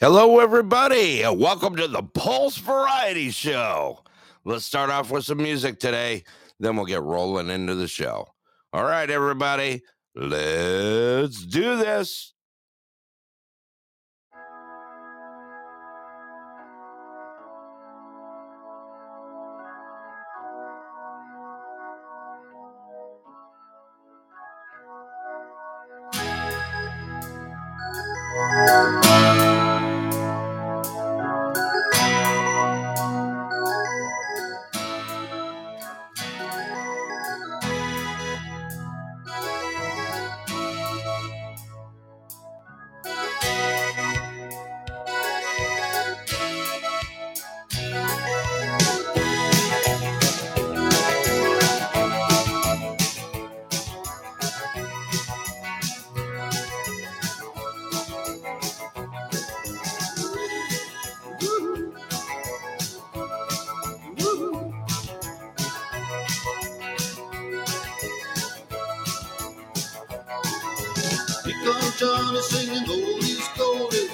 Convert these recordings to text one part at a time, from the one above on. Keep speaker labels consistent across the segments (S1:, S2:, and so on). S1: Hello, everybody. and Welcome to the Pulse Variety Show. Let's start off with some music today, then we'll get rolling into the show. All right, everybody, let's do this.
S2: Here comes Johnny singing gold is golden.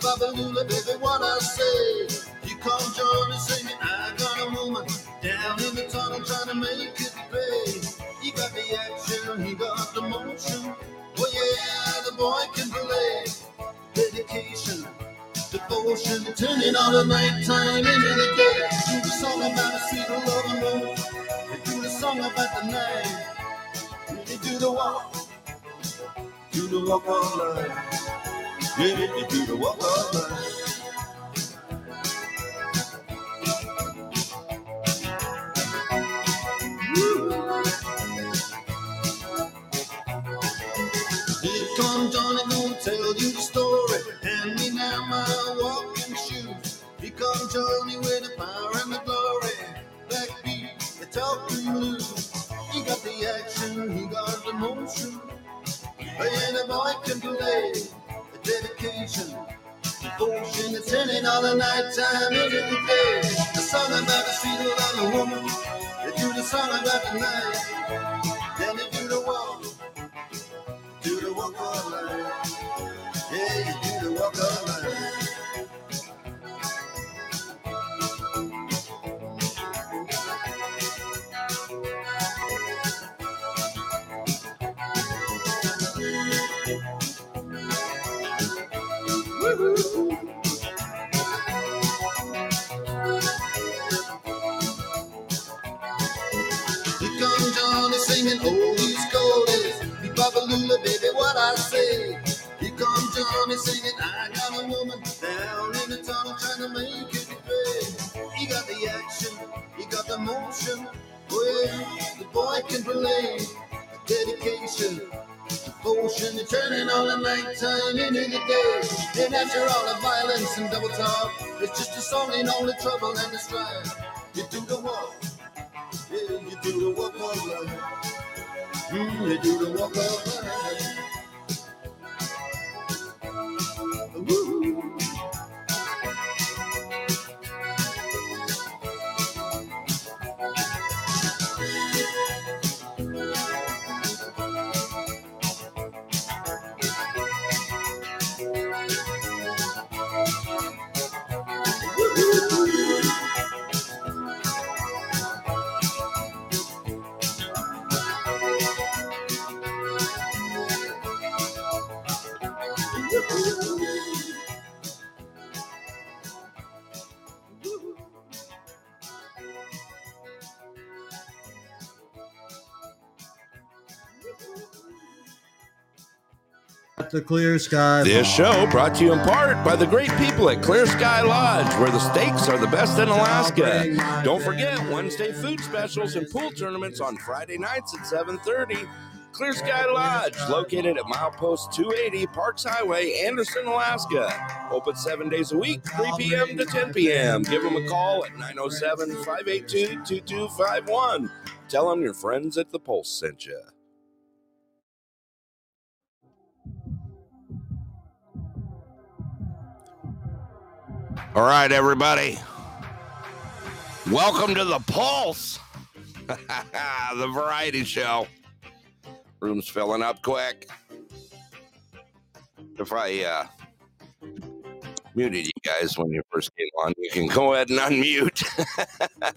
S2: Babalula, baby, what I say. Here comes Johnny singing, I got a woman down in the tunnel trying to make it pay. He got the action, he got the motion. Oh yeah, the boy can play. Dedication, devotion, turning all the nighttime into the day. Do the song about a sweet love and roll. Do the song about the night. They do the walk, do the walk all night. Did it do the walk of life? Here come Johnny, gonna tell you the story. Hand me now my walking shoes. Here come Johnny with the power and the glory. Backbeat, the talking blues. He got the action, he got the motion. And the boy can play. The dedication, devotion, it's in it all the night time into the day. The song about the sweet little the woman. They do the song about the night. Then they do the walk. Do the walk of life. Yeah, you do the walk of life. Here comes Johnny singing all these goldies. Be Babalula, baby, what I say. Here comes Johnny singing, I got a woman down in the tunnel trying to make it pay. He got the action, he got the motion. Well, the boy can relate. Dedication, devotion, and turning all the nighttime into the day. And after all the violence and double talk, it's just a song in all the trouble and the strife. You do the walk. Yeah, you do the walk of life. Mm, you do the walk of life. Woo. At the clear sky.
S1: This show brought to you in part by the great people at Clear Sky Lodge, where the steaks are the best in Alaska. Don't forget Wednesday food specials and pool tournaments on Friday nights at 7:30. Clear Sky Lodge, located at milepost 280 Parks Highway, Anderson, Alaska. Open seven days a week, 3 p.m. to 10 p.m. Give them a call at 907-582-2251. Tell them your friends at the Pulse sent you. All right, everybody. Welcome to the Pulse, the variety show. Room's filling up quick. If I uh, muted you guys when you first came on. You can go ahead and unmute.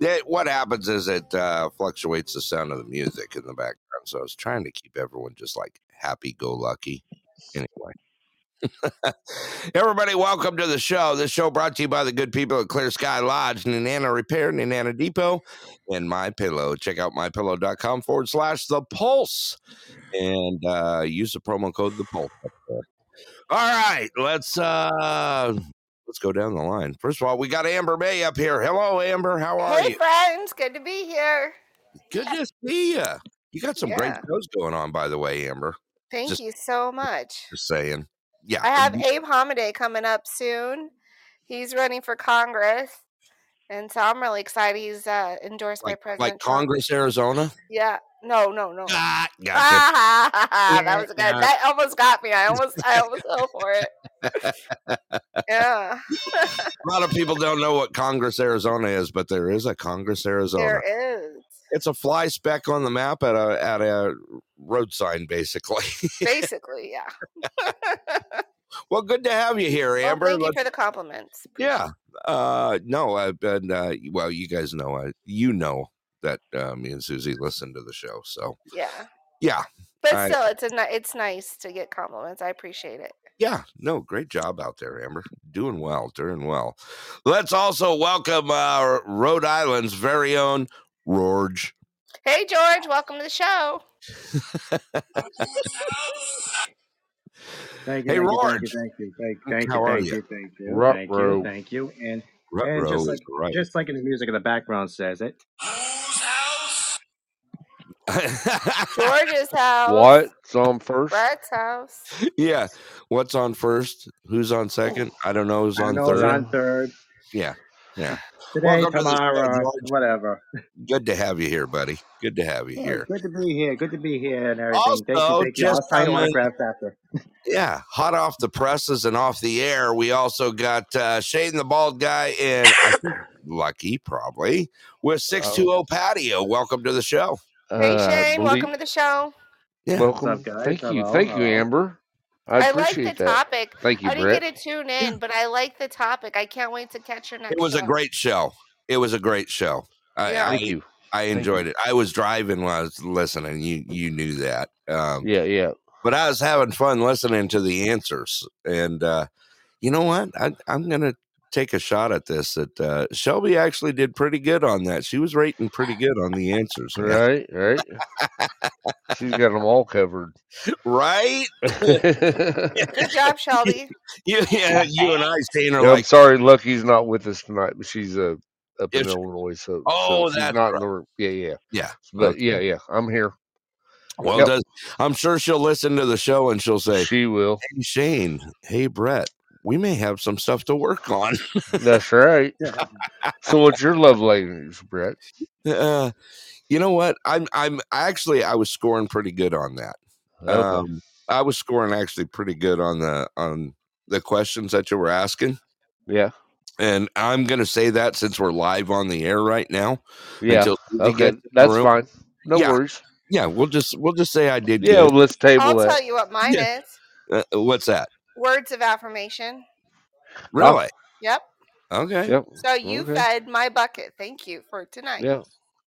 S1: That- what happens is it uh, fluctuates the sound of the music in the background. So I was trying to keep everyone just like happy go lucky. Anyway. Everybody, welcome to the show. This show brought to you by the good people at Clear Sky Lodge, Nanana Repair, Nanana Depot, and My Pillow. Check out mypillow.com forward slash the pulse and uh, use the promo code the pulse. up there. All right, let's uh let's go down the line. First of all, we got Amber Bay up here. Hello, Amber. How are
S3: Hey
S1: you?
S3: friends, good to be here.
S1: Good to see you. You got some great
S3: Yeah.
S1: shows going on, by the way, Amber.
S3: Thank
S1: Just,
S3: you so much.
S1: just saying. Yeah.
S3: I have Abe Homaday coming up soon. He's running for Congress, and so I'm really excited. He's uh, endorsed by
S1: Like like
S3: President Trump.
S1: Congress, Arizona.
S3: Yeah, no, no, no.
S1: Ah, gotcha.
S3: that was good.
S1: Yeah.
S3: That almost got me. I almost, I almost fell for it. Yeah,
S1: A lot of people don't know what Congress, Arizona is, but there is a Congress, Arizona.
S3: there is
S1: It's a fly speck on the map at a at a road sign, basically.
S3: basically, yeah.
S1: well, good to have you here,
S3: Well,
S1: Amber.
S3: thank you
S1: Let's-
S3: for the compliments.
S1: yeah. Uh, no, I've been. Uh, well, you guys know. I you know that uh, me and Susie listen to the show. So
S3: Yeah,
S1: yeah,
S3: but
S1: I-
S3: still, it's a, ni- it's nice to get compliments. I appreciate it.
S1: yeah. No, great job out there, Amber. Doing well, doing well. Let's also welcome uh, Rhode Island's very own Rorge.
S3: Hey George, welcome to the show.
S4: Thank you.
S1: Hey,
S4: thank you,
S1: Rorge.
S4: Thank you. Thank you. Thank you.
S1: How are
S4: thank
S1: you?
S4: you. Thank you.
S5: Ruh,
S4: Thank you.
S5: roh.
S4: Thank you. And and
S1: Rutro
S4: just
S1: is
S4: like
S1: right.
S4: just like in the music in the background says it.
S3: George's house.
S5: What's on first?
S3: Brett's house.
S1: yeah. What's on first? Who's on second? I don't know who's
S4: I
S1: on
S4: know it's
S1: third.
S4: on third
S1: yeah. Yeah.
S4: today,
S1: Welcome to the show,
S4: tomorrow,
S1: George.
S4: whatever.
S1: Good to have you here, buddy. Good to have you
S4: Yeah,
S1: here.
S4: good to be here. Good to be here and everything. Thank you.
S1: Also,
S4: Thank you. I'll
S1: just
S4: sign
S1: coming-
S4: autographs after.
S1: Yeah. Hot off the presses and off the air. We also got uh Shane the Bald Guy and I think Lucky probably with six two oh patio. Welcome to the show.
S3: Hey
S5: Uh,
S3: Shane,
S5: believe,
S3: welcome to the show.
S1: Yeah.
S4: What's up,
S5: welcome.
S4: guys?
S5: Thank you.
S4: Hello,
S5: Thank you,
S4: hello.
S5: Amber. I
S3: I like the
S5: appreciate that.
S3: topic.
S5: Thank you,
S3: I didn't
S5: Brett.
S3: get it tuned in, but I like the topic. I can't wait to catch your
S1: It
S3: next
S1: was a
S3: show.
S1: great show. It was a great show. I,
S3: Yeah.
S5: Thank
S1: I
S5: you.
S1: I
S5: you.
S1: enjoyed it. I was driving while I was listening. You you knew that. Um,
S5: Yeah, yeah.
S1: but I was having fun listening to the answers. And uh, you know what? I, I'm going to take a shot at this. That uh, Shelby actually did pretty good on that. She was rating pretty good on the answers, man.
S5: Right, right. She's got them all covered.
S1: right?
S3: Good job, Shelby.
S1: You, yeah, you and I, Shane, are
S5: Yeah, I'm
S1: like,
S5: sorry, Lucky's not with us tonight, but she's uh, up in
S1: Is she?
S5: Illinois, so
S1: Oh,
S5: so she's
S1: that's
S5: not in the room. Yeah, yeah.
S1: yeah.
S5: But
S1: Okay.
S5: yeah, yeah. I'm here.
S1: Well,
S5: Yep.
S1: does I'm sure she'll listen to the show and she'll say,
S5: She will.
S1: "Hey, Shane, hey, Brett, we may have some stuff to work on."
S5: That's right.
S4: Yeah.
S5: So what's your love language, Brett?
S1: Uh, you know what? I'm I'm actually I was scoring pretty good on that.
S5: Okay.
S1: Um, I was scoring actually pretty good on the on the questions that you were asking,
S5: Yeah.
S1: and I'm going to say that since we're live on the air right now.
S5: Yeah.
S1: until we
S5: Okay,
S1: get in the
S5: that's
S1: room.
S5: fine. No
S1: Yeah.
S5: worries.
S1: Yeah, we'll just we'll just say I did
S5: Yeah, well, let's
S3: I'll
S5: table
S3: tell
S5: that.
S3: you what mine
S1: Yeah.
S3: is.
S1: good. Uh, what's that?
S3: Words of affirmation.
S1: Really?
S3: Yep.
S1: okay.
S5: Yep.
S3: So you
S5: Okay.
S3: fed my bucket. Thank you for tonight.
S5: Yeah.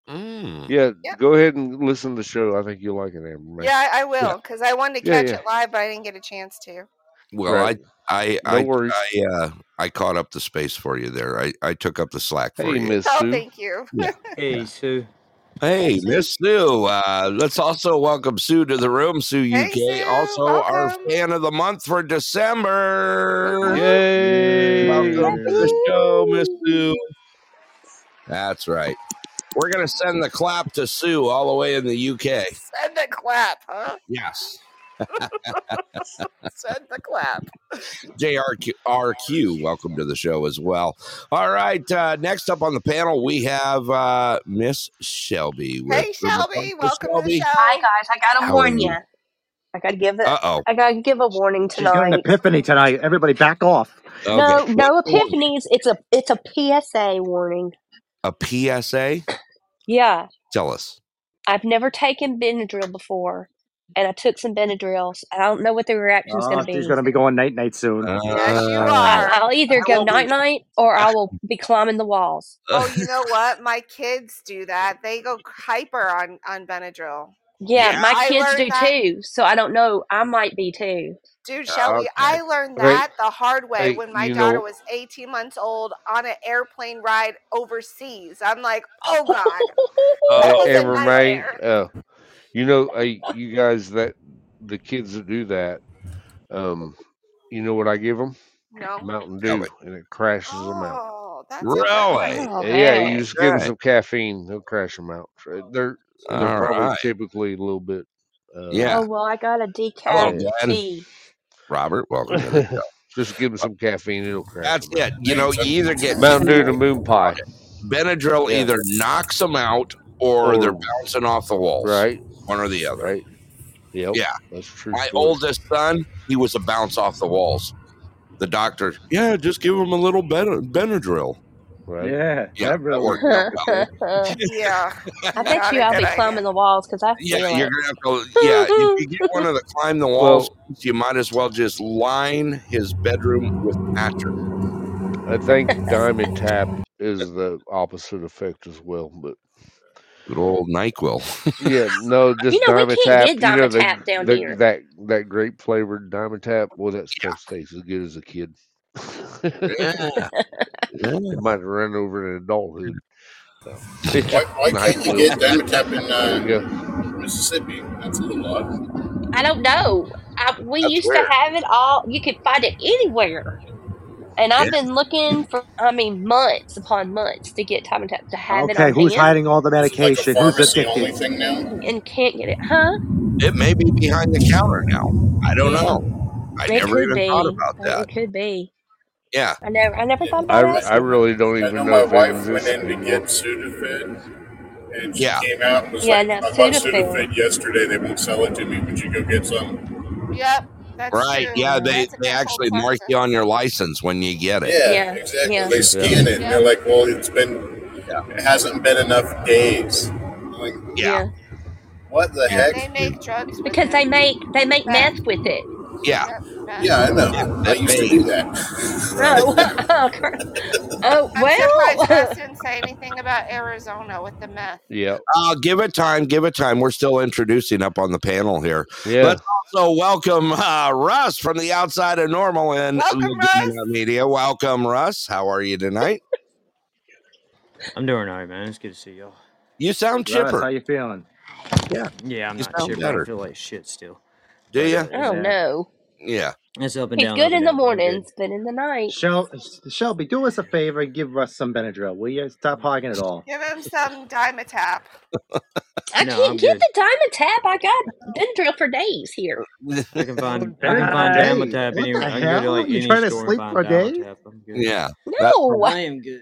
S1: Mm.
S5: Yeah.
S3: Yep.
S5: Go ahead and listen to the show. I think you'll like it, Amber. man.
S3: Yeah, I, I will, because I wanted to
S5: Yeah,
S3: catch
S5: yeah.
S3: it live, but I didn't get a chance to.
S1: Well,
S5: right.
S1: I
S5: no
S1: I
S5: worries.
S1: I, I uh I caught up the space for you there. I I took up the slack for
S5: hey,
S1: you.
S5: Miss
S3: Oh,
S5: Sue.
S3: thank you.
S1: Yeah.
S6: Hey, Sue.
S1: Hey, Miss Sue. Uh, let's also welcome Sue to the room. Sue
S3: Hey,
S1: UK,
S3: Sue,
S1: also our
S3: welcome.
S1: fan of the month for December.
S5: Yay.
S1: Welcome to the
S3: Woo-hoo.
S1: show, Miss Sue. That's right. We're gonna send the clap to Sue all the way in the UK.
S3: Send the clap, huh?
S1: Yes.
S3: Send the clap.
S1: JRQ, RQ, welcome to the show as well. All right. Uh, next up on the panel, we have uh, Miss Shelby. with-
S3: Hey, Shelby, welcome to the show.
S7: Hi guys, I gotta
S1: How are
S7: warn
S1: you?
S7: you. I gotta give it.
S1: Uh oh.
S7: I gotta give a warning
S4: She's got an
S7: tonight.
S4: epiphany tonight. Everybody back off.
S1: Okay.
S7: No, no
S1: What's the
S7: epiphanies. It's a it's a PSA
S1: warning?
S7: warning.
S1: A PSA?
S7: Yeah,
S1: Tell us.
S7: I've never taken Benadryl before, and I took some Benadryl. I don't know what the reaction's
S4: Oh,
S7: going to be.
S4: she's gonna be going night night soon.
S3: Yes, you
S1: Ah.
S3: are.
S7: I- I'll either
S1: I
S7: go
S1: won't be-
S7: night night or I will be climbing the walls.
S3: Oh, you know what? My kids do that. They go hyper on on Benadryl.
S7: Yeah,
S1: Yeah.
S7: my
S3: I
S7: kids
S3: learned
S7: do
S3: that-
S7: too. So I don't know. I might be too.
S3: Dude, Shelby,
S5: Okay.
S3: I learned
S5: Okay.
S3: that the hard way
S5: Hey,
S3: when my
S5: you know-
S3: daughter was 18 months old on an airplane ride overseas. I'm like, oh God.
S1: Oh,
S5: A-
S3: was a
S5: Amber May,
S3: nightmare.
S5: uh, you know, hey, you guys that the kids that do that, um, you know what I give them?
S3: No.
S5: Mountain Dew,
S1: Really?
S5: and it crashes them out. Uh,
S3: Oh, that's
S1: Really?
S3: annoying.
S7: Oh,
S5: yeah, you
S7: heck.
S5: just give them
S1: Right.
S5: some caffeine; they'll crash them out. uh, They're they're
S1: All
S5: probably
S1: right.
S5: typically a little bit. Uh,
S1: Yeah.
S7: Oh, well, I got a decaf
S1: Hello, Dad.
S7: tea.
S1: Robert, welcome to the show.
S5: just give them some caffeine; it'll crash.
S1: That's
S5: 'em out.
S1: it. You know, you either get
S5: Mountain Dew to Moon Pie,
S1: Benadryl
S5: Yeah.
S1: either knocks them out or,
S5: Or-
S1: they're bouncing off the walls.
S5: right?
S1: One or the other.
S5: Right. Yep.
S1: Yeah.
S5: That's a true.
S1: My
S5: story.
S1: oldest son, he was a bounce off the walls. The doctor, yeah, just give him a little ben- Benadryl.
S5: Right.
S4: Yeah,
S1: Yeah,
S4: that really.
S1: or-
S7: I
S3: Yeah.
S7: bet
S3: Not
S7: you
S3: a
S7: I'll be
S3: good
S7: climbing the walls because I
S1: Yeah,
S7: feel it.
S1: you're gonna have to. Yeah, if you get one of the climb the walls, you might as well just line his bedroom with mattress.
S5: I think Diamond Tap is the opposite effect as well, but
S1: Good old Nyquil.
S5: yeah, no, just
S7: know, we
S5: Diamond Tap.
S7: can't get
S5: you know,
S7: Diamond
S5: the-
S7: Tap down
S5: the-
S7: here.
S5: That that grape flavored Diamond Tap. Well, that stuff tastes as good as a kid.
S1: Yeah, yeah.
S5: It might have run over in adulthood.
S8: Why, why can't you
S5: Nyquil.
S8: get Dimetap in
S5: There
S8: uh,
S5: you go.
S8: Mississippi? That's a little odd.
S7: I don't know. I, we
S1: That's
S7: used
S1: weird.
S7: to have it all. You could find it anywhere. And I've been looking for, I mean, months upon months to get Time and Tap to have it
S4: Okay,
S7: on
S4: who's
S7: hand
S4: hiding all the
S8: Is it like a
S4: medication? Who's
S8: pharmacy only
S4: addicted?
S8: thing now?
S7: and can't get it, huh?
S1: It may be behind the counter now. I don't
S7: Yeah.
S1: know. I
S7: It
S1: never
S7: could
S1: even thought
S7: be.
S1: about
S7: Uh,
S1: that.
S7: It could be.
S1: Yeah,
S7: I never, I never thought
S5: I,
S7: about
S5: I
S7: asking.
S5: really don't
S8: I
S5: even
S8: know
S5: know
S8: my
S5: if it
S8: wife went
S5: exists
S8: in to get
S5: anymore.
S8: Sudafed, and she
S1: yeah.
S8: came out and was
S7: Yeah,
S8: like,
S7: now
S8: "I bought
S7: Sudafed.
S8: Sudafed yesterday. They won't sell it to me. Would you go get some?"
S3: Yep. That's
S1: Right.
S3: true.
S1: Yeah,
S7: Yeah.
S1: they,
S3: That's a
S1: they
S3: controlled
S1: actually mark you
S3: substance.
S1: on your license when you get it.
S8: Yeah,
S7: Yeah.
S8: exactly.
S7: Yeah.
S8: They scan it, and they're like, "Well, it's been,
S1: Yeah.
S8: it hasn't been enough days." I'm like,
S1: Yeah.
S7: Yeah.
S8: what the
S3: And
S8: heck?
S3: they make drugs with
S7: Because
S3: it.
S7: they make, they make
S3: Meth.
S7: meth with it.
S1: Yeah.
S3: Yep. Meth.
S8: Yeah, I
S1: Yeah.
S8: know. I
S1: That
S8: used to
S1: may.
S8: do that.
S7: Oh, oh, cr-
S3: I'm
S7: oh
S3: surprised Wes
S7: well.
S3: didn't say anything about Arizona with the meth.
S5: Yeah.
S1: Uh, give it time. Give it time. We're still introducing up on the panel here.
S5: Yeah.
S1: Let's also welcome uh, Russ from the outside of normal and
S3: Welcome,
S1: Laguna
S3: Russ.
S1: Media. Welcome, Russ. How are you tonight?
S6: I'm doing all right, man. It's good to see y'all.
S1: You sound
S4: Russ, how
S1: chipper.
S4: you feeling?
S1: Yeah,
S6: Yeah, I'm
S1: you
S6: not
S1: sound
S6: chipper. I
S1: better.
S6: feel like shit still.
S1: Do
S6: But
S1: you?
S6: uh,
S7: Oh
S6: yeah,
S7: no.
S1: Yeah.
S6: it's up and
S7: He's
S6: down,
S7: good
S6: up and
S7: in the
S6: down. We're good.
S7: mornings, but in the night,
S4: Shel- Shelby, do us a favor and give Russ some Benadryl. Will you stop hogging it all?
S3: Give him some Dimetap.
S7: I
S6: No,
S7: can't
S6: I'm
S7: get
S6: good.
S7: the diamond tab. I got Benadryl for days here.
S6: I can find I can
S4: Benadryl for
S6: find Diamond
S4: days?
S6: Tap
S4: What
S6: anywhere.
S4: the
S6: I can go to
S4: hell?
S6: like
S4: You
S6: any
S4: trying to
S6: store and
S4: sleep
S6: find
S4: for
S6: Diamond
S4: days?
S6: Tap. I'm good.
S1: yeah. That,
S7: No.
S6: I am good.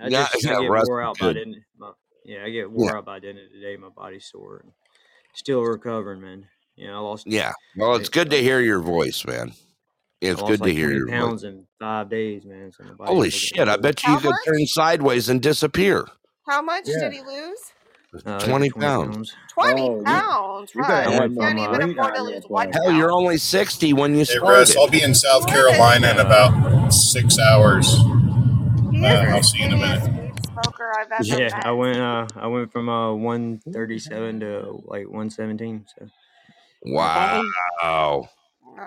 S6: I
S1: yeah,
S6: just I
S1: yeah,
S6: get
S1: Russ
S6: wore
S1: is
S6: out by
S1: good.
S6: the end. My, yeah, I get
S1: Yeah.
S6: wore out by the end of the day. My body's sore and still recovering, man. You know, I lost
S1: Yeah. Well, it's
S6: I,
S1: good
S6: I
S1: to hear your voice, man.
S6: I
S1: It's
S6: lost
S1: good to
S6: like
S1: hear
S6: 20
S1: your voice.
S6: pounds in five days, man. So my body's
S1: Holy
S6: taking a
S1: shit. I
S6: toll.
S1: bet you
S3: How
S1: could
S3: much?
S1: turn sideways and disappear.
S3: How much
S4: Yeah.
S3: did he lose?
S6: Uh, over 20
S1: 20 pounds.
S6: pounds.
S3: 20
S4: Oh, you
S3: pounds,
S4: you better
S6: I
S3: Russ.
S4: have
S6: went
S3: You
S4: more
S6: from
S3: can't even
S6: uh,
S4: weight
S3: afford
S4: on
S3: to
S4: you,
S3: lose one
S4: boy.
S1: Hell, you're
S3: pound.
S1: only 60 when you
S8: Hey, Russ,
S1: started.
S8: I'll be in South
S3: What the
S8: Carolina in
S3: heck?
S8: about six hours.
S3: He is
S8: Uh,
S3: the
S8: I'll see you in a minute.
S3: skinniest weed smoker I've ever
S6: Yeah, I
S3: met.
S6: went. Uh, I went from uh one thirty seven to like one seventeen. So
S1: Wow.
S7: Dang.
S3: Wow.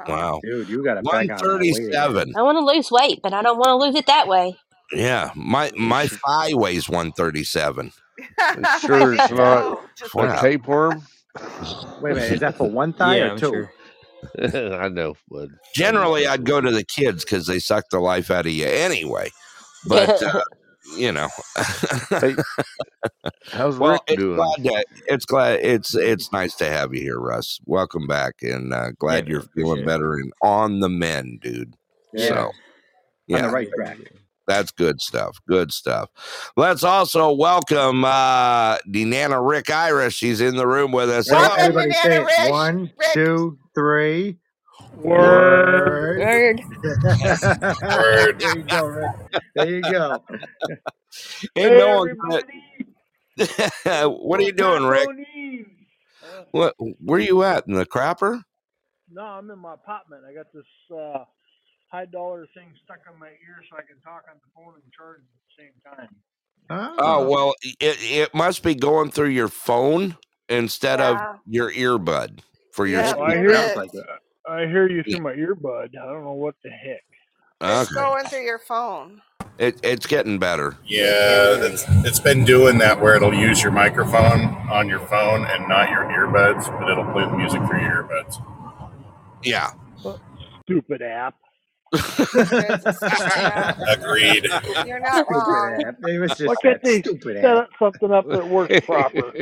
S1: Wow.
S4: Dude, you got to back out of that weight again.
S1: 137.
S7: I want to lose weight, but I don't want to lose it that way.
S1: Yeah. My
S5: It
S1: my
S5: su-
S1: thigh weighs 137.
S5: it
S3: My
S5: sure
S3: big
S5: is not
S3: toe just
S5: for
S1: Wow.
S3: went.
S5: tapeworm.
S4: Wait a minute, is that for one thigh
S6: yeah,
S4: or
S6: I'm
S4: two?
S6: sure.
S5: I know, but I'm just
S1: Generally, I'd
S5: messing with
S1: go to
S5: you.
S1: the kids because they suck the life out of you anyway. But, uh, you know,
S5: Hey, how's
S1: well,
S5: Rick
S1: it's
S5: doing?
S1: glad to, it's glad it's it's nice to have you here, Russ. Welcome back, and uh,
S6: Yeah,
S1: glad
S6: man,
S1: you're feeling
S6: appreciate it.
S1: better and on the men, dude.
S4: Yeah,
S6: Yeah,
S1: So
S4: on
S1: yeah,
S4: the
S6: I'm
S4: right
S6: good,
S4: track.
S6: man. Yeah.
S1: That's good stuff. Good stuff. Let's also welcome uh the Nana Rick Irish. She's in the room with us.
S4: Wait,
S1: Hello.
S3: Welcome to
S4: everybody say
S3: Nana
S4: it.
S3: Rish.
S4: One,
S3: Rick.
S4: two, three. Word.
S7: Word.
S8: Word.
S4: there you go, Rick. There you go.
S1: Ain't no one- what are you doing, Rick? What? Where you at in the crapper?
S9: No, I'm in my apartment. I got this uh, high dollar thing stuck on my ear so I can talk on the phone and charge at the same time.
S1: Oh well, it, it must be going through your phone instead of
S3: Yeah.
S1: your earbud for your.
S3: Yeah,
S9: Well, Oh, I
S1: speaker.
S9: hear
S3: it
S9: you.
S3: is.
S9: I hear you through my earbud. I don't know what the heck.
S3: It's
S1: Okay.
S3: going through your phone.
S1: It, it's getting better.
S10: Yeah, it's, it's been doing that where it'll use your microphone on your phone and not your earbuds, but it'll play the music through your earbuds.
S1: Yeah.
S9: Stupid app.
S3: It is a stupid app.
S10: Agreed.
S3: You're not wrong.
S4: Stupid app. It was just
S9: Why
S4: that
S9: can't they
S4: stupid
S9: set
S4: app.
S9: up something up that works proper?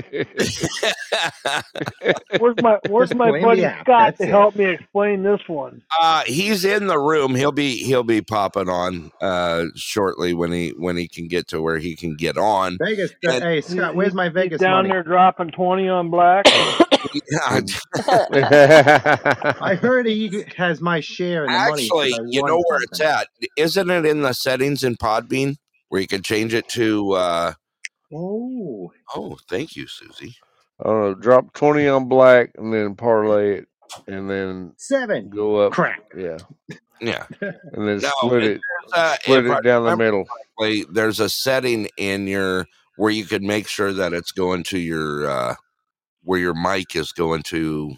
S9: Where's my Where's
S4: Just
S9: my
S4: blame
S9: buddy
S4: the app.
S9: Scott
S4: That's
S9: to
S4: it.
S9: help me explain this one?
S1: uh, he's in the room. He'll be he'll be popping on uh, shortly when he when he can get to where he can get on.
S4: Vegas.
S1: And-
S4: hey,
S9: He-
S4: Scott,
S9: he-
S4: where's my
S9: he's
S4: Vegas
S9: down
S4: money?
S9: there dropping twenty on black.
S1: Yeah,
S4: I heard he has my share in the money. 'cause
S1: actually,
S4: I
S1: you
S4: won
S1: know where it's
S4: something.
S1: at, isn't it? In the settings in Podbean where you can change it to. Uh,
S4: Oh,
S1: oh, thank you, Susie.
S5: know, Uh, drop twenty on black and then parlay it, and then
S4: seven.
S5: go up.
S4: Crap.
S5: Yeah,
S1: Yeah.
S5: and then
S1: No,
S5: split
S1: it-
S5: it,
S1: Uh,
S5: split
S1: if I
S5: it down the
S1: remember
S5: middle.
S1: correctly, there's a setting in your where you can make sure that it's going to your uh, where your mic is going to.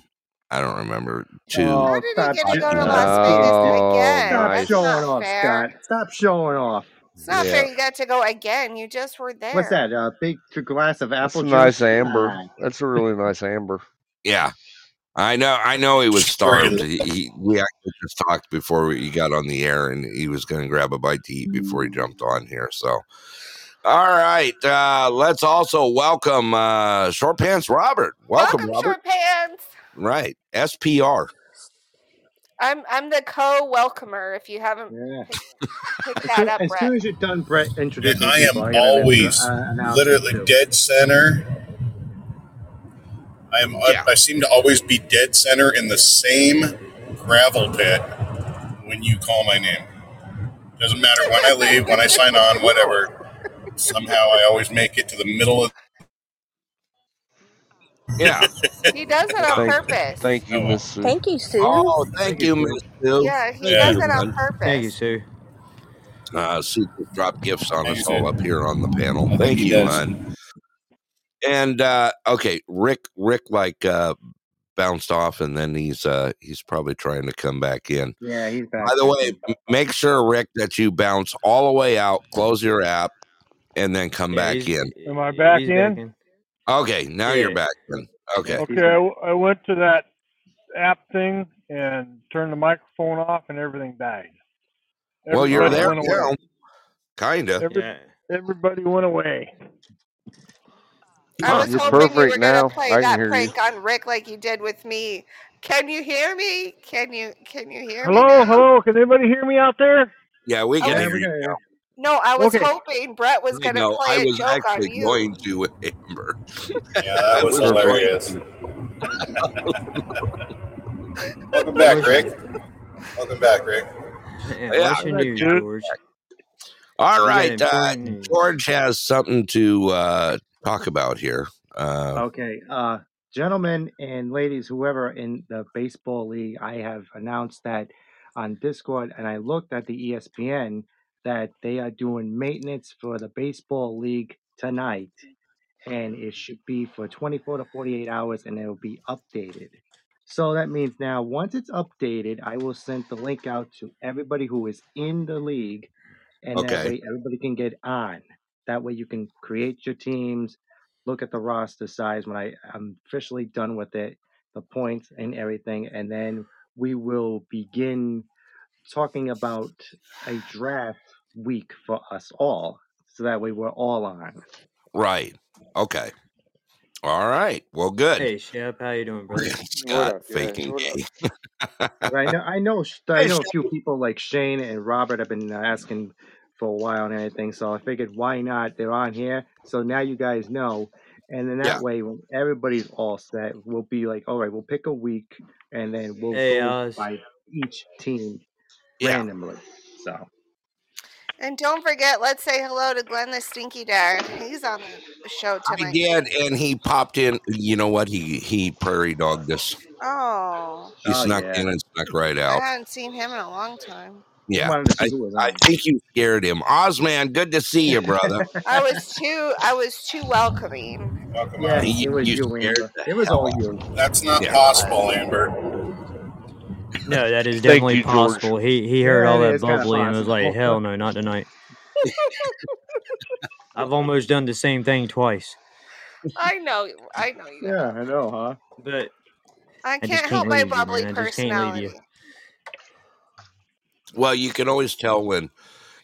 S1: I don't remember to.
S3: How
S4: Oh,
S3: did he
S4: stop.
S3: get to
S4: sh-
S3: go to
S1: Podbean.
S3: Las Vegas
S5: Oh,
S3: again?
S4: Stop
S5: nice.
S3: That's
S4: showing
S3: not
S4: off,
S3: fair.
S4: Scott. Stop showing off.
S3: It's not
S5: Yeah.
S3: fair you got to go again. You just were there.
S4: What's that? A big glass of
S5: That's
S4: apple
S5: a
S4: juice?
S5: nice amber.
S4: Ah,
S5: That's a really nice amber.
S1: Yeah, I know. I know he was
S10: Straight
S1: starved. He, he, we actually just talked before we, he got on the air, and he was going to grab a bite to eat before he
S5: Mm.
S1: jumped on here. So, all right, uh, let's also welcome uh, Short Pants Robert. Welcome,
S3: Welcome,
S1: Robert.
S3: short pants.
S1: Right, SPR.
S3: I'm I'm the co-welcomer. If you haven't
S4: yeah.
S3: picked, picked
S4: As soon,
S3: that up,
S4: as
S3: Brett.
S4: soon as you're done, Brett, introducing
S10: I
S4: people,
S10: am
S4: I got an intro,
S10: always
S4: uh, announcement
S10: literally
S4: too.
S10: dead center. I am.
S1: Yeah.
S10: I seem to always be dead center in the same gravel pit when you call my name. Doesn't matter when I leave, when I sign on, whatever. Somehow I always make it to the middle of.
S1: Yeah.
S3: He does it on
S5: Thank,
S3: purpose.
S5: thank you,
S10: Oh
S5: Miss
S10: well.
S5: Sue.
S7: Thank you, Sue.
S1: Oh,
S6: Thank
S1: thank
S6: you,
S1: you,
S6: Sue.
S1: Miss Sue.
S3: Yeah, he
S1: Thank
S10: Yeah.
S3: does
S1: you,
S3: it on
S1: hun.
S6: Thank you,
S3: purpose.
S6: Sue.
S1: Uh, Sue just dropped gifts on us
S10: Thanks,
S1: all
S10: dude.
S1: up here on the panel.
S10: I think
S1: Thank
S10: he
S1: you,
S10: does.
S1: hun. And uh, okay, Rick, Rick, like uh, bounced off, and then he's uh, he's probably trying to come back in.
S4: Yeah, he's back.
S1: By the
S4: I
S1: way,
S4: think.
S1: m- make sure Rick that you bounce all the way out, close your app, and then come
S6: Yeah,
S1: back
S6: he's
S1: in.
S9: Am I back
S6: he's
S9: in?
S6: back in.
S1: Okay, now you're
S6: Yeah.
S1: back in. Okay,
S4: Yes,
S9: Okay,
S4: he's
S9: I,
S4: back.
S9: w- I went to that app thing and turned the microphone off, and everything died.
S1: well you're
S9: Everybody
S1: there
S6: Oh,
S9: went away.
S1: now, kinda.
S9: Every,
S6: yeah.
S9: everybody went away.
S3: I
S1: Huh?
S3: was
S5: You're
S3: hoping you
S5: perfect
S3: were gonna
S5: now.
S3: play
S5: I can
S3: that
S5: hear you.
S3: prank on Rick like you did with me. Can you hear me? Can you can you hear me
S9: Hello,
S3: now?
S9: hello. Can anybody hear me out there?
S1: Yeah, we
S3: I
S1: can
S3: was
S4: Yeah,
S1: hear
S4: Oh, we
S1: you.
S4: got you.
S3: no, I was
S9: Okay.
S3: hoping Brett was
S1: I
S3: gonna
S1: know. I
S3: play a
S1: was
S3: joke on
S1: actually going
S3: you.
S1: to with Amber.
S10: Yeah,
S8: Uh,
S10: that was
S1: we were going
S10: hilarious.
S1: to.
S10: Welcome back,
S6: What's
S10: Rick. Welcome back, Rick.
S6: yeah,
S1: Yeah.
S6: what's
S9: All
S6: your
S9: right,
S6: news,
S9: dude.
S6: George?
S1: All
S6: You got
S1: right. Uh,
S6: important news.
S1: George has something to uh, talk about here. Uh,
S4: Okay, uh, gentlemen and ladies, whoever in the baseball league, I have announced that on Discord, and I looked at the E ESPN that they are doing maintenance for the baseball league tonight, and it should be for 24 to 48 hours, and it'll be updated. So that means now, once it's updated, I will send the link out to everybody who is in the league, and that
S1: okay.
S4: way everybody can get on. That way you can create your teams, look at the roster size when I am officially done with it, the points and everything, and then we will begin talking about a draft week for us all. So that way we're all on.
S1: Right. Okay. All right. Well, good.
S6: Hey, Shep, how you doing, brother?
S11: What
S1: Scott
S11: up, guys?
S1: faking
S11: What up?
S1: gay.
S4: But I know I know sh- I
S1: hey,
S4: know
S1: Sh-
S4: a few people like Shane and Robert have been uh, asking for a while and everything, so I figured why not? They're on here, so now you guys know, and then
S1: yeah.
S4: that way when everybody's all set, we'll be like, all right, we'll pick a week, and then we'll
S6: Hey,
S4: go
S6: Oz.
S4: by each team
S1: Yeah.
S4: randomly. So
S3: And don't forget, let's say hello to Glenn the Stinky Dog. He's on the show
S1: He
S3: tonight.
S1: did, and he popped in. You know what? He he prairie dogged us.
S3: Oh,
S1: He
S4: Oh,
S1: snuck
S4: yeah.
S1: in and snuck right
S3: I
S1: out.
S3: haven't seen him in a long time.
S4: I
S1: Yeah,
S4: wanted to see who was
S1: I
S4: on.
S1: think you scared him. Ozman, good to see you, brother.
S3: I was too. I was too welcoming.
S4: yes,
S1: You,
S4: it was
S1: you
S4: you,
S1: scared
S4: Amber.
S1: the
S4: It was
S1: hell
S4: all
S1: out.
S4: you.
S8: That's not
S1: Yeah.
S8: possible, Amber.
S6: No, that is
S5: Thank
S6: definitely
S5: you, George.
S6: possible. He he heard
S4: Yeah,
S6: all
S4: it
S6: that
S4: is kind of
S6: bubbly and was like,
S4: possible.
S6: "Hell no, not tonight." I've almost done the same thing twice,
S3: I know. you- I know you.
S4: yeah,
S3: have.
S4: I know, huh?
S6: but
S3: I
S6: I just
S3: can't
S6: can't
S3: help my
S6: leave you,
S3: bubbly
S6: man. I just can't leave you.
S3: personality.
S1: Well, you can always tell when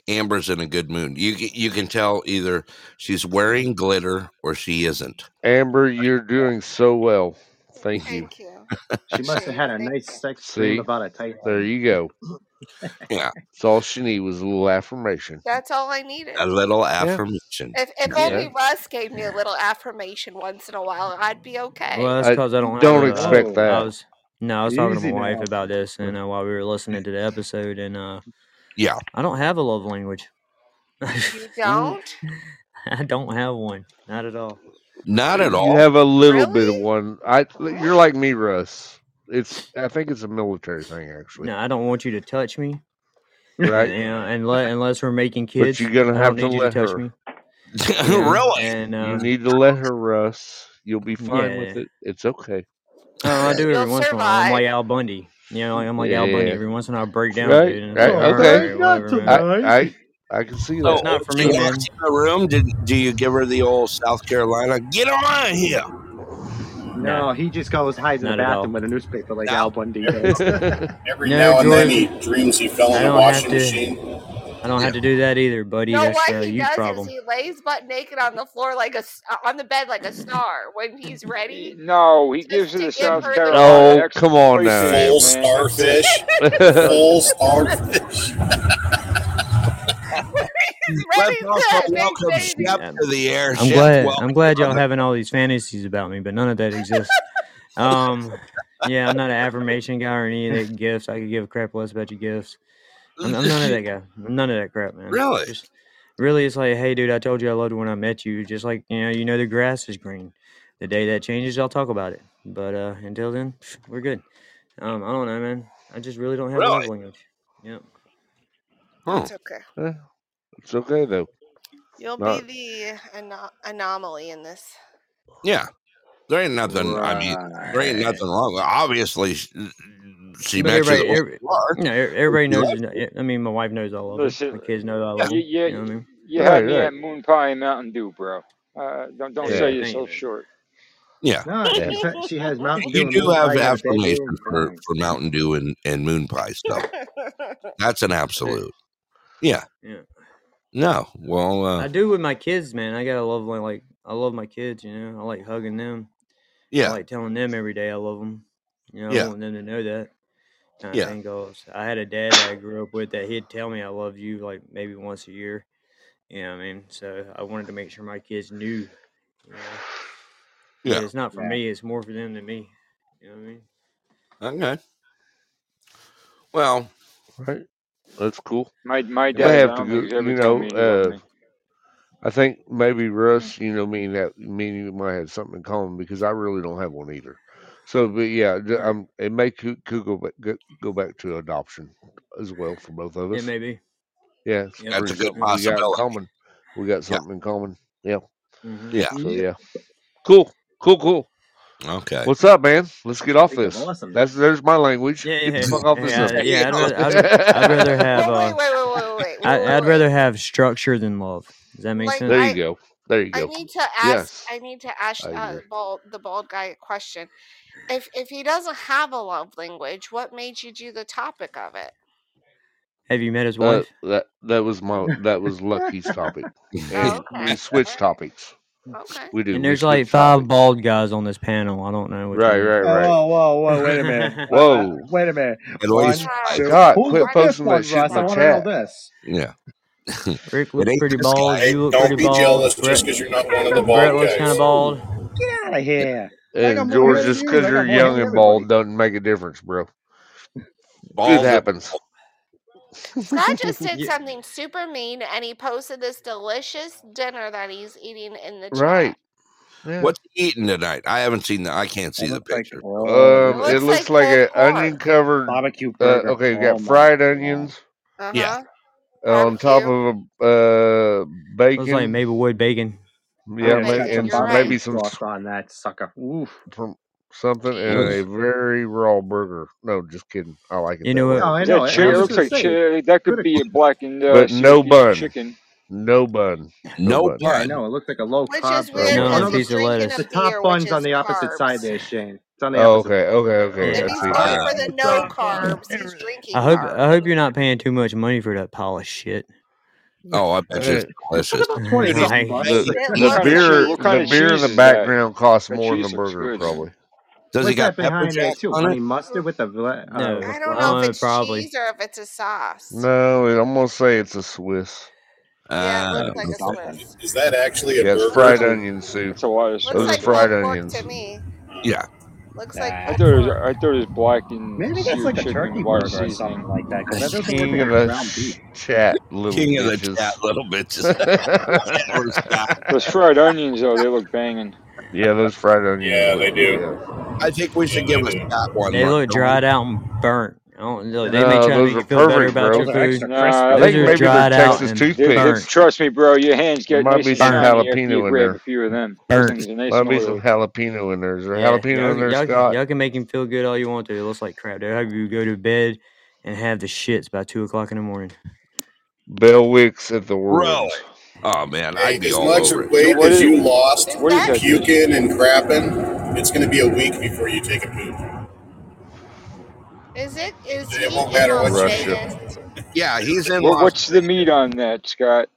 S1: Amber's in a good mood. You c- you can tell either she's wearing glitter or she isn't.
S5: Amber, you're doing so well. Thank you.
S3: Thank you.
S4: She must
S3: Appreciate
S4: have had
S3: it.
S4: a
S3: Thank
S4: nice
S3: you.
S4: sex dream
S5: See,
S4: about a tight
S5: there
S4: one.
S5: you go.
S1: Yeah,
S5: It's all she needed was a little affirmation.
S3: That's all I needed.
S1: a little
S5: Yeah,
S1: affirmation.
S3: If if
S5: yeah.
S3: only Russ gave me a little affirmation once in a while, I'd be okay.
S6: Well, that's
S5: I
S6: because I don't have
S5: don't
S6: a. Uh,
S5: expect
S4: Oh,
S6: I
S5: that.
S6: was no, I was talking to my
S4: easy
S6: wife
S4: now.
S6: about this, and uh, while we were listening to the episode, and uh,
S1: Yeah,
S6: I don't have a love language.
S3: You
S6: I
S3: don't
S6: don't have one, not at all.
S1: not at
S5: You
S1: all.
S5: have a little bit of
S3: really?
S5: one. I you're like me, Russ. It's I think it's a military thing actually,
S6: No, I don't want you to touch me.
S5: right?
S6: You know, unless, unless we're making
S5: But
S6: kids,
S5: you're gonna
S6: I don't
S5: have to
S6: need you to
S5: let
S6: touch
S5: her.
S6: me. You know,
S1: really?
S6: and
S5: You
S6: uh,
S5: need to let her, Russ. You'll be fine with
S6: yeah.
S5: it. It's okay.
S6: Oh, I do every
S3: You'll
S6: once in a while. I'm
S3: survive.
S6: like Al Bundy. You know, like, I'm like Al Bundy.
S5: Yeah.
S6: Every once in a while, I break down,
S5: Right.
S6: dude, and it's
S5: Right.
S6: like, all right,
S4: All
S6: all
S5: Okay.
S4: right,
S6: right,
S4: not
S6: whatever, man.
S5: I
S4: tonight.
S5: I I can see
S1: Oh,
S5: that.
S6: It's not
S1: if
S6: for
S1: she
S6: me,
S1: walks
S6: man.
S1: in the room, do, do you give her the old South Carolina? Get on here.
S6: Nah,
S4: No, he just goes hides in the
S6: not at all.
S4: bathroom with a newspaper like
S1: Now,
S4: Al Bundy does.
S8: Every
S6: No,
S8: now and then
S6: George,
S8: he dreams he fell
S6: I
S8: in a
S6: don't have
S8: washing
S6: to.
S8: machine.
S6: I don't have to do that either, buddy.
S3: No,
S6: That's
S3: what
S6: a
S3: he
S6: you
S3: does is
S6: problem.
S3: he lays butt naked on the floor like a s- uh, on the bed like a star when he's
S12: He-
S3: ready,
S12: No, he
S3: just
S12: gives
S3: to
S12: her the
S3: give
S12: South
S3: her the
S12: Carolina
S5: Oh,
S3: finger.
S5: come on now,
S12: ex-boyfriend,
S8: Full
S5: Amber.
S12: man. That's it.
S8: starfish. Full starfish.
S3: he's
S1: let's
S3: ready
S1: also
S3: to make
S1: welcome
S3: baby.
S1: Shep
S6: Um,
S1: to the air.
S6: I'm
S1: Shep,
S6: glad. I'm
S1: welcome,
S6: glad y'all
S1: brother.
S6: having all these fantasies about me, but none of that exists. Um, yeah, I'm not an affirmation guy or any of that gifts. I could give a crap less about your gifts. I'm, I'm none of that guy. I'm none of that crap, man.
S1: really?
S6: Just really, it's like, hey, dude, I told you I loved you when I met you. Just like you know, you know, the grass is green. The day that changes, I'll talk about it. But uh, until then, we're good. Um, I don't know, man. I just really don't have a love
S1: Really?
S6: language. Yep.
S1: Huh.
S3: That's okay.
S5: Eh, It's okay though.
S3: You'll be
S5: Not
S3: the ano- anomaly in this.
S1: Yeah. There ain't nothing. I mean, there ain't
S4: Right.
S1: nothing wrong. Obviously, she, she
S6: But
S1: met you the
S6: everybody,
S1: way
S6: every,
S1: you are.
S6: you know, e- everybody
S1: She
S6: knows.
S1: loved
S6: there's no- e- I mean, my wife knows I love them.
S12: Listen,
S6: My kids know I
S1: you.
S6: love
S12: you
S6: them.
S12: you
S6: You know what I mean?
S12: you
S5: right.
S12: had me at
S5: Right.
S12: moon pie and Mountain Dew, bro. Uh, don't don't
S6: Hey,
S5: Yeah.
S12: sell
S6: thank you,
S12: yourself
S6: man.
S12: short.
S1: Yeah.
S4: No,
S5: Yeah.
S4: she fa- she has Mountain
S1: You
S4: Dew and
S1: do
S4: Moon
S1: have
S4: Pie got a baby
S1: affirmation
S4: and
S1: for,
S4: fine.
S1: for Mountain Dew and, and Moon Pie stuff. That's an absolute. Yeah.
S6: Yeah,
S1: No. Well, uh,
S6: I do with my kids, man. I gotta love like, like I love my kids. You know, I like hugging them. I
S1: yeah.
S6: like telling them every day I love them. You know, I
S1: Yeah.
S6: want them to know that kind of
S1: Yeah.
S6: thing. Goes. I had a dad that I grew up with that he'd tell me I love you like maybe once a year. You know what I mean? So I wanted to make sure my kids knew. You know, but
S1: Yeah.
S6: it's not for
S4: Yeah.
S6: me. It's more for them than me. You know what I mean?
S1: Okay. Well,
S5: Right. That's cool.
S12: My my
S5: I
S12: dad, I
S5: have to go.
S12: don't think has ever
S5: You know.
S12: told me he Mm-hmm. loved
S5: Uh,
S12: me.
S5: I think maybe Russ. You know, me and that me and you might have something in common because I really don't have one either. So, but yeah, d-
S6: Right.
S5: um, it may could, could go back go, go back to adoption as well for both of
S6: It
S5: us.
S6: may be.
S5: Yeah, it's
S6: Yep.
S1: that's
S5: pretty
S1: a
S6: Yeah.
S1: good
S5: something we got in
S1: possibility.
S5: common. We got
S1: Yeah.
S5: something in common. Yeah.
S6: Mm-hmm.
S1: Yeah.
S5: So
S4: Yep.
S5: yeah, cool, cool, cool.
S1: Okay.
S5: What's up, man? Let's get off
S4: Speaking of
S5: this.
S4: awesome,
S5: That's there's my language.
S6: Yeah,
S5: Get the
S6: yeah,
S5: fuck off
S6: yeah,
S5: this
S6: yeah. I-
S5: subject.
S6: yeah, I'd
S1: Yeah.
S6: rather, I'd, ra- I'd rather have,
S3: well, wait,
S6: uh,
S3: wait, wait, wait, wait, wait,
S6: I,
S3: wait,
S6: I'd
S3: wait.
S6: rather have structure than love. Does that make
S3: Like
S5: there
S6: sense?
S5: you
S3: I,
S5: go. There you
S3: I
S5: go.
S3: need to ask.
S5: Yes,
S3: I need to ask
S5: I
S3: uh,
S5: agree.
S3: bald, the bald guy a question. If if he doesn't have a love language, what made you do the topic of it?
S6: Have you met his
S5: Uh,
S6: wife?
S5: that that was my that was Lucky's topic,
S3: Oh,
S5: and
S3: okay,
S5: we
S3: all
S5: switch
S3: right,
S5: topics.
S3: okay.
S5: We do.
S6: And
S5: We
S6: there's like
S5: switch
S6: five
S5: topics.
S6: bald guys on this panel. I don't know which
S5: Right,
S6: one.
S5: right,
S4: Whoa,
S5: right.
S4: whoa, whoa, whoa! Wait a minute! Wait, wait,
S5: Whoa,
S4: wait a minute!
S1: At least
S4: One,
S3: Five.
S1: five.
S4: two.
S5: God,
S4: Who's the
S5: quit
S3: Why?
S4: fifth
S5: posting that
S4: one,
S5: shit in
S4: Russ? I
S5: my
S4: want to know
S5: chat.
S4: this.
S1: Yeah. it
S6: Rick looks
S1: ain't
S6: pretty
S1: this
S6: bald.
S1: guy.
S8: Hey,
S6: You look pretty
S8: don't be
S6: bald.
S8: jealous just
S6: Brett,
S8: because you're not one of the
S6: Brett
S8: bald
S6: looks kind of
S8: guys.
S6: bald.
S4: Get out of here! I got
S5: And
S4: more
S5: George,
S4: hair than
S5: just
S4: you.
S5: because
S4: I
S5: you're
S4: got more hair
S5: young
S4: than
S5: and bald
S4: everybody.
S5: doesn't make a difference, bro. It
S1: Bald.
S5: happens.
S3: Scott just did
S6: Yeah.
S3: something super mean, and he posted this delicious dinner that he's eating in the chat.
S5: Right. Yeah.
S1: What's he eating tonight? I haven't seen the. I can't see the
S8: looks like,
S1: picture.
S8: oh,
S5: Um,
S3: It
S8: man.
S5: it
S3: looks
S5: looks
S3: like
S5: like
S3: pulled
S5: an
S3: pork.
S5: onion covered.
S8: barbecue
S5: Uh,
S8: burger.
S5: okay, you
S8: Oh
S5: got
S8: my
S5: fried
S8: god.
S5: onions
S3: Uh
S1: Yeah.
S3: huh.
S5: on top
S3: Barbecue.
S5: of a uh,
S6: Looks like
S5: bacon.
S6: Maplewood bacon.
S4: I'm
S5: Yeah,
S4: gonna
S5: ma-
S4: set
S3: Bacon.
S4: some
S5: and
S3: You're
S5: s-
S3: right.
S5: maybe
S4: barbecue
S5: some
S4: sauce on that sucker. Oof.
S5: from something and
S6: Looks,
S5: a very raw burger. No, just kidding. I like it
S6: you
S5: that
S6: know
S5: way.
S4: No,
S6: what?
S4: I know.
S12: That
S4: I,
S12: chi-
S4: I
S12: it
S4: was
S12: looks
S4: gonna
S12: like
S4: say,
S12: chi- that could
S4: good.
S12: be a black and uh,
S5: But no
S12: Syracuse
S5: bun,
S12: chicken.
S5: no bun, no
S1: No
S5: bun.
S4: Yeah, I
S1: bun.
S4: know. It looks like a low
S3: Which
S4: carb
S3: is weird
S6: No,
S5: No
S4: burger.
S6: it's a
S3: because
S4: Oh no, the,
S3: he's
S6: piece of
S3: drinking a
S4: the
S6: lettuce.
S4: top
S3: beer, which
S4: bun's on
S3: is
S4: the opposite side
S3: carbs.
S4: there, Shane. It's on the
S5: Oh,
S4: opposite.
S5: okay, okay, okay.
S3: If
S6: Yeah,
S5: I
S3: he's
S5: see
S6: top
S3: going
S5: it
S6: bun.
S5: now.
S3: for the
S13: The
S3: no
S13: top bun.
S3: carbs, he's
S6: I
S3: drinking
S6: hope I
S3: carbs.
S6: hope you're not paying too much money for that polished shit.
S1: Oh, I bet you it's
S5: Uh,
S4: Look
S1: delicious.
S4: at the
S1: It
S4: poison
S1: is
S6: right.
S5: the
S3: It
S1: amazing.
S4: buster.
S5: the
S12: What
S3: looks
S12: kind of cheese?
S5: beer
S12: What
S3: amazing.
S12: kind
S5: the
S12: of
S5: beer in
S12: cheese
S5: the
S12: is that?
S5: background costs
S12: That
S5: more than
S12: cheese
S5: a
S12: looks
S5: burger,
S12: good.
S5: probably.
S1: Does he
S4: What's
S1: got
S4: that
S1: pepper
S4: behind there
S1: jack
S4: too?
S1: on it?
S4: Honey mustard with the vla- uh,
S6: No,
S4: with
S3: I don't know
S4: flour.
S3: if
S6: uh,
S3: it's
S6: probably.
S3: cheese or if it's a sauce.
S5: No, I'm gonna say it's a Swiss.
S3: Yeah, it
S1: Ah,
S3: looks
S8: Gotta be
S3: like a
S8: something.
S3: Swiss.
S8: Is that actually a
S5: Yeah, it's
S8: burger?
S5: fried
S12: That's a
S5: onions, Sue.
S12: that's a lot of
S3: Looks
S5: Those are
S3: like
S12: Swiss.
S5: fried
S3: pulled pork
S5: onions.
S3: to me.
S1: yeah.
S3: Looks like
S12: I
S8: Nah.
S12: thought
S3: pulled
S12: it was
S3: pork.
S12: I thought it was black and
S4: Maybe that's
S12: seared
S4: like a
S12: chicken with a lot
S4: turkey
S12: of
S4: burger or something
S12: seasoning.
S4: like that, because that doesn't look
S5: King
S4: like
S5: of
S4: it's
S5: the
S4: ground beef.
S5: chat, little
S1: King of the chat,
S5: bitches.
S1: little bitches. Whatever, Scott.
S12: Those fried onions though, they look banging.
S5: yeah, those fried onions
S8: Yeah,
S5: look.
S8: they do.
S5: Yeah.
S1: I think we
S8: Yeah,
S1: should give
S8: they
S1: a
S8: do.
S1: Scott one,
S6: They
S1: Mark,
S6: look
S1: don't we?
S6: dried out and burnt. I don't know. They may
S5: No,
S6: try to
S5: those
S6: make
S5: are
S6: you feel better
S5: perfect,
S6: about
S5: bro.
S6: your
S4: Those are
S6: food.
S4: extra
S12: Nah,
S5: I
S4: crispy.
S12: they,
S6: Those
S5: think
S6: are
S12: they,
S5: maybe they're
S6: dried out
S5: Texas
S6: and
S12: they, they,
S5: toothpicks.
S6: burnt,
S12: trust me, bro. Your hands
S5: There
S12: get
S5: might
S12: nice
S5: be
S12: and
S5: some
S6: burnt,
S12: shiny after you
S5: jalapeno in
S12: grab a
S5: there.
S12: few of them. Those
S6: burnt.
S12: things are nice
S5: Might
S12: and
S5: be some
S12: oily.
S5: jalapeno in there. Is there
S6: Yeah,
S5: jalapeno
S6: y'all,
S5: in there,
S6: y'all,
S5: Scott?
S6: y'all can make him feel good all you want to. It looks like crap. They'll have you go to bed and have the shits by two o'clock in the morning.
S5: Bell Wicks at the
S1: Really?
S5: Orleans.
S1: Oh, man, I'd
S8: Hey,
S1: be
S8: as
S1: all
S8: much
S1: over it.
S12: So
S8: weight
S12: what
S8: as
S12: is
S8: you lost
S3: Is
S12: what is
S3: that
S12: that thing?
S8: puking and crapping, it's going to be a week before you take a poop.
S3: is it is
S8: It
S3: he
S8: won't
S3: in
S8: matter
S3: Las
S8: what you do.
S5: Russia.
S3: Vegas?
S1: Yeah, he's in
S12: What
S1: Las
S12: what's the meat on that, Scott?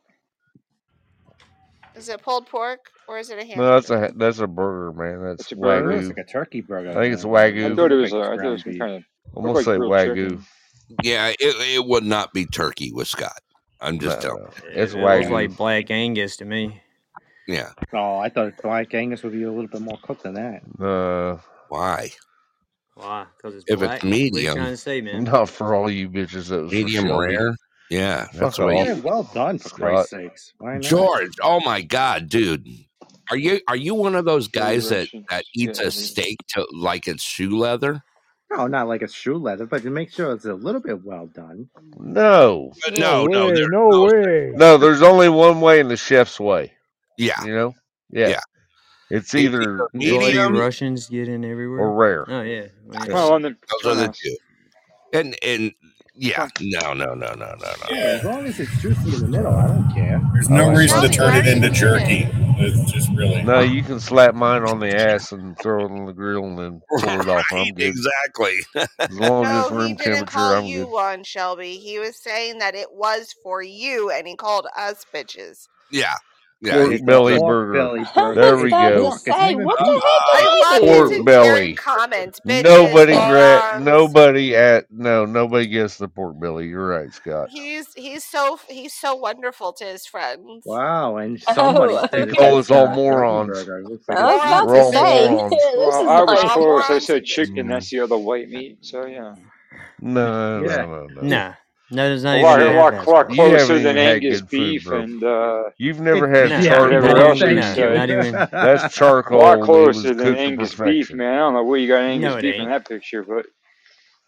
S3: Is it pulled pork or is it a
S5: No, that's
S3: hamburger?
S5: a that's a burger, man. That's
S12: It's a burger.
S4: Burger looks
S5: wagyu.
S4: like a turkey
S5: I
S4: burger.
S5: think it's
S4: Uh, it
S12: I
S5: wagyu.
S4: doesn't
S12: thought it
S4: look
S12: was
S4: like
S12: uh, I thought
S4: it's
S12: it
S4: ground
S12: was
S4: beef.
S12: kind of
S5: I'm
S12: looked
S5: gonna
S12: like
S5: say
S12: grilled
S5: wagyu.
S12: chicken.
S1: Yeah, it, it would not be turkey with Scott. I'm just
S5: No,
S1: telling
S5: no, it's
S6: It, it looks
S5: wagyu.
S6: like black Angus to me.
S1: you. Yeah.
S4: Oh, I thought Black Angus would be a little bit more cooked than that.
S5: Uh,
S1: Why?
S6: Why? Because it's
S1: If it's
S6: black. What are you
S1: medium,
S6: trying to say, man?
S4: Oh,
S5: not for all you bitches. That was for
S1: medium
S5: Shelby.
S1: rare. Yeah, that's
S5: Fuck
S1: the way
S5: off,
S1: you
S4: Yeah, well done for
S5: Scott.
S4: Christ's sakes. Why not?
S1: George, oh my God, dude. Are you are you one of those
S12: Dirty
S1: guys that,
S12: Russian
S1: that eats a
S12: spaghetti.
S1: steak to like it's shoe leather?
S4: No, not like it's shoe leather, but to make sure it's a little bit well done.
S5: No,
S1: But
S9: No
S1: no, no,
S9: way,
S1: there's
S9: no
S1: no
S9: way.
S5: no. There's only one way in the chef's way.
S1: Yeah,
S5: You know. Yeah,
S1: yeah. It's
S5: it's either
S1: either
S6: Bloody
S1: medium.
S6: Russians get in
S5: or
S6: everywhere.
S5: rare.
S6: Oh yeah, well, yeah.
S1: That's
S12: Well, on the
S1: those are the
S12: funhouse,
S1: two. And and yeah,
S12: fun.
S1: no, no, no, no, no, no.
S4: Hey, as long as it's juicy in the middle, I don't care.
S8: There's
S5: I
S8: no
S5: like
S8: reason to
S5: mine
S3: Shelby,
S8: turn
S3: why
S8: it
S5: juicy.
S3: are
S8: into
S3: you
S8: jerky.
S3: eating?
S8: It's just really.
S5: No, you can slap mine on the ass and throw it on the grill and then pull it off.
S1: right,
S5: I'm good.
S1: exactly.
S5: As long as it's
S3: No, he
S5: room
S3: didn't
S5: temperature,
S3: call
S5: I'm
S3: you
S5: good.
S3: one, Shelby. He was saying that it was for you and he called us bitches.
S1: Yeah, yeah.
S5: Pork
S1: He
S4: It's a
S5: belly
S1: called us.
S4: pork
S5: burger.
S4: belly
S7: I
S5: There
S4: burger.
S7: was
S5: we
S4: It's
S7: about to
S5: go.
S4: pork. It's not
S7: say,
S4: even
S7: what the
S4: beef.
S7: heck
S1: I
S7: are
S3: I
S7: they
S3: love you
S5: Pork
S3: two Karen
S7: doing?
S5: belly.
S3: comments, bitches,
S5: Nobody gra-
S3: morons.
S5: nobody at no, nobody gets the pork belly. You're right, Scott.
S3: He's he's so he's so wonderful to his friends.
S4: Wow, and somebody's
S7: Oh,
S5: They
S4: thinking
S5: call
S4: that
S7: okay.
S5: us all
S4: uh, turkey
S5: morons.
S4: burger looks like
S7: I
S4: it's
S5: We're
S7: was
S3: Morons
S7: about to
S5: all
S3: and
S7: say,
S3: bitches.
S5: morons.
S7: this
S12: Oh, Well,
S7: is
S12: I was
S7: like,
S3: All
S12: close. I
S3: morons
S12: said
S3: and
S12: chicken.
S5: Mm.
S12: That's
S3: bitches.
S12: the other white meat. So yeah,
S5: No,
S4: Yeah.
S5: no, no, no.
S6: Nah, no, there's
S12: a
S6: not even
S12: lot a
S6: a half
S12: lot,
S6: ass
S12: cl-
S6: about it.
S5: You haven't
S12: closer than
S5: even had
S12: Angus
S5: good food,
S12: beef
S5: bro.
S12: and uh,
S5: You've never had
S6: Nah,
S4: yeah,
S12: whatever
S5: charcoal
S4: no,
S12: else
S5: on
S12: they
S5: your
S4: thank
S6: nah,
S12: say.
S4: you.
S6: not even.
S5: that's
S12: A lot
S5: charcoal. It was
S12: closer than
S5: cooked to
S12: Angus beef,
S5: perfection.
S12: man. I don't know where you got Angus
S6: No, it
S12: beef in
S6: ain't.
S12: that picture, but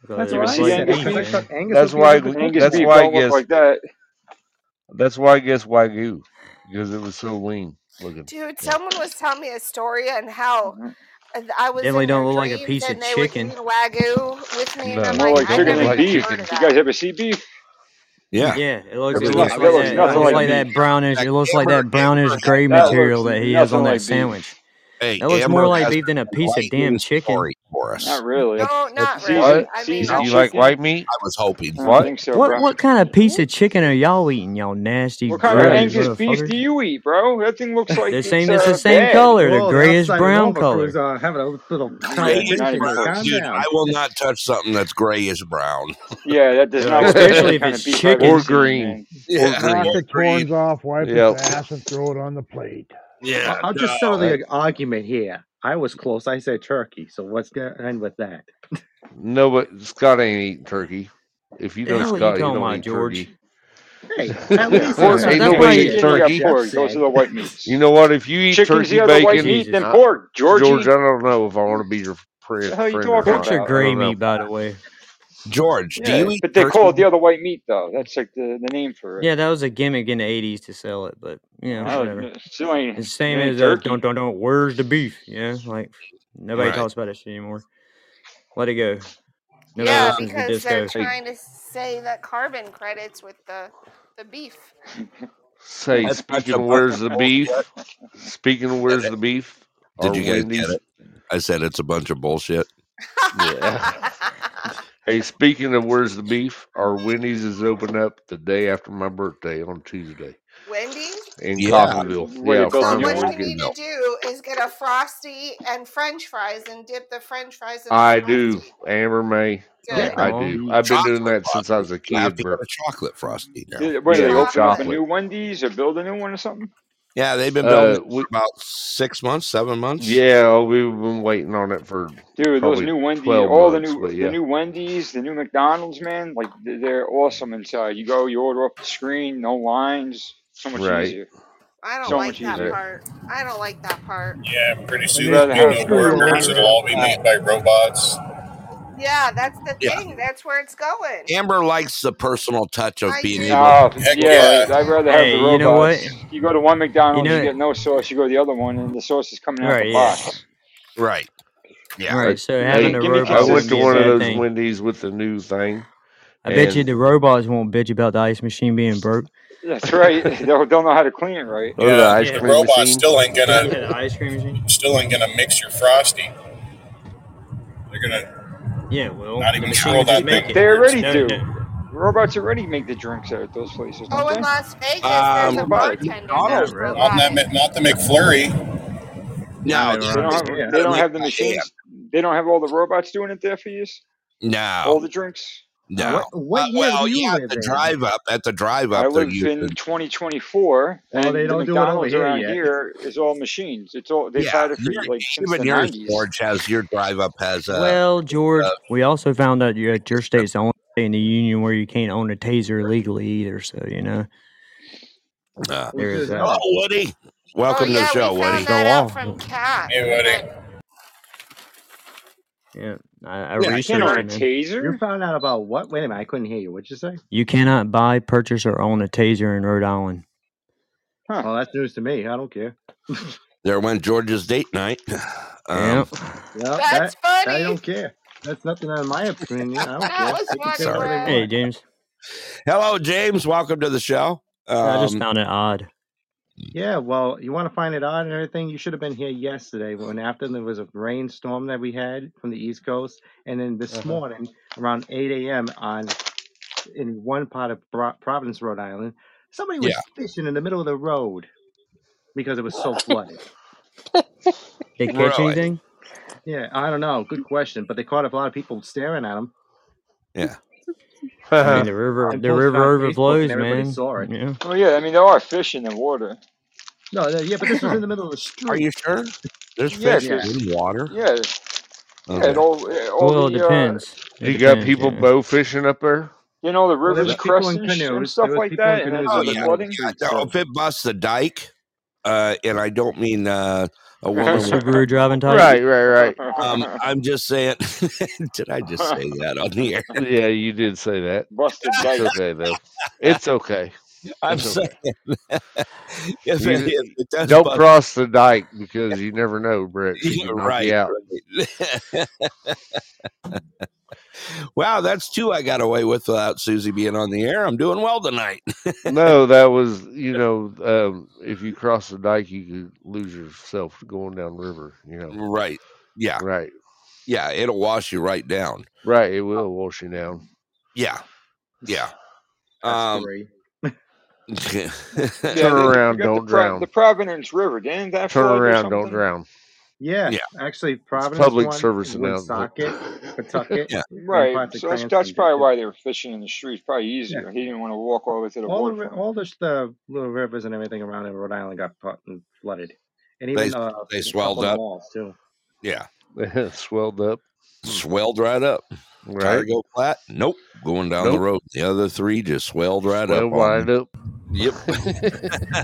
S6: Because
S4: That's
S6: it
S12: you ever
S4: what
S6: was
S4: I
S12: see
S6: black beef,
S12: Angus
S4: said because I
S12: beef?
S4: thought
S6: man.
S4: Angus
S5: That's
S4: would be a
S5: why.
S4: little bit more
S12: Angus
S5: That's
S12: beef
S4: cooked.
S5: why I
S12: don't look
S5: guess.
S12: like that.
S5: That's why I guess wagyu because it was so lean looking.
S3: Dude,
S5: Yeah.
S3: someone was telling me a story and how
S7: Mm-hmm.
S12: Mhm.
S3: uh, I was
S6: Definitely
S3: in
S6: don't
S3: their
S6: look like a
S3: dreams
S6: piece of
S3: and they were
S6: chicken.
S3: eating wagyu with me, and
S5: No,
S3: I'm
S12: More
S3: like,
S12: like
S5: it
S3: I
S5: don't look
S12: chicken
S3: never
S12: than
S5: like
S3: even
S12: beef.
S3: heard of
S5: chicken.
S12: You
S3: that.
S12: guys ever see beef?
S1: Yeah,
S6: Yeah, it looks
S12: That
S6: it looks
S12: was not,
S6: like
S12: that was
S6: that it
S12: nothing
S6: looks
S12: like
S6: like that
S12: beef.
S6: brownish
S1: yeah.
S6: it looks like
S1: Amber,
S6: that brownish
S1: Amber had
S6: gray
S12: That
S1: that.
S12: looks
S6: material that he has
S12: nothing
S6: on that
S12: like beef.
S6: sandwich.
S1: Hey,
S6: That looks
S1: Amber
S6: more like
S1: has
S6: beef than a
S1: an
S6: piece of damn
S1: enlightening
S6: chicken.
S1: story for us.
S12: Not really.
S3: No, not
S5: That's
S3: really.
S12: Seasoned
S5: what?
S3: I mean,
S12: seasoned
S5: You like white
S12: chicken?
S5: meat?
S1: I was hoping
S12: I don't
S1: so.
S5: What?
S12: think so,
S6: What
S12: bro.
S6: what kind of piece
S3: what?
S6: of chicken are y'all eating, y'all nasty
S12: What kind of
S6: grody
S4: Right.
S12: Angus beef do
S6: motherfuckers?
S12: you eat, bro? That thing looks like
S6: The
S12: it's
S6: same it's the
S12: uh
S6: same
S12: bad.
S6: color, the
S4: Whoa, the
S6: grayish
S4: upside
S6: brown
S4: Nova crew's
S6: color.
S4: uh, having a little
S12: Yeah,
S1: Grayish
S12: not even
S4: conversation here.
S1: brown,
S12: close.
S4: Calm
S1: dude. I
S4: down.
S1: will not touch something that's grayish brown.
S12: Yeah, that does
S6: Uh,
S12: not look like
S6: especially
S12: any
S6: if
S12: kind of
S6: it's
S12: beef I've ever
S6: chicken.
S5: or
S12: seen,
S5: green?
S12: man.
S1: Yeah,
S5: Or
S9: Knock
S5: green?
S1: or
S9: the
S1: green.
S9: corns off, wipe its
S5: Yep.
S9: ass, and throw it on the plate.
S4: I'll,
S1: Yeah,
S4: I'll just settle
S1: no.
S5: I,
S4: the argument here. I was close. I said turkey. So what's going to end with that?
S5: no, but Scott ain't eating turkey. If you
S6: The
S5: know
S6: hell are you
S5: Scott,
S6: talking
S5: you, don't
S6: about,
S5: eat
S6: George?
S5: turkey.
S14: Hey, at least
S5: Pork,
S14: that's
S5: ain't
S14: not-
S5: nobody
S14: that's
S5: eats
S14: what
S5: turkey.
S14: Jeff
S12: pork. Those are the
S14: said.
S12: white meats.
S5: You know what? If you eat
S12: Chicken's
S5: turkey
S12: the other white
S5: bacon,
S12: meat than
S5: I,
S12: pork,
S5: George,
S12: Georgie.
S5: I don't know if I want to be your
S12: What
S5: friend,
S12: the hell are you
S5: friend or
S12: talking
S6: Pork's
S5: not.
S6: are
S12: about?
S5: I
S6: gray
S5: don't know.
S6: meat, by the way.
S1: George, do
S12: Yeah,
S1: you eat
S12: but they call it
S1: turkey?
S12: the other white meat, though. That's like the, the name for it.
S6: Yeah, that was a gimmick in the '80s to sell it, but you know,
S12: I
S6: whatever.
S12: don't, still ain't,
S6: It's the same as
S12: ain't
S6: uh, don't
S12: turkey.
S6: don't don't. Where's the beef? Yeah, like nobody
S1: Right.
S6: talks about that shit anymore. Let it go. Nobody
S3: Yeah,
S5: Uh,
S6: listens to
S3: because they're
S6: disco.
S5: hey,
S3: trying to say that carbon credits with the the beef.
S5: say,
S1: That's such
S5: speaking
S1: a
S5: of
S1: bunch
S5: where's
S1: of
S5: the
S1: bullshit.
S5: beef, speaking of where's the beef,
S1: Did
S5: our
S1: you guys get
S5: Wendy's.
S1: it? I said it's a bunch of bullshit.
S5: Yeah. Hey, speaking of where's the beef, our Wendy's is open up the day after my birthday on Tuesday
S3: Wendy's.
S5: in
S1: Yeah.
S5: Coffeyville.
S12: What are you
S5: Yeah,
S12: built
S3: So
S12: in
S5: finally
S3: what
S5: we're
S12: your
S3: you
S12: home?
S3: need to
S5: getting.
S1: No.
S3: do is get a frosty and French fries and dip the French fries in the
S5: I do,
S3: frosty.
S5: Amber May.
S3: Do
S6: Heck
S3: it.
S5: I
S6: no.
S5: do.
S9: Frosty.
S5: I've been doing
S1: Chocolate
S5: that since I
S1: frosty.
S5: was a
S1: You have
S5: kid,
S1: to
S5: bro.
S1: get a chocolate frosty now.
S12: Did- When did
S5: Yeah,
S12: they
S5: the
S12: open up a
S3: Chocolate.
S5: chocolate.
S12: new Wendy's or build a new one or something?
S1: Yeah, they've been building it
S5: Uh, we
S1: for about six months, seven months.
S5: yeah, oh, we've been waiting on it for
S12: Dude, those
S5: probably
S12: new Wendy's,
S5: twelve
S12: all the
S5: months,
S12: new
S5: but
S12: the
S5: yeah,
S12: new Wendy's, the new McDonald's, man, like th- they're awesome inside. You go, you order off the screen, no lines, so much
S5: right.
S12: easier,
S3: I don't
S12: so
S3: like
S12: much
S3: that
S5: Yeah.
S12: easier.
S3: part. I don't like that part.
S10: Yeah, pretty
S9: And
S10: soon
S9: they
S10: when
S12: Rather
S10: we
S12: have
S9: still
S10: need
S9: throw your
S10: burgers,
S9: order
S10: it'll
S9: out
S10: all be made
S9: back.
S10: by robots.
S3: Yeah, that's the
S1: Yeah.
S3: thing. That's where it's going.
S1: Amber likes the personal touch of
S3: I
S1: being
S3: do.
S1: able.
S12: No,
S10: Heck
S12: Oh, yeah,
S10: yeah.
S12: like I'd rather have the
S6: Hey, you know what?
S12: robots. You go to one
S6: You
S12: McDonald's, you
S6: know
S12: get no sauce. You go to the other one, and the sauce is coming out the
S6: Right? Yeah.
S12: box.
S1: Right. Yeah.
S5: I
S6: Right. So having
S5: hey,
S12: Give,
S6: a
S12: give me
S5: I
S6: robot
S5: went
S6: wouldn't
S5: to
S6: be a
S5: one of
S12: consistency.
S6: bad
S5: those
S6: thing.
S5: Wendy's with the new thing,
S6: I bet you
S5: and
S6: the robots won't bitch about the ice machine being broke.
S12: That's right. They'll, they'll know how to clean it right.
S5: or the
S10: Yeah,
S5: ice
S10: the
S6: Yeah.
S5: cream
S10: robot
S5: machine.
S10: still ain't
S6: Yeah,
S10: gonna
S6: the ice cream machine.
S10: still ain't gonna mix your frosty. They're gonna
S6: Yeah, well,
S10: not
S6: the
S10: even
S6: machine
S10: swirl
S6: will just
S10: that
S6: make
S10: thing
S12: They
S6: it.
S10: backwards.
S12: already
S6: No, no.
S12: do. Robots already make the drinks out at those places, don't
S3: Oh, in
S12: they?
S3: Las Vegas,
S12: They're
S3: there's
S1: Um,
S3: a
S12: robotic.
S3: bartender
S1: McDonald's
S3: that's
S6: Not really.
S10: Not that,
S3: robotic.
S10: mi- not the McFlurry.
S6: Not
S1: no, uh,
S6: in
S12: They
S1: they,
S6: Raleigh.
S12: don't
S1: they
S12: have
S9: Yeah.
S12: they
S1: gotta
S12: don't
S1: make
S12: have the
S1: my hand.
S12: machines. They don't have all the robots doing it there for you.
S1: No,
S12: All the drinks.
S1: no. Uh,
S4: What what year do
S1: well,
S4: you
S1: yeah, at
S4: live
S1: the
S4: in?
S1: drive up. At the drive
S12: I
S1: up, they're
S12: live in
S1: using.
S12: 2024,
S4: Well, they
S12: and the
S4: don't do it over
S12: McDonald's
S4: here
S12: around
S4: yet.
S12: here is all machines. It's all they've
S1: Yeah,
S12: had it for
S1: your,
S12: like since
S1: even
S12: the
S1: yours,
S12: 90s.
S1: George, has your drive up has a.
S6: Well,
S1: a
S6: George, we also found out your your state's the only state in the union where you can't own a taser legally either. So you know
S1: uh,
S4: Who
S6: there is
S4: says
S6: that.
S1: hello,
S4: that?
S1: Woody.
S3: Oh,
S1: Welcome to the
S3: yeah, we
S1: show, Woody.
S6: It's
S3: found
S6: the
S3: that out
S6: law.
S3: from Cat.
S10: Hey, Woody.
S3: But
S6: Yeah, I, I
S1: Yeah,
S12: You can't
S6: researched
S12: own
S6: it,
S12: a
S6: man.
S4: You
S12: taser.
S4: found out about what? Wait a minute, I couldn't hear you. What'd you say?
S6: You cannot buy, purchase, or own a taser in Rhode Island.
S12: Huh.
S4: Well, that's news to me. I don't care.
S1: there went George's date night. Um,
S6: Yep.
S3: that's
S4: Yeah, that that I
S3: funny.
S4: don't care. That's nothing out of my opinion. I don't
S3: That
S4: care.
S3: was
S4: They can say
S3: funny,
S1: sorry.
S4: whatever they
S3: Brad.
S6: Hey,
S4: want.
S6: James.
S1: Hello, James. Welcome to the show.
S6: I just
S1: Um,
S6: found it odd.
S4: Yeah, well, you want to find it odd and everything? You should have been here yesterday when after there was a rainstorm that we had from the East Coast, and then this
S6: Uh huh.
S4: morning around 8 a.m. on in one part of Bro- Providence, Rhode Island, somebody
S1: yeah,
S4: was fishing in the middle of the road because it was so flooded.
S6: They catch
S1: really.
S6: anything?
S4: Yeah, I don't know. Good question, but they caught a lot of people staring at them,
S1: Yeah,
S6: I mean, the
S5: yeah,
S6: river,
S4: and
S6: the
S4: posted on
S6: river
S4: Facebook, and
S6: overflows,
S4: everybody
S6: man.
S4: saw it.
S6: Yeah.
S12: Well, yeah. I mean, there are fish in the water.
S4: No, no, yeah, but this was in the middle of the
S1: are you
S4: street.
S1: sure? There's
S12: Yeah,
S1: fish
S4: Yeah,
S12: because
S1: in water.
S12: yeah, yeah. It
S1: Okay.
S12: all it- all
S6: Well, it
S12: the uh,
S6: depends. It
S5: you got
S6: depends.
S5: people
S6: Yeah.
S5: bow fishing up there.
S12: you know the
S4: Well, there
S12: rivers
S4: was
S1: No.
S4: people
S12: crest
S4: in
S12: and, sh- and
S4: canoes.
S12: stuff
S4: There was
S12: like
S4: people in
S12: that, and
S4: canoes
S12: that's
S1: Oh
S12: where
S4: in
S12: the
S4: the
S1: yeah,
S4: middle of
S12: flooding.
S4: the
S1: yeah.
S4: street
S1: No,
S4: too.
S1: if it busts the dike, uh, and I don't mean uh, a
S6: The
S1: woman with
S6: Subaru driving type.
S5: Right, right, right.
S1: Um, I'm just saying. did I just say that on the air?
S5: Yeah, you did say that.
S12: Busted
S5: It's
S12: dike.
S5: okay though. It's okay.
S1: I'm
S5: It's
S1: saying
S5: okay.
S1: if it, if
S5: You
S1: it does
S5: don't
S1: bust,
S5: cross the dike because you never know, Brett. She could knock
S1: right,
S5: you out.
S1: right. wow, that's two I got away with without Susie being on the air. I'm doing well tonight.
S5: No, that was you know, um, if you cross the dike, you could lose yourself going down river. You know,
S1: right. Yeah.
S5: right,
S1: Yeah. It'll wash you right down. Uh
S5: right. It will wash you down.
S1: Yeah. Yeah.
S4: That's
S1: Um, yeah.
S4: three.
S12: Yeah,
S5: Turn
S12: and then you
S5: around,
S12: got the
S5: don't
S12: Pro- the
S5: drown.
S12: Providence River. Didn't that
S5: Turn
S12: flood or
S5: around, don't
S12: something?
S5: drown.
S4: Yeah, actually,
S5: It's
S4: Providence
S5: public
S4: one,
S5: service announcement.
S4: Woonsocket, Pawtucket,
S1: Yeah.
S4: and
S12: Right.
S4: parts of
S12: So that's that's
S4: Cranston did
S12: probably
S4: too.
S12: why they were fishing in the streets. Probably
S4: Yeah,
S12: easier. He didn't want to walk all the way to the
S4: all the ri-
S12: waterfront.
S4: all the, s- the little rivers and everything around in Rhode Island got pu- and flooded, and
S1: They,
S4: even uh,
S1: they
S4: a couple
S1: swelled
S4: of the
S1: up.
S4: malls too.
S1: Yeah.
S5: Swelled up.
S1: swelled right up. Tire
S5: Right.
S1: go flat? Nope. Going down
S5: Nope.
S1: the road. The other three just swelled right
S5: Swelled
S1: up. on
S5: right
S1: me.
S5: up.
S1: Yep. hey,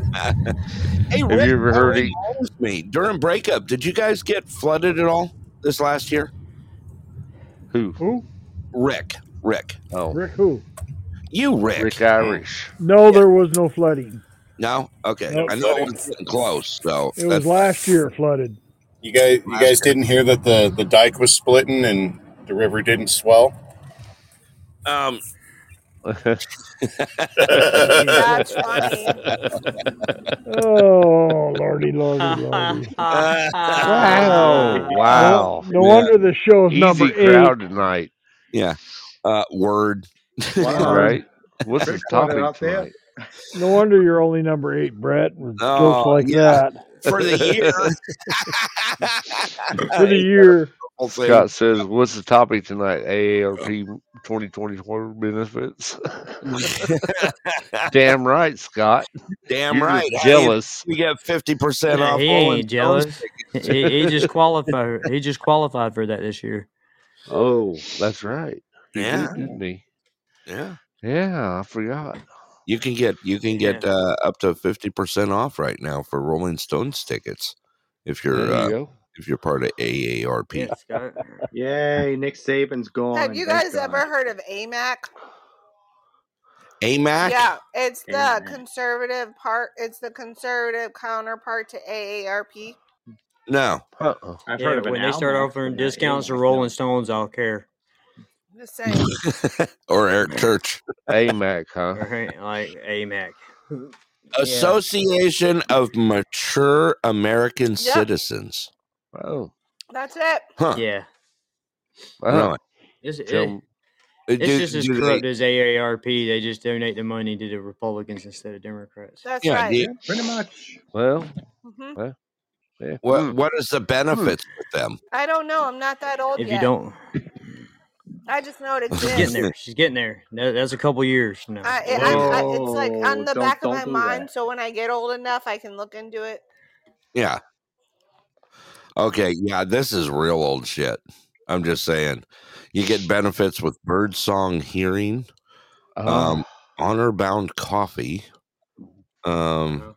S5: Have
S1: Rick,
S5: you ever
S1: that
S5: heard it?
S1: reminds me during breakup, did you guys get flooded at all this last year?
S5: Who?
S9: Who?
S1: Rick. Rick. Oh,
S9: Rick who?
S1: you, Rick.
S5: Rick Irish.
S9: No, there was no flooding.
S1: No. Okay.
S9: Nope.
S1: I know it was getting close. So
S9: It was
S1: that's-
S9: last year flooded.
S10: You guys, you guys didn't hear that the, the dike was splitting and the river didn't swell.
S1: um,
S3: That's funny.
S9: Oh, lordy, lordy, lordy.
S5: Wow. Oh,
S9: No,
S5: Wow.
S9: no wonder the show's number
S5: Easy
S9: eight.
S5: crowd tonight.
S1: yeah. Uh, word.
S4: Wow.
S5: Right? What's the
S4: Rick brought it
S5: topic
S4: out there.
S5: tonight?
S9: No wonder you're only number eight, Brett, with jokes
S1: Oh,
S9: like
S1: yeah.
S9: that
S1: For the year.
S9: for the year.
S1: Whole thing.
S5: Scott says, What's the topic tonight? AARP 2024 benefits. Damn right, Scott.
S1: Damn
S5: You're
S1: right.
S5: just
S1: How do you-
S5: jealous.
S1: we get 50%
S6: Yeah,
S1: off.
S6: he
S1: Rolling
S6: ain't
S1: Stones
S6: jealous. He,
S1: tickets.
S6: he just qualified. He just qualified for that this year.
S5: Oh, that's right. He
S1: Yeah.
S5: did, didn't he?
S1: Yeah.
S5: Yeah, I forgot.
S1: You can get you can get
S6: Yeah.
S1: uh, up to 50% off right now for Rolling Stones tickets if
S5: There
S1: you're
S5: you
S1: uh,
S5: go.
S1: if you're part of AARP.
S6: Yeah, Scott.
S4: Yay, Nick Saban's
S3: Have
S4: gone.
S3: you
S4: Thank
S3: guys
S4: God.
S3: ever heard of AMAC?
S1: AMAC?
S3: Yeah, it's the
S6: Amen.
S3: conservative part. It's the conservative counterpart to AARP.
S1: No.
S5: Uh-uh.
S4: I've heard
S6: Yeah,
S4: of an
S6: when they start
S4: Almac,
S6: offering
S4: but not
S6: discounts to
S4: AMAC.
S6: Rolling
S4: No.
S6: Stones, I'll care.
S3: Just saying.
S1: or Eric Church.
S5: AMAC, huh?
S6: Right? Like AMAC. Yeah.
S1: Association of Mature American
S3: Yep,
S1: Citizens.
S5: Oh.
S3: that's it.
S1: Huh.
S6: Yeah.
S5: Wow.
S1: No.
S6: It's, it,
S5: Tell
S1: It-
S6: it's
S1: do-
S6: just as
S1: do they-
S6: corrupt as AARP. They just donate the money to the Republicans instead of Democrats.
S3: That's
S1: yeah. do
S3: right.
S1: you-
S4: Yeah, pretty much.
S5: well,
S3: hmm
S5: well, yeah.
S1: what
S5: Mm,
S1: What is the
S5: mm.
S1: benefits with them?
S3: I don't know. I'm not that old
S6: If you
S3: yet.
S6: don't,
S3: I just know it
S6: she's getting
S3: exists.
S6: there. She's getting there. That, that's a couple years from now.
S3: I,
S6: But
S3: it- I'm,
S6: anyway,
S3: I, it's like on
S4: Whoa!
S3: the
S4: Don't
S3: back of my
S4: don't do
S3: mind.
S4: that.
S3: So when I get old enough, I can look into it.
S1: yeah. Okay. Yeah. This is real old shit. I'm just saying. You get benefits with birdsong hearing, um,
S5: Oh,
S1: honor bound coffee. Um,
S6: wow.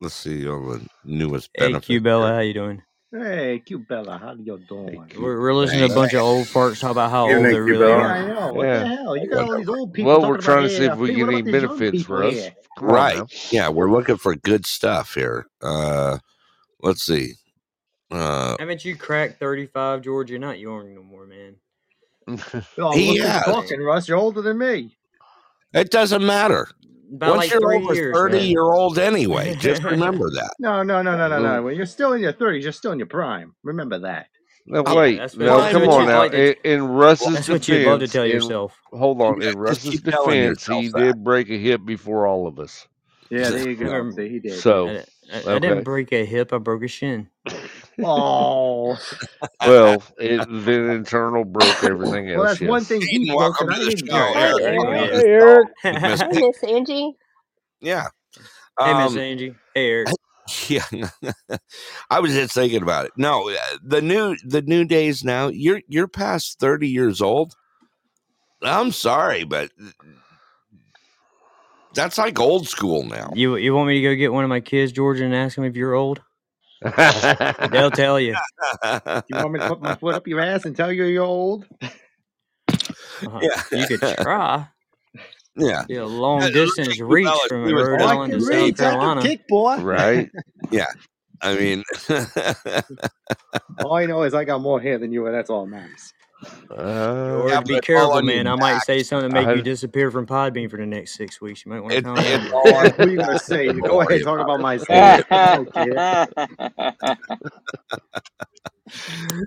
S1: let's see all the newest
S6: hey,
S1: benefits.
S6: Q Bella, how you doing?
S4: Hey, Q Bella, how you
S5: thank
S4: doing?
S5: you.
S6: We're, we're listening to a
S1: Hey.
S6: bunch of old farts talk about how
S10: Good
S6: old
S10: evening,
S6: they really
S4: Yeah,
S10: Cubella.
S4: I
S6: are.
S4: know. What the
S5: Yeah.
S4: hell? You got all
S1: Whatever.
S4: these old people
S5: Well, we're
S4: talking about
S5: trying to see if we
S4: AARP.
S5: get
S4: What
S5: any
S4: about these young
S5: benefits
S4: people
S5: for us.
S4: here?
S5: Come on
S1: Right.
S5: now.
S1: Yeah. We're looking for good stuff here. Uh, let's see. Uh,
S6: Haven't you cracked 35, George? You're not young no more, man.
S4: Oh,
S1: he
S4: look who's
S1: has.
S4: talking, Russ. You're older than me.
S1: It doesn't matter.
S6: By
S1: Once
S6: like
S1: you're
S6: three
S1: over
S6: years,
S1: 30,
S6: man.
S1: you're old anyway. Just remember that.
S4: No, no, no, no, no,
S5: Well,
S4: no. When you're still in your thirties, you're still in your prime. Remember that.
S5: No,
S1: I'll
S6: yeah,
S5: wait,
S6: Oh, that's what
S5: no,
S6: that's
S1: climb
S5: come
S6: what
S5: on
S6: you'd
S1: up.
S5: now.
S6: like to.
S5: In, in Russ's
S6: That's what you'd love to
S5: defense,
S6: tell
S5: in
S6: yourself.
S5: hold on,
S1: Yeah,
S5: in
S1: just
S5: Russ's
S1: keep telling
S5: defense,
S1: yourself
S5: he
S1: that.
S5: did break a hip before all of us.
S4: Yeah, there you
S6: I
S4: go.
S6: never,
S4: See, he did.
S5: So,
S6: I, I, I didn't
S5: okay.
S6: break a hip. I broke a shin.
S4: Oh,
S5: Well, it, then internal broke everything
S4: well,
S5: else.
S4: that's one
S5: Yes.
S4: thing he
S1: Aiden,
S4: broke
S1: welcome
S4: that
S1: to
S4: I
S1: the show.
S4: didn't break.
S7: Hi,
S1: Eric, welcome
S7: Eric.
S1: to
S6: Yeah.
S1: the show.
S9: Hey, Eric.
S1: We missed
S7: Hi,
S1: it.
S7: Miss Angie.
S1: Yeah.
S6: hey, Miss
S1: Um,
S6: Angie. Hey, Eric.
S1: yeah. I was just thinking about it. No, uh, the new the new days now. You're you're past 30 years old. I'm sorry, but that's like old school now.
S6: You you want me to go get one of my kids, George, and ask them if you're old? They'll tell you.
S4: You want me to put my foot up your ass and tell you you're old?
S6: Uh,
S1: yeah.
S6: you could try.
S1: Yeah.
S6: Be a
S1: Uh,
S6: long
S1: look
S6: distance
S1: at Cubella.
S6: reach from
S1: She was
S6: Rhode
S4: Oh, I
S6: Island
S4: can
S6: to
S1: talking
S6: South
S4: reach. I can
S6: Carolina.
S4: kick, boy.
S5: right?
S1: Yeah. I mean,
S4: All I know is I got more hair than you, and that's all that matters.
S1: yeah,
S5: Uh,
S6: George,
S1: but
S6: be
S1: it's all
S6: careful,
S1: on your
S6: man. I might
S1: back.
S6: say something to make you
S5: I,
S6: disappear from Podbean for the next six weeks. You might want to
S1: It,
S6: calm
S1: it's
S6: down,
S1: all
S6: George.
S1: on
S4: what are you
S1: your
S4: gonna
S1: back.
S4: say?
S1: Don't
S4: Go ahead,
S1: worry
S4: talk
S1: about
S4: about my
S1: it. Eric.
S4: size. I don't care.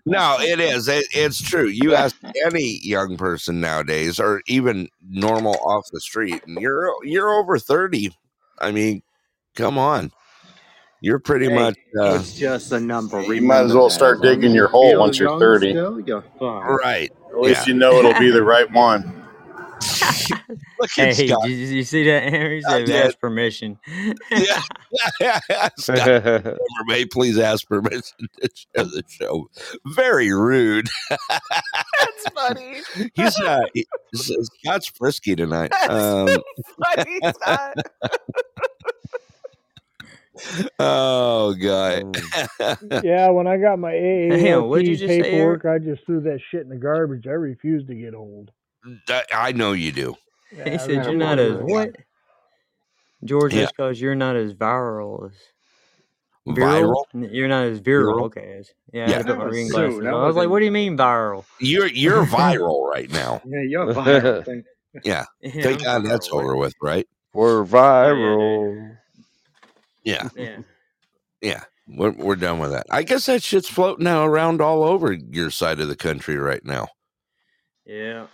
S1: No, it is. It, it's true. You ask any young person nowadays, or even normal off the street, and you're you're over thirty. I mean, come on, you're pretty
S4: Hey,
S1: much uh,
S4: it's just a number.
S10: You might as
S4: Remember
S10: well
S4: that. As
S10: start
S4: long
S10: digging
S4: as you
S10: your hole
S4: feel
S10: once you're
S4: young
S10: 30.
S4: still, you're fine.
S1: right.
S10: At
S1: Yeah,
S10: least you know it'll be the right one.
S1: Look
S6: Hey,
S1: at
S6: did
S1: Scott.
S6: you, you see that? Henry
S1: I
S6: said,
S1: did.
S6: "Ask permission."
S1: Scott Kramer may please ask permission to share the show. Very rude.
S3: That's funny.
S1: He's not. he- Scott's frisky tonight.
S3: That's
S1: Um,
S3: funny, Scott.
S1: oh, guy.
S6: Oh.
S9: yeah, when I got my
S1: Damn, what'd you
S9: AARP
S1: just say,
S9: paperwork, I just threw that shit in the garbage. I refused to get old.
S1: I- I know you do.
S9: Yeah,
S6: he
S9: I
S6: said, "You're
S9: really
S6: not
S9: do.
S6: as what, George?
S1: Yeah.
S6: That's because you're not as viral as
S1: Viral?
S6: N- You're not as viral.
S1: Viral?
S6: Okay, it's- yeah. I
S1: Yeah.
S6: had to put my
S1: That was
S6: reading
S1: soon.
S6: glasses on. I
S1: That
S6: was like,
S1: wasn't-
S6: "What do you mean viral?"
S1: You're you're viral right now.
S4: Yeah, you're viral. Thank
S1: Yeah.
S6: Yeah,
S1: Thank
S6: I'm
S1: God that's
S6: viral. What?
S1: over with, right?
S5: We're
S6: Oh yeah, dude.
S5: viral.
S1: Yeah.
S6: Yeah.
S1: Yeah. We're, we're done with that. I guess that shit's floating now around all over your side of the country right now.
S6: Yeah.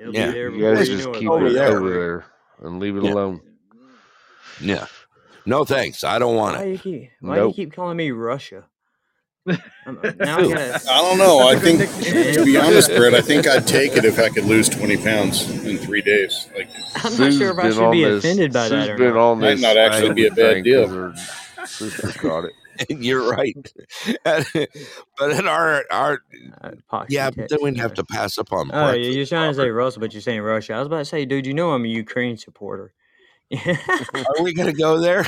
S6: It'll
S1: Yeah.
S6: be there
S5: You
S6: before
S5: guys
S6: you
S5: just
S6: know it.
S5: keep
S1: Over
S5: it
S1: there.
S5: over there and leave it
S1: Yeah.
S5: alone.
S1: Yeah. No thanks. I don't want
S6: Why
S1: it.
S6: do you keep Why do you
S1: Nope.
S6: keep calling me Russia? I'm, uh, now I
S1: Who?
S6: gotta.
S10: I don't know. I
S6: That's a good
S10: think,
S6: nickname.
S10: to be honest, Brett, I think I'd take it if I could lose 20 pounds in three days. Like,
S6: I'm not sure
S5: Sue's
S6: if I
S5: been
S6: should
S5: on
S6: be
S5: this.
S6: offended by
S5: Sue's
S6: that or
S5: been
S6: not.
S5: on
S10: might
S5: this
S10: not actually be
S5: anger
S10: a bad
S5: thing because
S10: deal.
S5: her sister got it.
S1: You're right. but in our our
S6: Uh, Epoxy
S1: yeah, but then
S6: text.
S1: we'd have
S6: Uh,
S1: to pass up on
S6: oh, yeah,
S1: breakfast.
S6: you're trying to say Russell, but you're saying Russia. I was about to say, dude, you know I'm a Ukraine supporter.
S1: Are we gonna go there?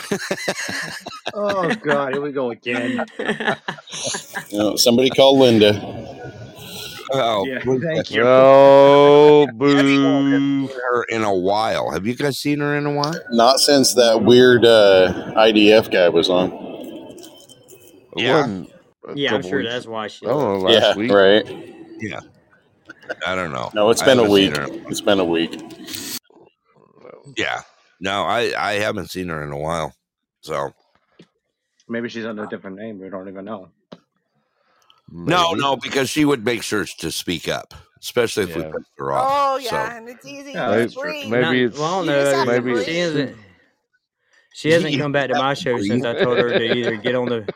S4: Oh God, here we go again.
S10: You know, Uh, somebody call Linda.
S1: oh,
S4: Yeah,
S1: please.
S4: thank you.
S5: Oh,
S1: seen
S5: boo.
S1: her in a while. Have you guys seen her in a while?
S10: Not since that weird uh, IDF guy was on.
S5: It
S1: Yeah,
S5: wasn't a
S6: yeah, I'm
S5: couple
S6: sure
S5: weeks.
S6: that's why she
S5: I don't know,
S6: left.
S5: last
S10: Uh, Yeah,
S5: week.
S10: right.
S1: yeah. I don't know.
S10: No, it's
S1: I
S10: been a
S1: haven't
S10: week.
S1: seen her.
S10: It's been a week.
S1: Yeah, no, I I haven't seen her in a while. So
S4: Maybe she's under a different name. We don't even know.
S1: no,
S5: Maybe.
S1: no, because she would make sure to speak up, especially if we
S5: Yeah.
S1: pissed her off.
S3: Oh
S1: So
S3: yeah, and it's easy.
S4: Yeah,
S3: Just
S5: Maybe,
S4: that's true.
S3: breathe.
S5: maybe
S6: Not, well, I don't
S5: it's
S3: You just
S6: know. uh,
S3: have to
S5: maybe
S6: She
S5: it's
S3: breathe.
S5: Sue.
S6: hasn't. She hasn't
S1: you
S6: come back to
S1: have
S6: my
S1: to
S6: show since
S1: breathe.
S6: I told her to either get on the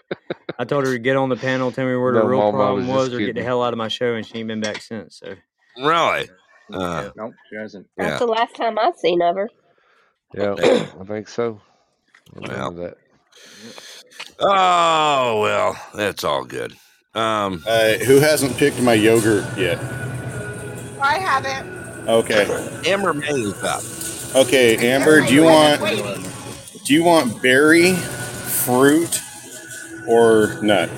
S6: I told her to get on the panel, tell me what her
S5: no,
S6: real
S5: Mom, I
S6: problem
S5: was
S6: was,
S5: just
S6: or get the
S5: kidding.
S6: hell out of my show, and she ain't been back since. So,
S1: Really? Uh,
S6: yeah.
S4: Nope, she hasn't.
S7: That's
S1: yeah,
S7: the last time I've seen of her.
S5: Yeah,
S1: yeah,
S5: I think so. I
S1: yeah.
S5: remember that.
S1: Oh well, that's all good. Um,
S10: Uh, who hasn't picked my yogurt yet?
S3: I haven't.
S10: Okay.
S1: Amber May is up.
S10: Okay, Amber, do you
S3: I've been
S10: want
S3: waiting.
S10: do you want berry, fruit, or nut?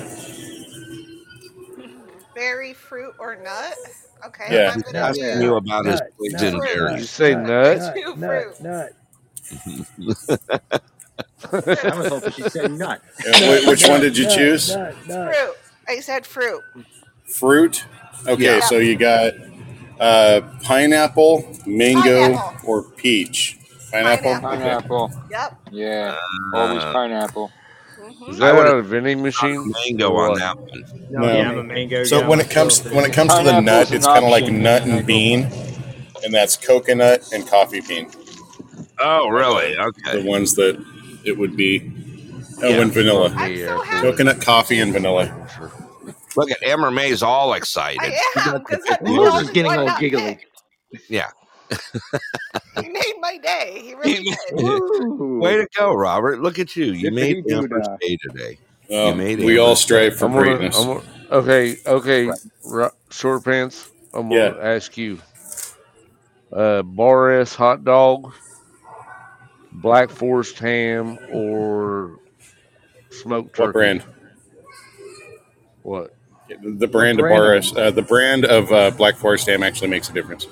S3: Berry, fruit, or nut? Okay,
S10: Yeah.
S3: I'm gonna
S1: Asking
S9: Yeah,
S1: you
S3: do
S1: about his
S9: nut,
S1: pigs
S9: nut,
S1: and
S3: fruit.
S9: nut,
S5: You
S1: berries.
S5: say
S9: nut,
S3: I'm gonna
S5: nut?
S9: nut,
S3: do
S9: nut,
S3: fruit.
S9: nut,
S4: I was hoping she'd say nut.
S10: Uh,
S9: nut,
S10: wh- which one
S9: nut,
S10: did you
S9: nut,
S10: choose?
S9: nut, nut.
S3: Fruit. I said fruit.
S10: Fruit. Okay,
S1: yeah.
S3: Yep.
S10: so you got uh, pineapple, mango,
S3: Pineapple.
S10: or peach. Pineapple.
S3: Pineapple.
S10: Okay.
S12: Pineapple.
S3: Yep.
S12: Yeah. Always
S1: Uh,
S12: pineapple.
S3: Mhm.
S5: Is
S1: I
S5: that
S1: would have
S5: out of vending machine
S1: mango
S5: or
S1: on
S5: what?
S1: that one.
S4: No, it's
S6: yeah,
S10: No.
S6: I'm a
S4: mango.
S6: mango
S10: So
S6: guy
S10: when it comes
S6: myself.
S10: when it
S6: It's
S10: comes to the
S12: Pineapple's
S10: nut,
S12: an
S10: it's kind of like
S12: option,
S10: nut
S12: man. I
S10: and
S12: go
S10: bean,
S12: for it.
S10: and that's coconut and coffee bean
S1: Oh,
S10: are
S1: really?
S10: the the
S1: Okay.
S10: ones that it would be. Oh,
S1: Yeah.
S10: and vanilla.
S3: I'm
S5: Coffee
S3: so
S5: after
S3: happy.
S10: Coconut coffee and vanilla.
S5: after.
S1: Look at Amber May's all excited. She
S3: I
S1: got
S3: am
S1: to
S3: because
S1: pick
S3: that
S1: the
S3: there's
S1: yogurt.
S4: Lily's
S3: only
S4: getting
S3: one
S4: all
S3: not
S4: giggly.
S3: picked.
S1: Yeah.
S3: He made my day. He really did.
S1: Way
S4: Woo!
S1: to go, Robert. Look at you. You made
S9: Tippity doo
S1: Amber's
S9: dah.
S1: day today. You
S10: Well,
S1: made
S10: Oh, we all
S1: Amber's day.
S10: strive for
S5: I'm gonna. I'm
S10: greatness.
S5: gonna. Okay. Okay.
S1: Right.
S5: Ro- Short pants. I'm
S10: Yeah.
S5: gonna ask you. Uh, bar S hot dog, black forest ham, or smoked
S10: What
S5: turkey.
S10: brand?
S5: What?
S10: The
S9: What
S10: brand of
S9: brand of
S10: Barres, uh, the brand of uh, Black Forest Ham actually makes a difference.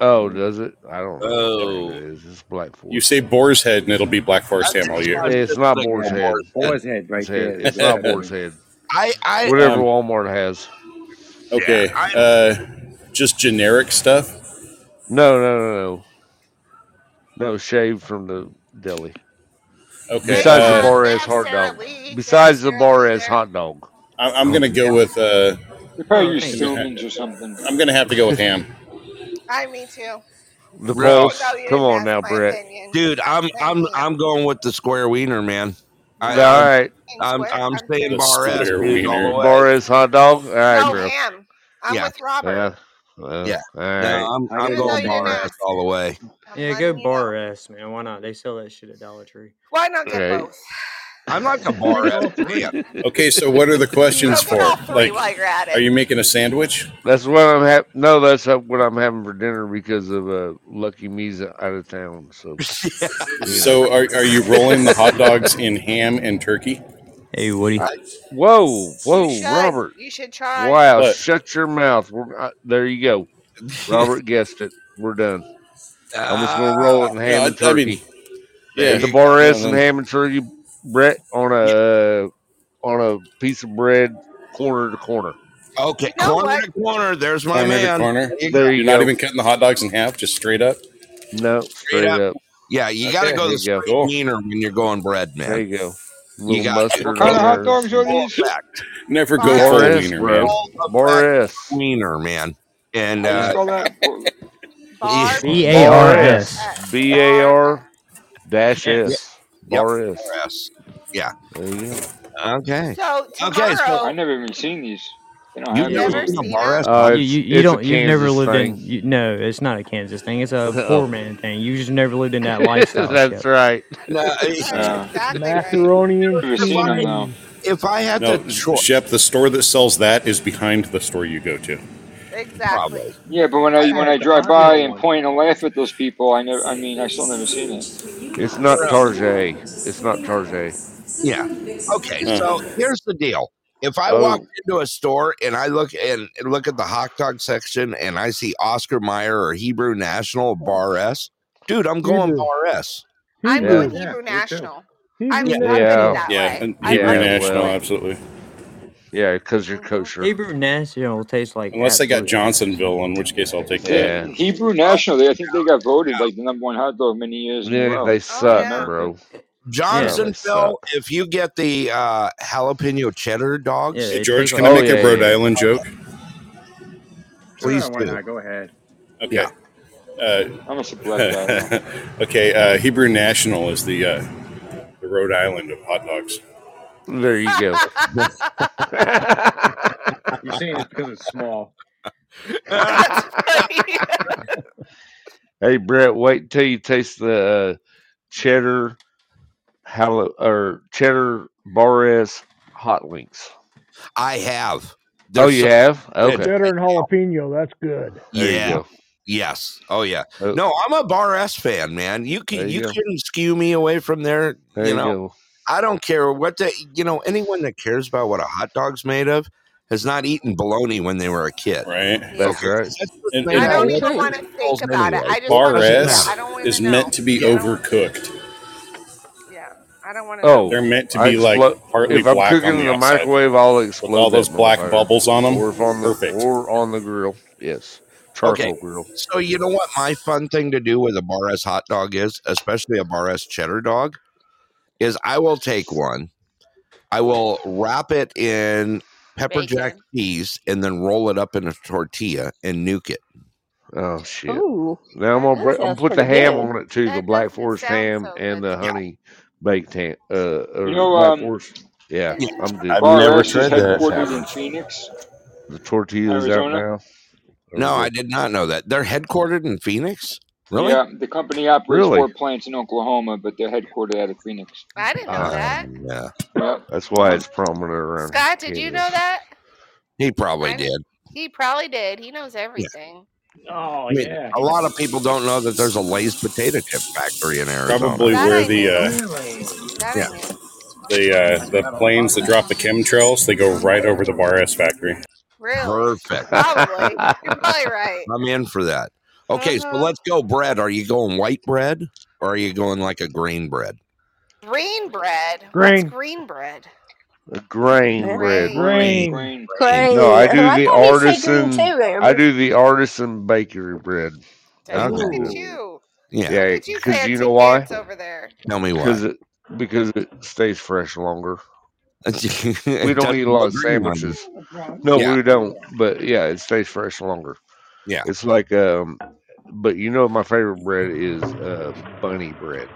S5: Oh, does it? I don't know what brand
S1: Oh,
S5: it is. It's black
S10: You
S5: forest
S10: say
S5: ham.
S10: Boar's Head and it'll be Black
S1: I
S10: Forest Ham
S1: think
S10: all year.
S1: Scott
S5: It's
S1: should
S5: not
S1: stick
S5: boar's
S1: on
S5: head.
S1: Boar's head.
S4: Boar's head
S5: It's
S4: right
S5: head.
S4: there is
S5: It's
S4: what
S5: not
S4: I
S5: boar's
S4: mean.
S5: head.
S1: I, I,
S5: Whatever
S10: Um,
S5: Walmart has.
S1: yeah,
S10: okay,
S1: I,
S10: uh, just generic stuff.
S5: No, no, no, no. No, shaved from the deli.
S10: Okay,
S3: They
S5: Besides the
S10: uh,
S3: have
S5: bar ass
S3: there's
S5: hot
S3: Sara
S5: dog.
S3: Lee. There's
S5: Besides the
S3: Sara
S5: bar
S3: Lee
S5: ass
S3: there.
S5: hot dog.
S10: I, I'm
S5: Oh,
S10: gonna go
S1: yeah.
S10: with uh,
S12: They probably
S6: Oh,
S12: use
S6: thank you.
S12: Stillman's or something.
S10: I'm gonna have to go with ham.
S3: I me too.
S5: the
S1: Really?
S3: Even though
S5: pulse.
S3: you didn't
S5: Come on
S3: ask
S5: now,
S3: Oh, my
S5: Brett.
S3: opinion,
S1: Dude, I'm,
S3: thank
S1: I'm,
S3: you.
S1: I'm going with the square wiener, man. I,
S5: All
S1: I'm,
S5: right.
S3: And
S1: I'm,
S3: square.
S1: I'm
S3: I'm
S1: saying
S3: too.
S10: The
S1: bar S,
S10: square
S1: dude, all the
S10: wiener.
S1: way.
S5: Bar ass hot dog. All right,
S3: No
S5: bro.
S3: Oh, ham. I'm
S1: Yeah.
S3: with Robert.
S5: Yeah.
S1: yeah.
S5: all right.
S1: No, I'm, I'm
S3: Even though
S1: going
S3: you're
S1: bar
S3: not-
S1: ass all the way.
S6: Yeah, go bar ass, man. Why not? They sell that shit at Dollar Tree.
S3: Why not get
S10: Right.
S3: both?
S1: I'm like a bar ass.
S10: Okay, so what are the questions
S3: So get
S10: for?
S3: all three
S10: Like,
S3: while you're at it.
S10: are you making a sandwich?
S5: That's what I'm having. No, that's uh, what I'm having for dinner because of uh, Lucky Me's out of town. So, you
S10: So
S5: know.
S10: are, are you rolling the hot dogs in ham and turkey?
S6: Hey, Woody.
S5: whoa,
S3: You
S5: whoa,
S3: should.
S5: Robert!
S3: You should try.
S5: Wow,
S10: What?
S5: shut your mouth. We're, uh, there you go. Robert guessed it. We're done. I'm just gonna roll it in ham
S10: No,
S5: and
S10: I, I mean,
S5: turkey.
S10: yeah.
S5: It's a
S10: No,
S5: bar S and
S10: then-
S5: ham and turkey, Brett, on a on a piece of bread, corner to corner.
S1: Okay,
S3: You know
S1: corner
S3: what?
S1: to corner. There's my
S10: corner to
S1: man.
S10: corner.
S1: There you go.
S5: There
S10: You're
S5: you
S10: not
S5: go.
S10: even cutting the hot dogs in half, just straight up.
S5: No,
S1: Straight
S5: straight
S1: up.
S5: up.
S1: Yeah, you got to
S10: Okay,
S1: go
S5: There
S1: the
S5: you go.
S1: straight
S10: cool.
S1: meaner when you're going bread,
S5: There
S1: man.
S5: you got
S1: You
S5: little
S1: got to
S12: What
S5: mustard
S12: kind
S5: on
S12: of hot
S5: there.
S12: dogs are
S1: full
S12: these?
S1: effect,
S10: Never go
S3: Fine.
S10: full
S5: Bar S,
S10: wiener, man.
S5: bro.
S1: full
S5: Bar
S1: effect
S5: S.
S1: wiener, man. And
S12: How do you
S1: uh,
S12: spell that? What-
S3: Bar
S1: yeah,
S6: B A
S5: Bar
S6: R
S3: S.
S5: S.
S6: S.
S5: B A
S3: Bar
S5: R dash
S1: yeah,
S5: S.
S1: yep,
S5: Bar S.
S1: yes, yeah.
S5: There you go.
S1: Okay,
S3: So
S1: okay. So
S12: Oh, I
S3: Oh, tomorrow,
S12: never even seen these. They don't
S1: you've
S12: have
S3: never
S1: never
S12: these here.
S1: seen a
S3: seen
S1: bar
S3: them.
S1: ass
S5: Uh,
S1: pub?
S6: You,
S5: it's
S6: you you
S5: it's a
S6: don't you've never
S5: Kansas
S6: lived in
S5: thing.
S6: you, no it's not a Kansas thing it's a poor
S5: Oh,
S6: man thing you just never lived in that lifestyle
S5: that's
S6: Skip
S5: right.
S1: No,
S3: That's
S12: Uh,
S3: exactly right.
S9: Macaroni and
S12: never
S1: if
S12: seen them
S1: I
S12: though.
S9: cheese.
S1: if I had to
S10: No,
S1: choice,
S10: Shep, the store that sells that is behind the store you go to.
S3: Exactly.
S1: probably.
S12: Yeah, but when
S1: I
S12: I
S1: had
S12: when
S1: to
S12: I drive
S1: pick
S12: by and
S1: one.
S12: point and laugh at those people, I never. I mean, I still never seen it.
S5: It's not
S1: Well,
S5: Tarjay. It's not Tarjay.
S1: Yeah. Okay.
S10: Huh.
S1: So here's the deal. If I walk
S5: Hmm. Oh,
S1: into a store and I look and and look at the hot dog section and I see Oscar Mayer or Hebrew National Bar S, dude, I'm going
S10: Mm-hmm.
S9: Hebrew.
S1: Bar S.
S3: I'm going
S5: yeah,
S9: Hebrew.
S4: Yeah,
S3: Hebrew
S4: me too.
S3: National. I'm
S1: Yeah.
S9: Hebrew
S3: I'm headed
S5: yeah,
S9: National.
S3: that
S10: Yeah,
S3: way.
S10: and
S3: I
S10: Hebrew
S5: yeah.
S3: really
S10: National,
S5: Well,
S3: would.
S10: absolutely.
S5: yeah, because you're
S3: hmm
S5: kosher.
S6: Hebrew National tastes like
S10: Unless they got
S6: absolute ass
S10: Johnsonville, in which case I'll take
S12: Yeah,
S10: that.
S5: Yeah,
S12: Hebrew National. They, I think they got voted like the number one hot dog many years in a
S5: yeah.
S12: row
S5: They
S3: Oh
S12: in
S5: suck,
S3: yeah.
S12: America.
S5: bro.
S6: yeah
S5: Yeah, they
S1: Johnsonville,
S5: suck.
S1: if you get the uh, jalapeno cheddar
S6: yeah
S1: dogs,
S10: Hey,
S6: they taste
S10: George, can
S6: like
S10: I
S5: Oh
S10: make a
S5: yeah,
S10: Rhode
S5: yeah. yeah.
S10: Island joke?
S1: please
S4: Sure, why
S1: do.
S4: not? Go ahead.
S1: Yeah.
S10: Okay. Uh,
S12: I'm a black guy. I don't know.
S10: okay, uh, Hebrew National is the uh, the Rhode Island of hot dogs.
S5: There you go.
S4: You're saying it's because it's small.
S3: That's pretty.
S5: hey, Brett, wait till you taste the uh, cheddar halo or cheddar Barres hot links.
S1: I have.
S5: Oh,
S1: They're
S5: you
S1: so
S5: have?
S1: good.
S5: Okay.
S9: Cheddar and jalapeno. That's good.
S5: There you
S1: Yeah.
S5: go.
S1: Yes. Oh yeah.
S5: Oh,
S1: No, I'm a Bar S fan, man. You can
S5: there you
S1: you
S5: go.
S1: couldn't skew me away from there.
S5: There
S1: You
S5: you
S1: know,
S5: go.
S1: I don't care what the you know anyone that cares about what a hot dog's made of has not eaten bologna when they were a kid.
S10: Right.
S5: That's
S1: Okay,
S3: yeah.
S5: right.
S1: 'Cause that's what's
S10: And,
S1: made
S3: I
S1: out
S10: and
S1: of
S3: don't
S1: lead
S3: even
S1: and
S3: want to think
S1: balls
S3: about it.
S1: anyway.
S3: I just
S10: bar
S3: want to
S1: Doesn't
S3: know.
S1: matter.
S10: S
S3: I don't
S10: is
S3: even
S10: meant
S3: know.
S10: to be
S1: Yeah.
S3: I don't want.
S10: overcooked.
S3: Yeah. I don't want to know.
S5: Oh,
S10: They're meant to
S5: I
S10: be like
S5: explode.
S10: partly
S5: If I'm
S10: black
S5: cooking
S10: on
S5: in
S10: the
S5: the
S10: outside
S5: microwave, I'll
S10: with all
S5: explode
S10: those
S5: that
S10: black
S5: motherfucker.
S10: bubbles on them.
S5: Or if on the
S10: Perfect.
S5: or on the grill, yes,
S1: Okay.
S5: charcoal grill.
S1: So you know what my fun thing to do with a bar S hot dog is, especially a bar S cheddar dog, is I will take one, I will wrap it in pepper jack
S3: Bacon.
S1: cheese and then roll it up in a tortilla and nuke it.
S5: Oh shit!
S7: Ooh,
S5: Now
S3: That doesn't.
S5: I'm gonna break, I'm
S7: that
S5: gonna
S7: sounds
S5: put the
S7: pretty
S5: ham
S7: good.
S5: on it too, the
S3: That
S5: Black
S3: doesn't
S5: Forest
S3: sound
S5: ham
S3: so good
S5: and the
S1: Yeah.
S3: though.
S5: honey baked ham. Uh,
S12: You
S5: or
S12: know,
S5: Black
S12: um,
S5: Forest. Yeah,
S1: Yeah.
S5: I'm good.
S14: I've
S12: Bar
S14: never
S12: S is
S14: tried that,
S12: headquartered in
S14: Howard.
S12: Phoenix,
S5: The tortilla's out
S12: Arizona.
S5: now.
S1: No, I
S5: Okay.
S1: did not know that. They're headquartered in Phoenix? Really?
S12: Yeah, the company operates
S5: Really?
S12: four plants in Oklahoma, but they're headquartered out of Phoenix.
S3: I didn't know
S5: Ah,
S3: that.
S1: Oh, Yeah.
S12: Yep.
S5: that's why it's prominent around
S3: Scott, did you know
S5: Kansas.
S3: that?
S1: He probably
S3: I didn't.
S1: did.
S3: He probably did. He knows
S1: Yeah.
S3: everything.
S9: Oh
S1: I mean,
S9: yeah.
S1: a lot of people don't know that there's a Lay's potato chip factory in Arizona.
S10: Probably
S3: That
S10: where
S3: I
S10: the
S3: knew.
S10: uh,
S9: Really?
S3: That
S1: Yeah.
S3: I knew.
S10: the uh, the planes that drop the chemtrails they go right over the bar S factory.
S3: Really?
S1: Perfect.
S3: Probably. You're probably right.
S1: I'm in for that. Okay, so
S3: Uh-huh.
S1: let's go bread. Are you going white bread or are you going like a grain bread?
S3: Green bread. What's
S9: Grain.
S3: green bread?
S5: grain bread.
S3: Grain.
S1: Grain,
S9: Grain.
S12: Green.
S1: grain.
S5: No, I
S7: Green. Oh,
S5: do
S7: I
S5: the
S7: thought you said green too,
S5: artisan. I
S7: Amber.
S5: do the artisan bakery bread. That's
S3: Look
S1: Okay.
S5: what I
S3: at
S5: do.
S7: Ooh.
S3: you.
S1: Yeah.
S5: Yeah,
S3: Look at you
S5: because you
S3: fancy
S5: know why?
S3: pants over there.
S1: Tell me why.
S5: Because it because it stays fresh longer. We
S1: it
S5: don't eat a
S1: doesn't
S5: lot of
S1: agree on you.
S5: sandwiches. No,
S1: Yeah.
S5: we don't. But yeah, it stays fresh longer.
S1: Yeah.
S5: It's like um, but you know my favorite bread is uh bunny bread.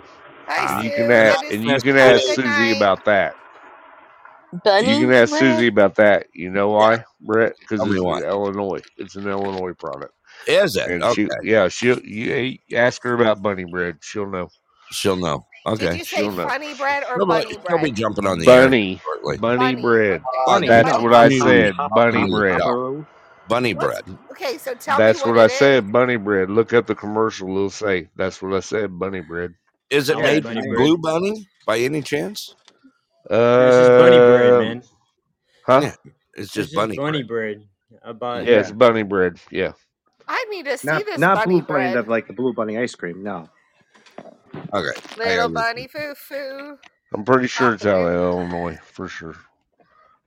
S3: Hi,
S1: Ah,
S5: And you can
S3: Sue.
S5: ask
S3: Good to
S1: that's
S5: and
S3: see
S5: you
S1: best
S5: can
S3: Have a
S1: bread.
S5: ask
S3: good
S5: Susie
S3: night.
S5: about that. You
S7: Bunny
S5: can ask
S7: bread?
S5: Susie about that. You know why, Brett? Because
S1: Tell me
S5: it's
S1: why.
S5: in Illinois. It's an Illinois product.
S1: Is it?
S5: And
S1: Okay.
S5: she, yeah, she'll you you ask her about bunny bread. She'll know.
S1: She'll know.
S3: Did
S1: Okay.
S3: you say
S5: She'll know.
S3: funny bread or
S1: She'll be,
S3: bunny
S1: she'll be
S3: bread?
S1: jumping on the air
S5: Bunny,
S1: shortly.
S5: bunny bread.
S1: Bunny.
S5: That's
S3: Bunny
S5: what I
S3: bread.
S5: said. Bunny
S1: Bunny.
S5: bread.
S1: Yeah. Bunny
S3: What's
S1: bread.
S3: okay? So tell me
S5: That's
S3: what
S5: what I
S3: it is.
S5: said. Bunny bread. Look up the commercial. It'll say. That's what I said. Bunny bread.
S1: Is it
S6: I like
S1: made
S6: bunny
S1: by
S6: bread.
S1: Blue Bunny by any chance?
S6: This is bunny bread,
S5: Uh,
S6: man.
S5: huh?
S1: Yeah. It's
S6: This
S1: just
S6: is
S1: bunny
S6: bunny
S1: bread.
S6: bread. I bought.
S5: Yeah, it's
S4: Yeah,
S5: bunny bread. Yeah.
S3: I need to see
S4: not
S3: this
S4: not
S3: bunny
S4: blue bunny,
S3: bread.
S4: the, like the blue bunny ice cream. No,
S1: Okay. I
S3: Little
S1: got it.
S3: bunny foo foo.
S5: I'm pretty sure
S3: Pop
S5: it's
S3: the
S5: out
S3: roof.
S5: of Illinois for sure.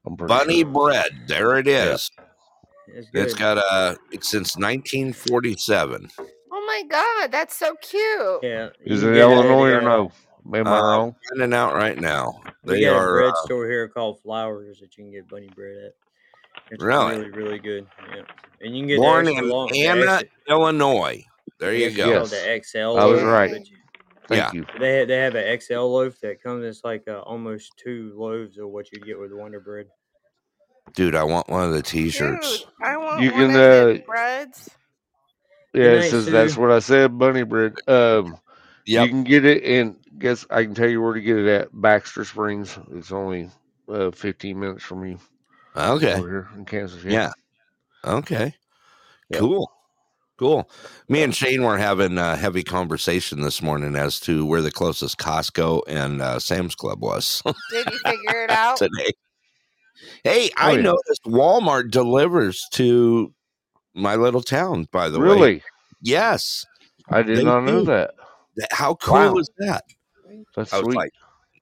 S5: I'm pretty
S1: Bunny
S5: sure.
S1: bread. There it
S5: Yeah.
S1: is.
S6: It's
S1: It's
S6: good.
S1: got a. It's since 1947.
S3: Oh my god, that's so cute.
S6: Yeah, you
S5: Is
S6: can
S5: it
S6: get it
S5: Illinois or
S6: at. Uh,
S5: no? Am I
S1: Uh,
S5: wrong?
S1: finding out right now.
S6: we
S1: They
S6: got a
S1: are uh,
S6: bread store here called Flowers that you can get bunny bread at. It's
S1: really
S6: really, really good. Yeah, and you can get the
S1: born
S6: extra
S1: in
S6: long, the
S1: Anna,
S6: extra.
S1: Illinois. There
S6: I
S1: you
S6: guess it's
S1: go.
S6: called
S5: Yes.
S6: the XL
S5: I was
S6: loaf,
S5: right.
S6: but
S3: Yay.
S1: Yeah.
S5: Thank you.
S6: they ha- they have an XL loaf that comes. It's like uh, almost two loaves of what you'd get with Wonder Bread.
S1: Dude, I want one of the t
S3: Dude,
S1: shirts.
S3: I want
S5: You
S3: one
S5: can
S3: of the
S5: uh
S3: breads.
S6: Good
S5: yeah, it
S6: night,
S5: says that's
S6: Sue.
S5: what I said, bunny bread. Um you
S1: Yep.
S5: can get it in guess I can tell you where to get it at Baxter Springs. It's only uh fifteen minutes from you
S1: Okay.
S5: over here in Kansas, yeah.
S1: Yeah. Okay.
S5: Yeah.
S1: Cool. Cool. Me
S5: Yeah.
S1: and Shane were having a heavy conversation this morning as to where the closest Costco and uh, Sam's Club was
S3: Did you figure it out?
S1: today. Hey,
S5: Oh
S1: I
S5: yeah.
S1: noticed Walmart delivers to my little town, by the way.
S5: Really?
S1: Yes,
S5: I did
S1: they
S5: not know
S1: do.
S5: that.
S1: Th- How cool
S5: Wow.
S1: is that?
S5: That's
S1: I was
S5: sweet.
S1: like,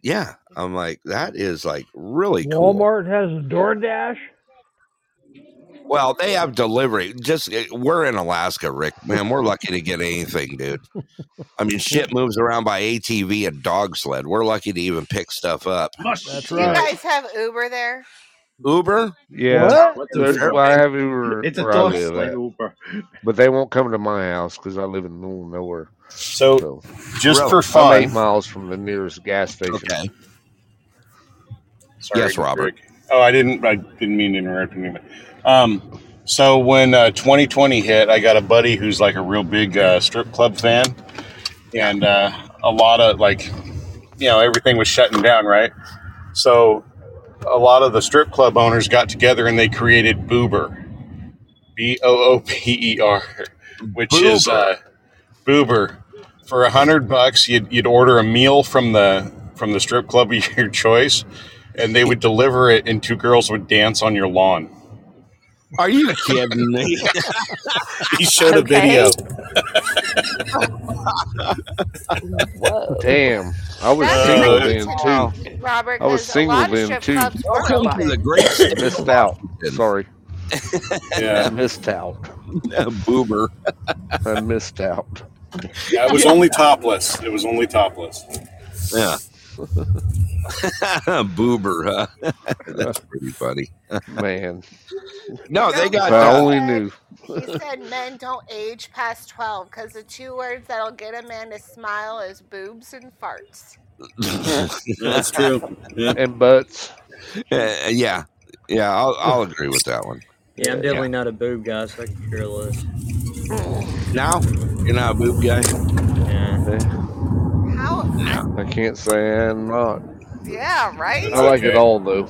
S1: yeah. I'm like, that is like really cool.
S9: Walmart has a DoorDash.
S1: Well, they have delivery. Just uh, we're in Alaska, Rick. Man, we're lucky to get anything, dude. I mean, shit moves around by ATV and dog sled. We're lucky to even pick stuff up.
S9: That's
S3: Do you
S9: right.
S3: guys have Uber there?
S1: Uber?
S5: Yeah.
S1: Not
S9: What?
S1: what's in
S5: There,
S4: Uber.
S5: well, I
S1: Fairbanks?
S5: have Uber
S4: It's a
S5: where I
S4: dog
S5: live
S4: sled
S5: at,
S4: Uber.
S5: but they won't come to my house because I live in the middle of nowhere.
S10: So,
S5: So
S10: just
S1: Really?
S10: for
S5: I'm eight
S10: fun,
S5: miles from the nearest gas station.
S1: Okay.
S10: sorry,
S1: Yes, Robert.
S10: Rick. Oh, I didn't. I didn't mean to interrupt you. Um, so when uh, 2020 hit, I got a buddy who's like a real big uh, strip club fan,
S1: Yeah.
S10: and uh, a lot of like, you know, everything was shutting down, right? So a lot of the strip club owners got together and they created Boober, B O O P E R, which is
S1: Boober.
S10: uh, Boober. For a hundred bucks, you'd, you'd order a meal from the from the strip club of your choice, and they would deliver it, and two girls would dance on your lawn.
S1: Are you kidding me?
S10: He showed a
S7: Okay.
S10: video.
S7: Whoa.
S5: Damn, I was
S3: That's
S5: single
S10: Uh,
S3: crazy
S5: then
S3: to
S5: too.
S3: me,
S1: wow.
S3: Robert,
S5: I
S3: because
S5: was
S3: a
S5: single
S3: lot of
S5: then
S3: strip
S5: too.
S3: clubs were
S1: Welcome to the
S3: open.
S1: great state of
S5: Missed out.
S1: Washington.
S5: Sorry, I
S10: yeah,
S5: missed out.
S1: Boober.
S5: I missed out.
S10: yeah. It was
S1: Yeah.
S10: only topless. It was only topless.
S1: Yeah. Boober, huh? That's pretty funny.
S5: Man,
S1: No, they
S3: No,
S5: if
S1: got
S5: I
S3: he
S1: uh
S5: only
S3: said
S5: knew.
S3: he said men don't age past 12 because the two words that'll get a man to smile is boobs and farts.
S1: Uh,
S10: Yeah, that's true. Yeah.
S5: And butts.
S1: Uh, yeah. Yeah, I'll I'll agree with that one.
S6: Yeah, I'm
S5: Yeah.
S1: Yeah.
S6: definitely not a boob guy, so I could care less.
S3: Mm.
S1: Now you're not a boob guy?
S6: Nah,
S5: eh,
S3: How? I,
S1: No.
S5: I can't say I'm not.
S3: yeah, right?
S5: I like it
S10: Okay.
S5: all though.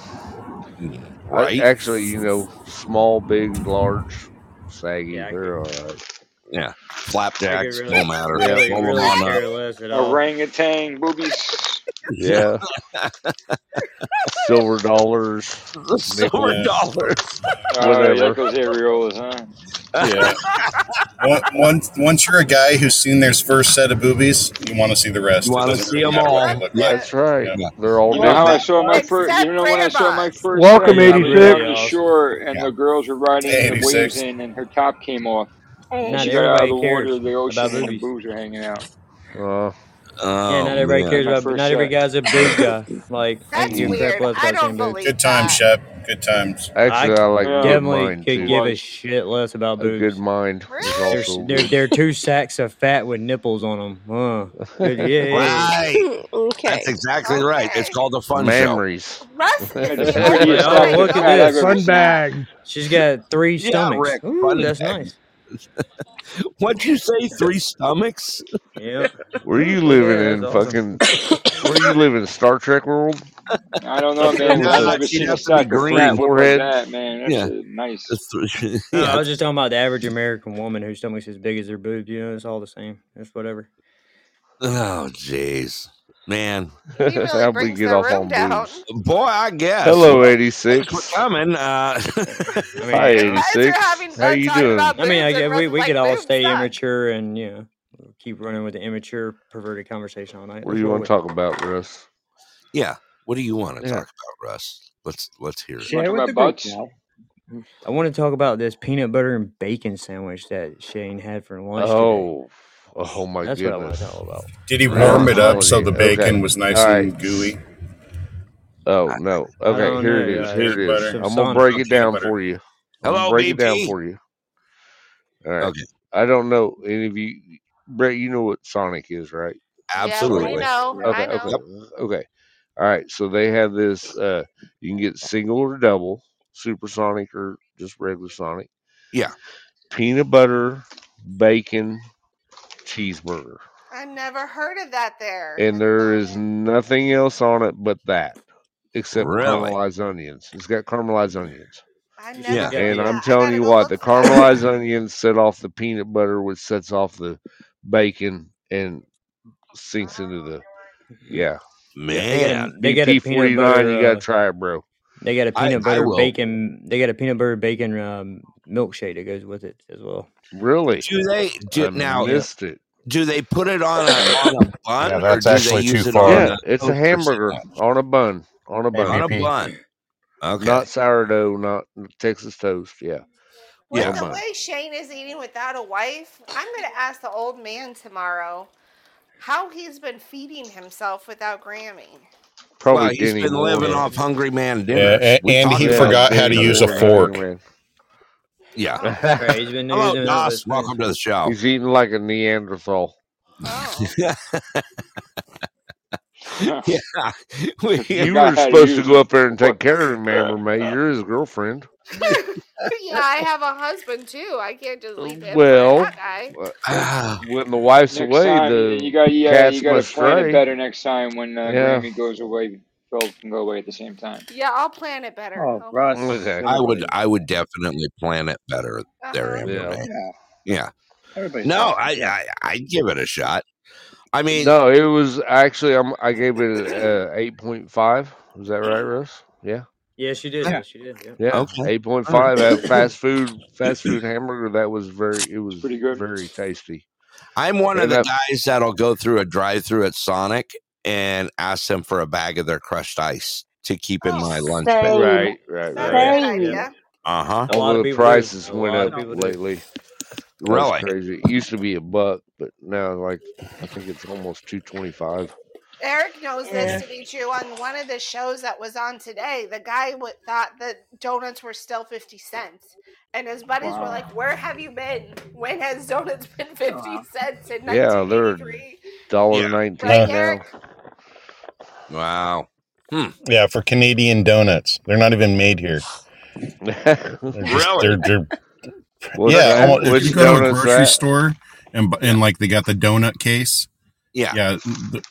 S1: Mm,
S5: I
S1: Right?
S5: actually, you know, small, big, large, saggy,
S6: yeah, I could,
S5: they're all right.
S1: Yeah.
S6: I could
S1: Flapjacks
S6: really,
S1: don't matter.
S5: Yeah,
S6: really,
S1: Roll them
S6: really
S1: on up.
S6: care less at all.
S12: Orangutan boobies.
S1: Yeah.
S5: yeah. Silver dollars,
S1: Silver
S5: nickels,
S10: Yeah.
S1: dollars.
S12: Oh, there
S5: whatever.
S12: goes Uh, areolas, huh?
S10: Yeah. Once once once you're a guy who's seen their first set of boobies, you want to see the
S1: You
S10: rest. It
S1: want to
S10: doesn't
S1: see
S10: really
S1: them
S10: matter what they
S1: all.
S10: look
S3: Yeah.
S10: like.
S5: That's right.
S10: Yeah.
S1: Yeah.
S5: They're all
S12: You know how I
S5: different.
S12: saw my first. You
S3: Except
S12: know when I saw my
S3: Grandma's.
S12: first set
S9: Welcome,
S6: Yeah,
S12: was
S6: that
S12: when
S6: would
S12: we were on
S6: be
S12: the
S9: 86.
S6: awesome.
S12: shore and
S1: Yeah.
S12: the girls were riding the waves
S10: 86.
S12: in, and her top came off, and
S6: Not
S12: she got out of
S6: everybody
S12: the water
S6: cares
S12: of the
S6: about
S12: ocean, and her
S6: boobies.
S12: boobs were hanging out.
S5: Uh,
S6: Yeah,
S1: Oh
S6: not everybody
S12: That was
S1: man.
S6: cares
S12: my
S6: about.
S12: first
S6: Not every
S12: set.
S6: guy's a boob guy. Like I could
S3: That's
S6: give
S10: Mm.
S6: a crap less
S3: weird. I
S6: about
S3: don't
S6: seeing boobs.
S3: believe
S10: Good time,
S3: that.
S10: Shep. Good times.
S5: Actually, I, like good
S6: definitely
S5: mind,
S6: could
S5: too.
S6: give a shit less about
S5: A
S6: boobs.
S5: good mind is
S6: They're,
S5: also
S6: they're, they're two sacks of fat with nipples on them. Uh, good- yeah.
S1: Right.
S7: okay.
S1: That's exactly right. It's called a fun
S5: Memories.
S1: show.
S7: Russ
S5: is
S6: Yeah,
S5: Prettiest
S6: oh,
S5: stuff
S6: look
S5: that
S6: at
S5: I've
S6: this.
S5: ever Fun seen.
S9: bag.
S6: She's got three
S1: Yeah,
S6: stomachs.
S1: Rick,
S6: Ooh,
S1: fun
S6: that's
S1: bag.
S6: nice.
S1: What'd you say? Three stomachs?
S6: Yep.
S5: Were
S6: Look
S5: you
S6: at
S5: living
S6: that. That's
S5: in
S6: awesome.
S5: fucking? Were you living in Star Trek world?
S12: I don't know,
S5: Fucking
S12: man. I've
S5: with
S12: never
S5: the
S1: she'd
S12: seen a
S1: have to be
S12: sack of
S1: green.
S5: three
S12: fat look like
S5: foreheads.
S12: that, man. That's
S1: Yeah.
S12: a nice.
S1: It's three-
S6: No, I
S1: yeah.
S6: was just talking about the average American woman whose stomach's as big as their boob. You know, it's all the same. It's whatever.
S1: Oh, jeez. Man.
S3: He really
S5: How'd we
S3: brings
S5: get
S3: the
S5: off
S3: room
S5: on boobs?
S3: down.
S1: Boy, I guess.
S5: Hello,
S1: Well,
S5: eighty
S1: thanks for
S5: six.
S1: coming. Uh,
S6: I
S5: Hi,
S6: mean,
S3: You
S5: eighty
S3: guys are
S5: six.
S3: having
S5: How
S3: fun
S5: you
S3: talking
S5: doing?
S3: about
S6: I mean, I
S3: boobs, and
S6: get, we
S3: Russ is
S6: we could
S3: like,
S6: all
S3: boobs
S6: stay
S3: suck.
S6: immature and you know keep running with the immature perverted conversation all night.
S5: What do
S6: Let's
S5: you
S6: roll
S5: want to
S6: with it.
S5: talk about, Russ?
S1: yeah. What do you want to
S5: Yeah.
S1: talk about, Russ? Let's let's hear it.
S12: You want to
S14: Share
S12: talk
S14: with
S12: about
S14: the group
S12: butts?
S14: now.
S6: I want to talk about this peanut butter and bacon sandwich that Shane had for lunch today.
S5: Oh, oh my
S6: That's what I want to
S5: goodness.
S6: talk about.
S10: Did he
S5: Around
S10: warm
S5: the
S10: it up so
S5: holiday.
S10: the
S5: Okay.
S10: bacon was nice
S5: All right.
S10: and gooey?
S5: Oh no.
S6: I
S5: Okay.
S6: don't
S5: Here
S6: know,
S5: it is.
S6: guys.
S5: Here
S10: Peanut
S5: it is.
S10: butter.
S6: Some
S5: I'm gonna
S6: Sonic.
S5: break
S10: Some
S5: it
S10: peanut
S5: down
S10: butter.
S5: for you. I'm gonna
S1: Hello,
S5: break it down
S1: BP.
S5: for you. All right.
S1: Okay.
S5: I don't know any of you, Brett. You know what Sonic is, right?
S3: Yep, I
S1: Absolutely.
S3: know.
S5: Okay.
S3: I
S5: Okay.
S3: know.
S1: Yep.
S5: Okay. All right. So they have this. Uh, you can get single or double, supersonic or just regular Sonic.
S1: Yeah.
S5: Peanut butter, bacon, cheeseburger,
S3: I never heard of that there.
S5: and
S3: That's
S5: there
S3: not
S5: is
S3: it.
S5: nothing else on it but that, except
S1: Really?
S5: caramelized onions. It's got caramelized onions.
S3: I
S6: You should
S3: never
S1: Yeah.
S6: have got
S3: heard
S5: And
S3: of
S6: the
S5: I'm
S3: that. I
S5: telling
S3: gotta
S5: you
S3: go
S5: what, the
S3: look for that.
S5: caramelized onions set off the peanut butter, which sets off the bacon and sinks into the yeah.
S6: they got
S5: Yeah.
S1: Man.
S6: a Mm-hmm. they got a
S5: BP
S6: peanut
S5: forty nine, you
S6: butter
S5: gotta
S6: uh,
S5: try it, bro.
S6: they got a
S1: I,
S6: peanut
S1: I
S6: butter
S1: will.
S6: bacon they got a peanut butter bacon um, milkshake that goes with it as well.
S5: Really?
S1: Do they do,
S5: I
S1: now
S6: Yep.
S5: missed it.
S1: do they put it on a on a
S10: Yeah,
S1: bun or
S10: that's
S1: do they
S10: actually too
S1: use it on
S10: far,
S5: Yeah,
S1: a
S5: it's a
S1: toast or
S5: hamburger
S1: something?
S5: on a bun. On a bun.
S1: On a
S10: MVP.
S1: bun. Okay.
S5: Not sourdough, not Texas toast. Yeah. On
S1: Yeah.
S5: a
S3: With the
S5: bun.
S3: way Shane is eating without a wife, I'm gonna ask the old man tomorrow how he's been feeding himself without Grammy.
S5: Probably
S1: Well, he's
S5: Denny
S1: been living
S5: Warren.
S1: off hungry man
S10: Yeah,
S1: dinners.
S10: and,
S1: We
S10: and
S1: talked
S10: he
S5: Yeah,
S1: about
S10: forgot how
S1: this
S10: to
S5: Denny
S1: the
S10: use
S1: other
S10: a
S5: Warren
S1: day.
S5: hungry
S10: fork.
S5: man.
S1: Yeah.
S3: Oh,
S6: Right, he's been
S1: Hello,
S6: using all
S1: Doss.
S6: his
S1: Welcome
S6: fancy.
S1: to the show.
S5: He's eating like a Neanderthal.
S3: oh.
S1: yeah. We,
S12: he
S5: You were
S12: forgot how to
S5: supposed to
S12: use
S5: go
S12: a
S5: up there and take
S12: fork.
S5: care of him, Amber May. You're his girlfriend.
S3: yeah, I have a husband too. I can't just leave him for
S5: Well,
S3: that guy.
S5: uh,
S1: Ah,
S5: when the wife's
S12: Next
S5: away,
S12: time, you
S5: the
S12: you got yeah,
S5: cats
S12: you got to
S5: must
S12: plan it
S5: stray.
S12: better next time when uh,
S5: Yeah.
S12: Grammy goes away. Phil can go away at the same time.
S3: Yeah, I'll plan it better.
S14: Oh,
S3: I'll plan it
S14: Russ,
S3: better.
S5: Okay.
S1: I would
S14: seriously.
S1: I would definitely plan it better
S3: Uh
S1: there,
S3: huh.
S1: Amber
S5: Yeah.
S1: May.
S14: Yeah,
S1: Yeah.
S14: everybody
S1: No,
S14: sucks
S1: I
S14: sometimes.
S1: I I'd give it a shot. I mean,
S5: No, it was actually I'm, I gave it a, a eight point five. Is that right, Russ? Yeah,
S6: Yes, you did.
S1: yeah.
S6: Yes, you did. Yep.
S5: yeah,
S1: Okay.
S5: eight point
S1: All right.
S5: five at fast food fast food hamburger. That was very it
S12: It's
S5: was
S12: pretty good.
S5: very tasty.
S1: I'm one of
S5: And
S1: the
S5: I
S1: guys that'll go through a drive-through at Sonic and ask them for a bag of their crushed ice to keep in
S3: Oh,
S1: my lunch bag.
S7: Same,
S5: right, right,
S3: that's a
S5: right.
S3: good
S7: same.
S3: idea.
S1: Uh huh.
S6: A lot
S5: Although
S6: of
S5: the
S6: people do.
S5: prices
S6: A
S5: went
S6: lot
S5: up
S6: of people do.
S5: lately, that was
S1: Really?
S5: crazy. It used to be a buck, but now like I think it's almost two twenty five.
S3: Eric knows this
S7: Yeah.
S3: to be true. On one of the shows that was on today, the guy w- thought that donuts were still 50 cents. And his buddies were
S12: Wow.
S3: like, Where have you been? When has donuts been 50
S14: Aw.
S3: cents in
S5: Yeah, they're a
S3: 1983?
S5: dollar
S1: Yeah.
S3: Right,
S5: nineteen
S10: Yeah,
S5: now.
S3: Eric?
S1: Wow. Hmm.
S10: yeah, for Canadian donuts, they're not even made here. They're just
S1: Really?
S10: they're they're
S5: what
S10: yeah,
S5: kind?
S10: almost
S15: If you
S5: Which
S10: it's
S15: go to a
S5: donuts
S15: grocery
S5: that?
S15: store and bu-
S1: Yeah.
S15: and like they got the donut case,
S1: Yeah.
S15: yeah, th-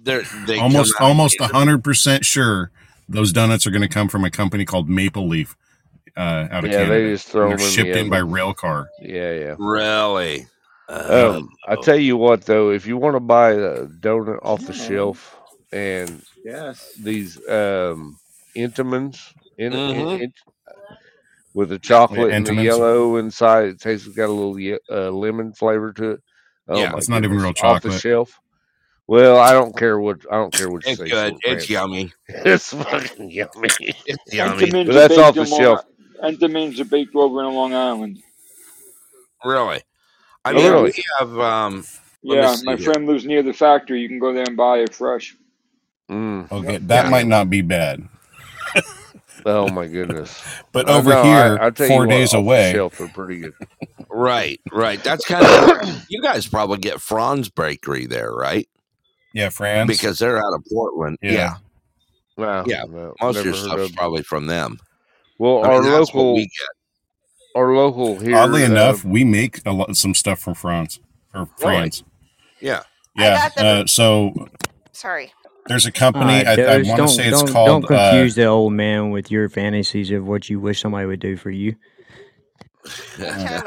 S1: They they come
S15: almost
S1: out of
S15: almost
S1: Canada.
S15: hundred percent sure those donuts are going to come from a company called Maple Leaf uh, out of
S5: Yeah, they
S15: Canada,
S5: just
S15: and
S5: throw
S15: they're
S5: them in the
S15: shipped in by
S5: oven.
S15: rail car.
S5: Yeah, yeah.
S1: Really? Uh,
S5: Um, I tell you what though, if you want to buy a donut off the shelf and
S14: Yes.
S5: these um Intamins in, in,
S1: mm-hmm.
S5: in with the
S15: Yeah,
S5: chocolate and the
S15: Entenmann's.
S5: yellow inside, it tastes it's got a little ye- uh, lemon flavor to it. Oh
S1: Yeah,
S5: my
S15: It's not even
S5: goodness,
S15: real
S5: off the
S15: chocolate.
S5: shelf. Well, I don't care what I don't care what you
S1: it's
S5: say,
S1: good.
S5: short
S1: It's
S5: pants.
S1: yummy.
S5: It's fucking yummy,
S1: It's yummy.
S5: but
S12: Entenmann's are
S5: that's
S12: baked
S5: off
S12: in
S5: the
S12: Long.
S5: shelf.
S12: Entenmann's are baked over in Long Island.
S1: Really? I
S5: Oh,
S1: mean,
S12: Yeah,
S1: we
S5: really?
S1: have. um Let me
S12: yeah.
S1: see
S12: My
S1: here.
S12: friend lives near the factory. You can go there and buy it fresh.
S5: Mm,
S15: Okay,
S12: Yep.
S15: that
S1: Yeah.
S15: might not be bad.
S5: Oh my goodness!
S15: But
S5: I
S15: over
S5: know,
S15: here,
S5: I, I tell you
S15: four
S5: what,
S15: days
S5: off the
S15: away.
S5: shelf are pretty good.
S1: Right, right. That's kind of you guys probably get Franz Bakery there, right?
S15: Yeah, Franz.
S1: Because they're out of Portland.
S15: Yeah.
S1: Yeah,
S5: Wow.
S1: yeah.
S5: no,
S1: Most of your
S5: never heard
S1: stuff's
S5: of.
S1: probably from them.
S5: Well,
S1: I
S5: our
S1: mean, that's what
S5: local,
S1: we get.
S5: our local here.
S15: Oddly
S5: uh,
S15: enough, we make a lot some stuff from France or France.
S1: Yeah.
S15: Yeah. Uh, so
S3: Sorry.
S15: there's a company
S6: Alright,
S15: I, I want
S6: Doge,
S15: to
S6: don't
S15: say it's
S6: don't don't
S15: called. Uh,
S6: confuse the old man with your fantasies of what you wish somebody would do for you.
S3: Time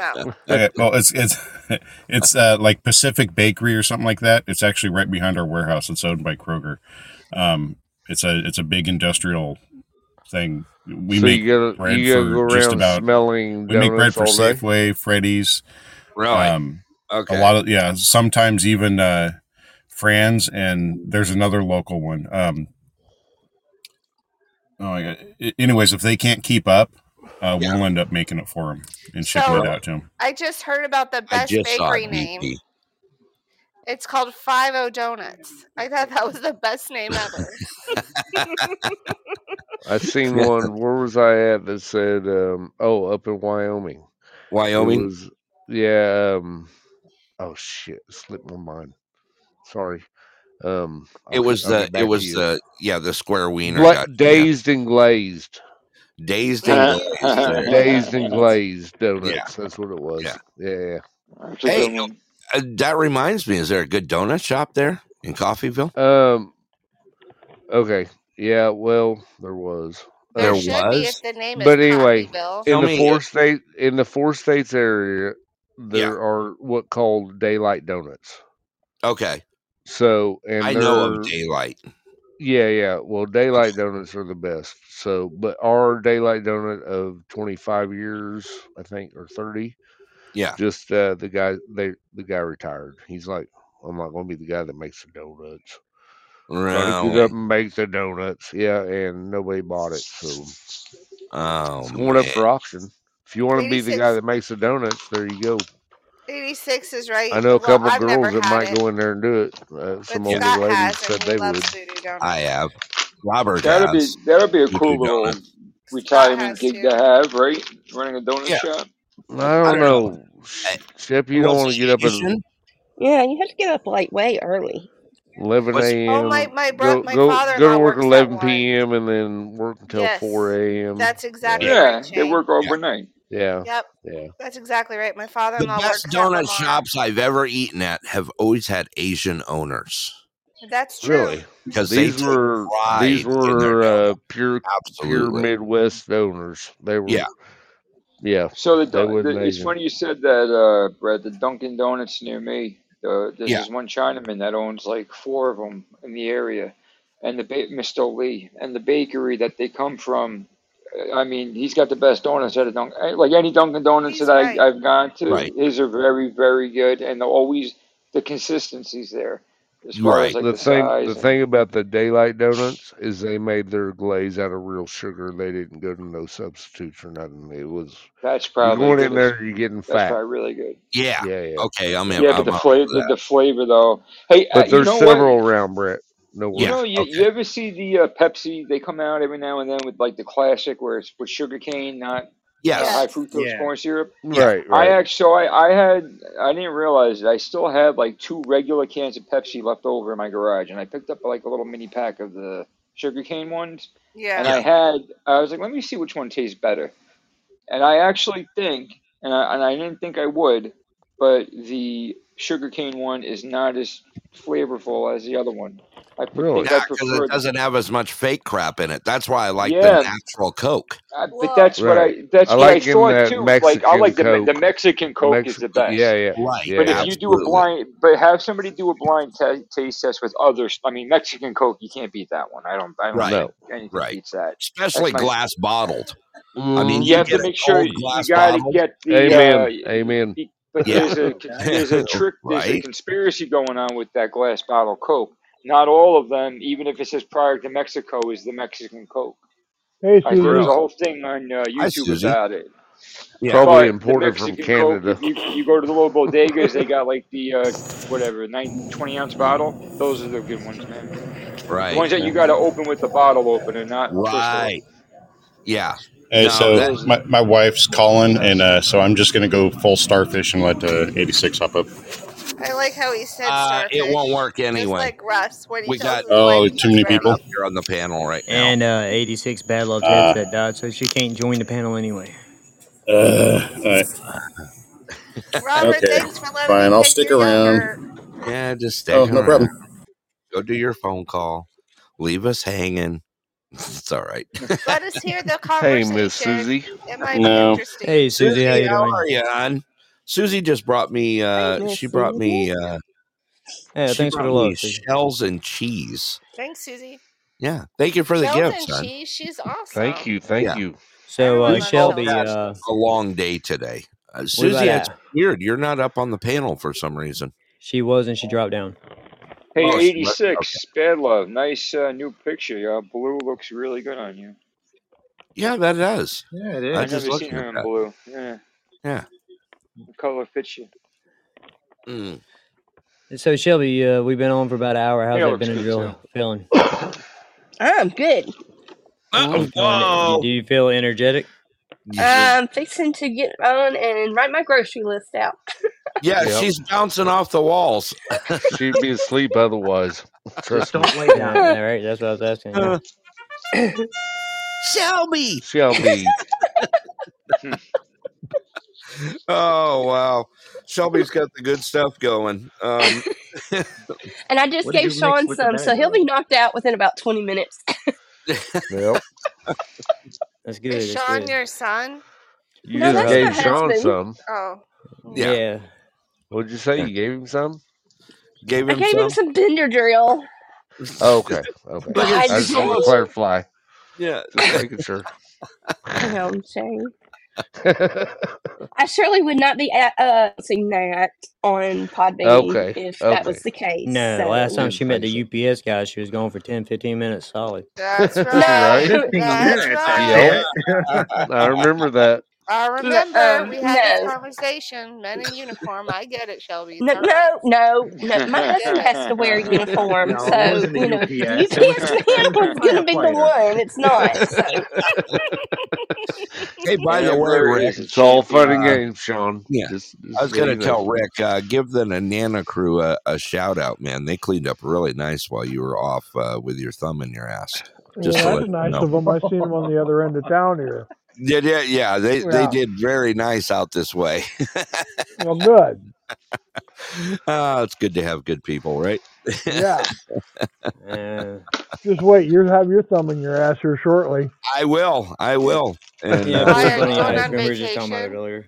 S3: out.
S15: okay, oh. well, it's it's it's uh, like Pacific Bakery or something like that. It's actually right behind our warehouse. It's owned by Kroger. Um, it's a it's a big industrial thing. We
S5: so
S15: make
S5: you gotta
S15: bread
S5: you gotta go
S15: for just
S5: around
S15: about.
S5: smelling
S15: We make bread
S5: donuts
S15: for
S5: all day.
S15: Safeway, Freddy's.
S1: Really?
S15: Um,
S1: okay.
S15: A lot of yeah. Sometimes even uh, Franz and there's another local one. Um, oh, my God. A- anyways, if they can't keep up, uh, we'll end up making it for them and shipping it
S3: So-
S15: out to them.
S3: I just heard about the best bakery name. It's called Five O Donuts. I thought that was the best name ever.
S5: I seen one. Where was I at? That said, um, oh, up in Wyoming. It
S1: Wyoming?
S5: was yeah. Um, oh shit, it slipped my mind. Sorry. Um,
S1: It
S5: I'll,
S1: was
S5: I'll
S1: the
S5: get
S1: it
S5: back to
S1: was
S5: you.
S1: the yeah the square wiener
S5: Gla-
S1: got yeah.
S5: dazed and glazed.
S1: dazed and glazed.
S3: Uh,
S1: There you go.
S5: Dazed and uh, glazed
S1: Yeah,
S5: donuts. That's what it
S1: yeah.
S5: was. Yeah.
S12: That's a
S1: Hey,
S12: good one.
S1: uh, that reminds me. Is there a good donut shop there in Coffeeville?
S5: Um. Okay. Yeah. Well, there was.
S1: There
S3: There
S5: Um.
S3: should be
S1: was.
S3: if the name is
S5: But anyway,
S3: Coffeeville.
S1: Tell
S5: in the
S1: me.
S5: four state in the four states area,
S1: Yeah.
S5: there are what called daylight donuts.
S1: Okay.
S5: So
S1: I
S5: and
S1: know of
S5: they're
S1: daylight.
S5: yeah yeah well daylight donuts are the best. So but our daylight donut of twenty five years I think or thirty
S1: Yeah.
S5: just uh, the guy they the guy retired. He's like, I'm not gonna be the guy that makes the donuts. So I just get up
S1: Really?
S5: and make the donuts. Yeah, and nobody bought it. So
S1: Oh
S5: it's going up
S1: man.
S5: for auction. If you want to be the guy
S3: 86,
S5: that makes the donuts, there you go.
S3: 86 is
S5: I
S3: right.
S5: know a
S3: Well,
S5: couple
S3: I've never
S5: girls that
S3: had
S5: might
S3: it,
S5: go in there and do it. Uh,
S3: but
S5: some
S1: Yeah.
S5: older
S3: Scott
S5: ladies
S3: has, and
S5: said
S3: he
S5: they
S3: loves
S5: would.
S3: voodoo
S1: I
S3: donuts.
S1: have. Robert
S12: That'd be
S1: has
S12: that'd be a
S1: voodoo
S12: cool little
S1: donuts.
S3: Scott
S12: retirement
S3: has
S12: gig
S3: too.
S12: to have, right? Running a donut
S1: Yeah.
S12: shop.
S5: I
S1: I
S5: don't
S1: don't know.
S5: know.
S1: Uh,
S5: Shep, you don't
S1: Was
S5: want to get
S1: he
S5: up at
S1: Asian?
S7: Yeah, you have to get up like way early.
S5: 11
S1: Was
S3: Oh, my
S5: a.m.
S3: my bro,
S5: Go
S3: my
S5: go
S3: father in
S5: go to
S3: law
S5: work
S3: works at
S5: 11
S3: one.
S5: p.m. and then work until
S3: Yes,
S5: 4 a.m.
S3: that's
S5: Yeah,
S3: exactly right,
S12: Yeah, they
S3: Shane.
S12: work overnight.
S5: yeah,
S3: Yep,
S5: yeah.
S3: that's exactly right. My father in
S1: the
S3: law works
S1: best
S3: at
S1: donut
S3: Lamar.
S1: shops I've ever eaten at have always had Asian owners
S3: That's true.
S5: Really?
S1: because they
S5: These
S1: take
S5: were these
S1: pride in their
S5: were
S1: donut.
S5: uh, pure pure
S1: Absolutely.
S5: Midwest owners. They
S1: Yeah.
S5: were yeah,
S12: So the,
S5: they
S12: do-
S5: wasn't
S12: the it's
S5: Asian.
S12: funny you said that, uh, Brad. The Dunkin' Donuts near me. Uh, there's
S1: Yeah.
S12: this one Chinaman that owns like four of them in the area, and the ba- Mr. Lee and the bakery that they come from. uh, I mean, he's got the best donuts at a Dunkin'. eh, Like any Dunkin' Donuts
S3: He's
S12: that I,
S3: right.
S12: I've gone to,
S1: Right.
S12: his are very, very good, and they're always the consistency's there, as far
S1: Right.
S12: as like
S5: The
S12: the
S5: thing
S12: size
S5: the
S12: and.
S5: thing about the daylight donuts is they made their glaze out of real sugar. They didn't go to no substitutes or nothing. It was
S12: That's
S5: you're
S12: probably
S5: going in
S12: good. As,
S5: there, you're getting
S12: that's
S5: fat.
S12: probably really good.
S1: Yeah.
S5: Yeah, yeah.
S1: Okay. I'm in.
S12: Yeah, but
S1: I'm
S12: the
S1: all
S12: flavor,
S1: for
S12: the,
S1: that.
S12: the flavor though. Hey, uh,
S5: But
S12: you
S5: there's
S12: know what?
S5: several around, Brett. No
S12: You
S1: Yeah.
S5: worries.
S12: know, you
S1: Okay.
S12: you ever see the uh, Pepsi? They come out every now and then with like the classic where it's with sugar cane, not uh,
S1: Yes.
S12: high
S3: Yes.
S12: fructose corn syrup.
S1: Yeah.
S5: Right,
S12: I
S5: right.
S12: actually, so I, I had, I didn't realize it. I still had like two regular cans of Pepsi left over in my garage, and I picked up like a little mini pack of the sugar cane ones. And
S3: Yeah.
S1: Yeah.
S12: I had, I was like, let me see which one tastes better. And I actually think, and I, and I didn't think I would, but the sugarcane one is not as flavorful as the other one. I pr-
S5: Really?
S12: think I
S1: Yeah, because it
S12: prefer the.
S1: doesn't have as much fake crap in it. That's why I like the
S12: Yeah,
S1: natural Coke.
S12: I, but
S3: Well,
S12: that's what
S5: Right.
S12: I
S5: I
S12: that's what I
S5: like in
S12: thought
S5: that
S12: too. Like I
S5: Mexican
S12: like the Me- the
S5: Coke.
S12: Mexican Coke is the
S5: Mexican yeah,
S12: best.
S5: yeah.
S1: Right.
S5: Yeah,
S12: But if
S5: yeah.
S12: you do a
S1: Absolutely.
S12: blind, but have somebody do a blind t- taste test with others. I mean, Mexican Coke, you can't beat that one. I don't. I don't
S1: Right.
S12: think
S5: No.
S12: anything
S1: Right.
S12: beats that. That's
S1: Especially
S12: my.
S1: glass bottled. I mean,
S12: You
S1: you
S12: have to
S1: get
S5: Mm,
S1: an
S12: make sure
S1: old
S12: you
S1: glass
S12: got to
S1: bottle.
S12: get the. Uh,
S5: Amen.
S12: y-
S5: Amen.
S12: y- but
S1: Yeah.
S12: there's a there's a trick there's a
S1: right.
S12: conspiracy going on with that glass bottle Coke. Not all of them, even if it says prior to Mexico, is the Mexican Coke.
S9: Hey,
S12: Like there was a
S9: Susie.
S12: whole thing on uh,
S1: Hi,
S12: YouTube
S1: Susie.
S12: about it.
S1: Yeah.
S5: Probably
S12: But the
S5: imported from
S12: Mexican Coke, if
S5: Canada.
S12: you you go to the little bodegas, they got like the uh, whatever nine, 20 ounce bottle. Those are the good ones, man. The
S1: Right.
S12: ones that you
S5: Yeah.
S12: got to open with the bottle opener, not twister.
S1: Right. Yeah.
S15: Hey,
S1: No,
S15: so
S1: that-
S15: my, my wife's calling, and uh, so I'm just gonna go full starfish and let uh, 86 hop up.
S3: I like how he said
S1: Uh,
S3: starfish.
S1: it won't work anyway.
S3: Like Russ, when he
S1: we
S3: tells
S1: got
S3: us
S15: Oh,
S3: why
S15: too many people.
S1: you're on the panel right now.
S6: And uh, 86 Bad Love Tabs
S15: Uh.
S6: that died, so she can't join the panel anyway.
S15: Uh, all right.
S3: Robert, thanks for letting
S10: fine.
S3: me
S10: I'll
S3: pick
S10: stick
S3: your
S10: around.
S3: yogurt.
S1: Yeah, just stick.
S10: Oh, no
S1: around.
S10: problem.
S1: Go do your phone call. Leave us hanging. It's all right.
S3: Let us hear the
S5: Hey,
S3: conversation.
S5: Miss Susie.
S3: It might be
S1: No.
S3: interesting.
S6: Hey, Susie, how you doing?
S1: are you, hon? Susie just brought me. Uh,
S3: Miss
S1: she brought me.
S3: Susie.
S1: Uh,
S6: Yeah,
S1: she
S6: thanks for the
S1: brought me
S6: love, Susie.
S1: shells and cheese.
S3: Thanks, Susie.
S1: Yeah, thank you for the
S3: Shells
S1: gift,
S3: and
S1: son.
S3: cheese, she's awesome.
S5: Thank you, thank
S1: Yeah.
S5: you.
S6: So uh,
S1: We've all
S6: Shelby,
S1: had
S6: uh,
S1: a long day today. Uh,
S6: what about
S1: Susie, it's
S6: that?
S1: weird. You're not up on the panel for some reason.
S6: She was and she dropped down.
S12: Hey,
S1: Oh, she must-
S12: 86, Bad Love, nice uh, new picture. Your blue looks really good on you.
S1: yeah, that does.
S4: Yeah, it
S1: I
S12: I've
S1: was just
S12: never
S1: looking
S12: seen
S1: at
S12: her in
S1: that.
S12: blue. Yeah,
S1: Yeah.
S12: the color fits you.
S1: Mm.
S6: So Shelby, uh, we've been on for about an hour. How's
S12: Hair
S6: that
S12: looks good
S6: Benadryl
S12: too.
S6: feeling?
S7: I'm good.
S1: Oh,
S6: Feeling do
S1: whoa.
S6: you feel energetic?
S7: I'm Um, fixing to get on and write my grocery list out.
S1: Yeah,
S5: Yep.
S1: she's bouncing off the walls.
S5: She'd be asleep otherwise.
S4: Just
S5: Trust me.
S4: don't lay
S6: Yeah,
S4: down.
S6: all right. That's what I was asking. Yeah.
S1: Uh, Shelby.
S5: Shelby.
S1: Oh wow, Shelby's got the good stuff going. Um,
S7: And I just
S4: What did
S7: gave
S4: you mix
S7: Sean
S4: with the
S7: some, so he'll
S4: Benadryl?
S7: be knocked out within about 20 minutes.
S5: Yep.
S6: That's
S3: Is
S6: good. That's
S3: Sean
S6: good.
S3: your son?
S5: You
S6: Her
S7: no,
S5: just
S7: that's my
S5: gave
S6: husband.
S5: Sean some.
S7: husband.
S3: Oh,
S1: yeah,
S6: Yeah.
S5: What'd you say?
S1: yeah.
S5: You gave him some?
S1: gave
S7: I
S1: him
S7: gave him
S1: some.
S7: some Bender drill.
S5: Oh, Okay. Okay.
S1: Look at
S5: I
S7: God
S5: just wanted
S1: James.
S5: to
S7: dang.
S5: clarify.
S1: Yeah,
S5: Just making sure.
S7: Damn, Shane. I surely would not be a- uh, seeing that on Podbean
S5: okay.
S7: if that
S5: Okay.
S7: was the case.
S6: No, last
S7: So
S6: time she
S5: Didn't
S6: met
S5: think so.
S6: the UPS guy, she was gone for 10, 15 minutes solid.
S3: that's right.
S5: right?
S4: 15
S7: no,
S3: That's
S4: minutes, I
S5: Yep.
S3: right.
S4: bet.
S5: I remember that.
S3: I
S7: no,
S3: remember
S7: um,
S3: we had this
S7: no,
S3: conversation. Men in uniform. I get it, Shelby. It's
S7: no,
S3: all right.
S7: no, no, no. My
S3: I get
S7: husband
S3: it.
S7: has to wear a uniform,
S4: No, it
S7: so
S4: wasn't E
S7: you
S4: a
S7: know the
S4: UPS. It was
S7: UPS
S4: a
S7: man
S4: freaking
S7: was gonna be the
S4: firefighter.
S7: one. It's not. So
S1: hey, by the way,
S12: Never
S1: Rick.
S12: is a
S5: It's all fun and
S1: Uh,
S12: champion.
S5: games, Sean.
S1: yeah,
S5: Just,
S1: I
S5: just
S1: was
S5: so
S1: gonna
S5: you know.
S1: tell Rick. Uh, give the Nana crew a, a shout out, man. They cleaned up really nice while you were off uh, with your thumb in your ass. Just
S9: Well,
S1: to let
S9: that's
S1: you
S9: nice
S1: know.
S9: of them. I seen them on the other end of town here.
S1: Yeah, yeah, yeah. They they
S9: Yeah.
S1: did very nice out this way.
S9: Well, good.
S1: oh, it's good to have good people, right?
S9: Yeah.
S6: Uh,
S9: Just wait. You'll have your thumb in your ass here shortly.
S1: I will. I will. And
S6: yeah,
S1: uh,
S6: but
S3: Why
S6: it's
S3: are you
S6: funny.
S3: going
S6: I,
S1: sometimes,
S3: on
S6: we were just talking about it
S3: vacation?
S6: earlier.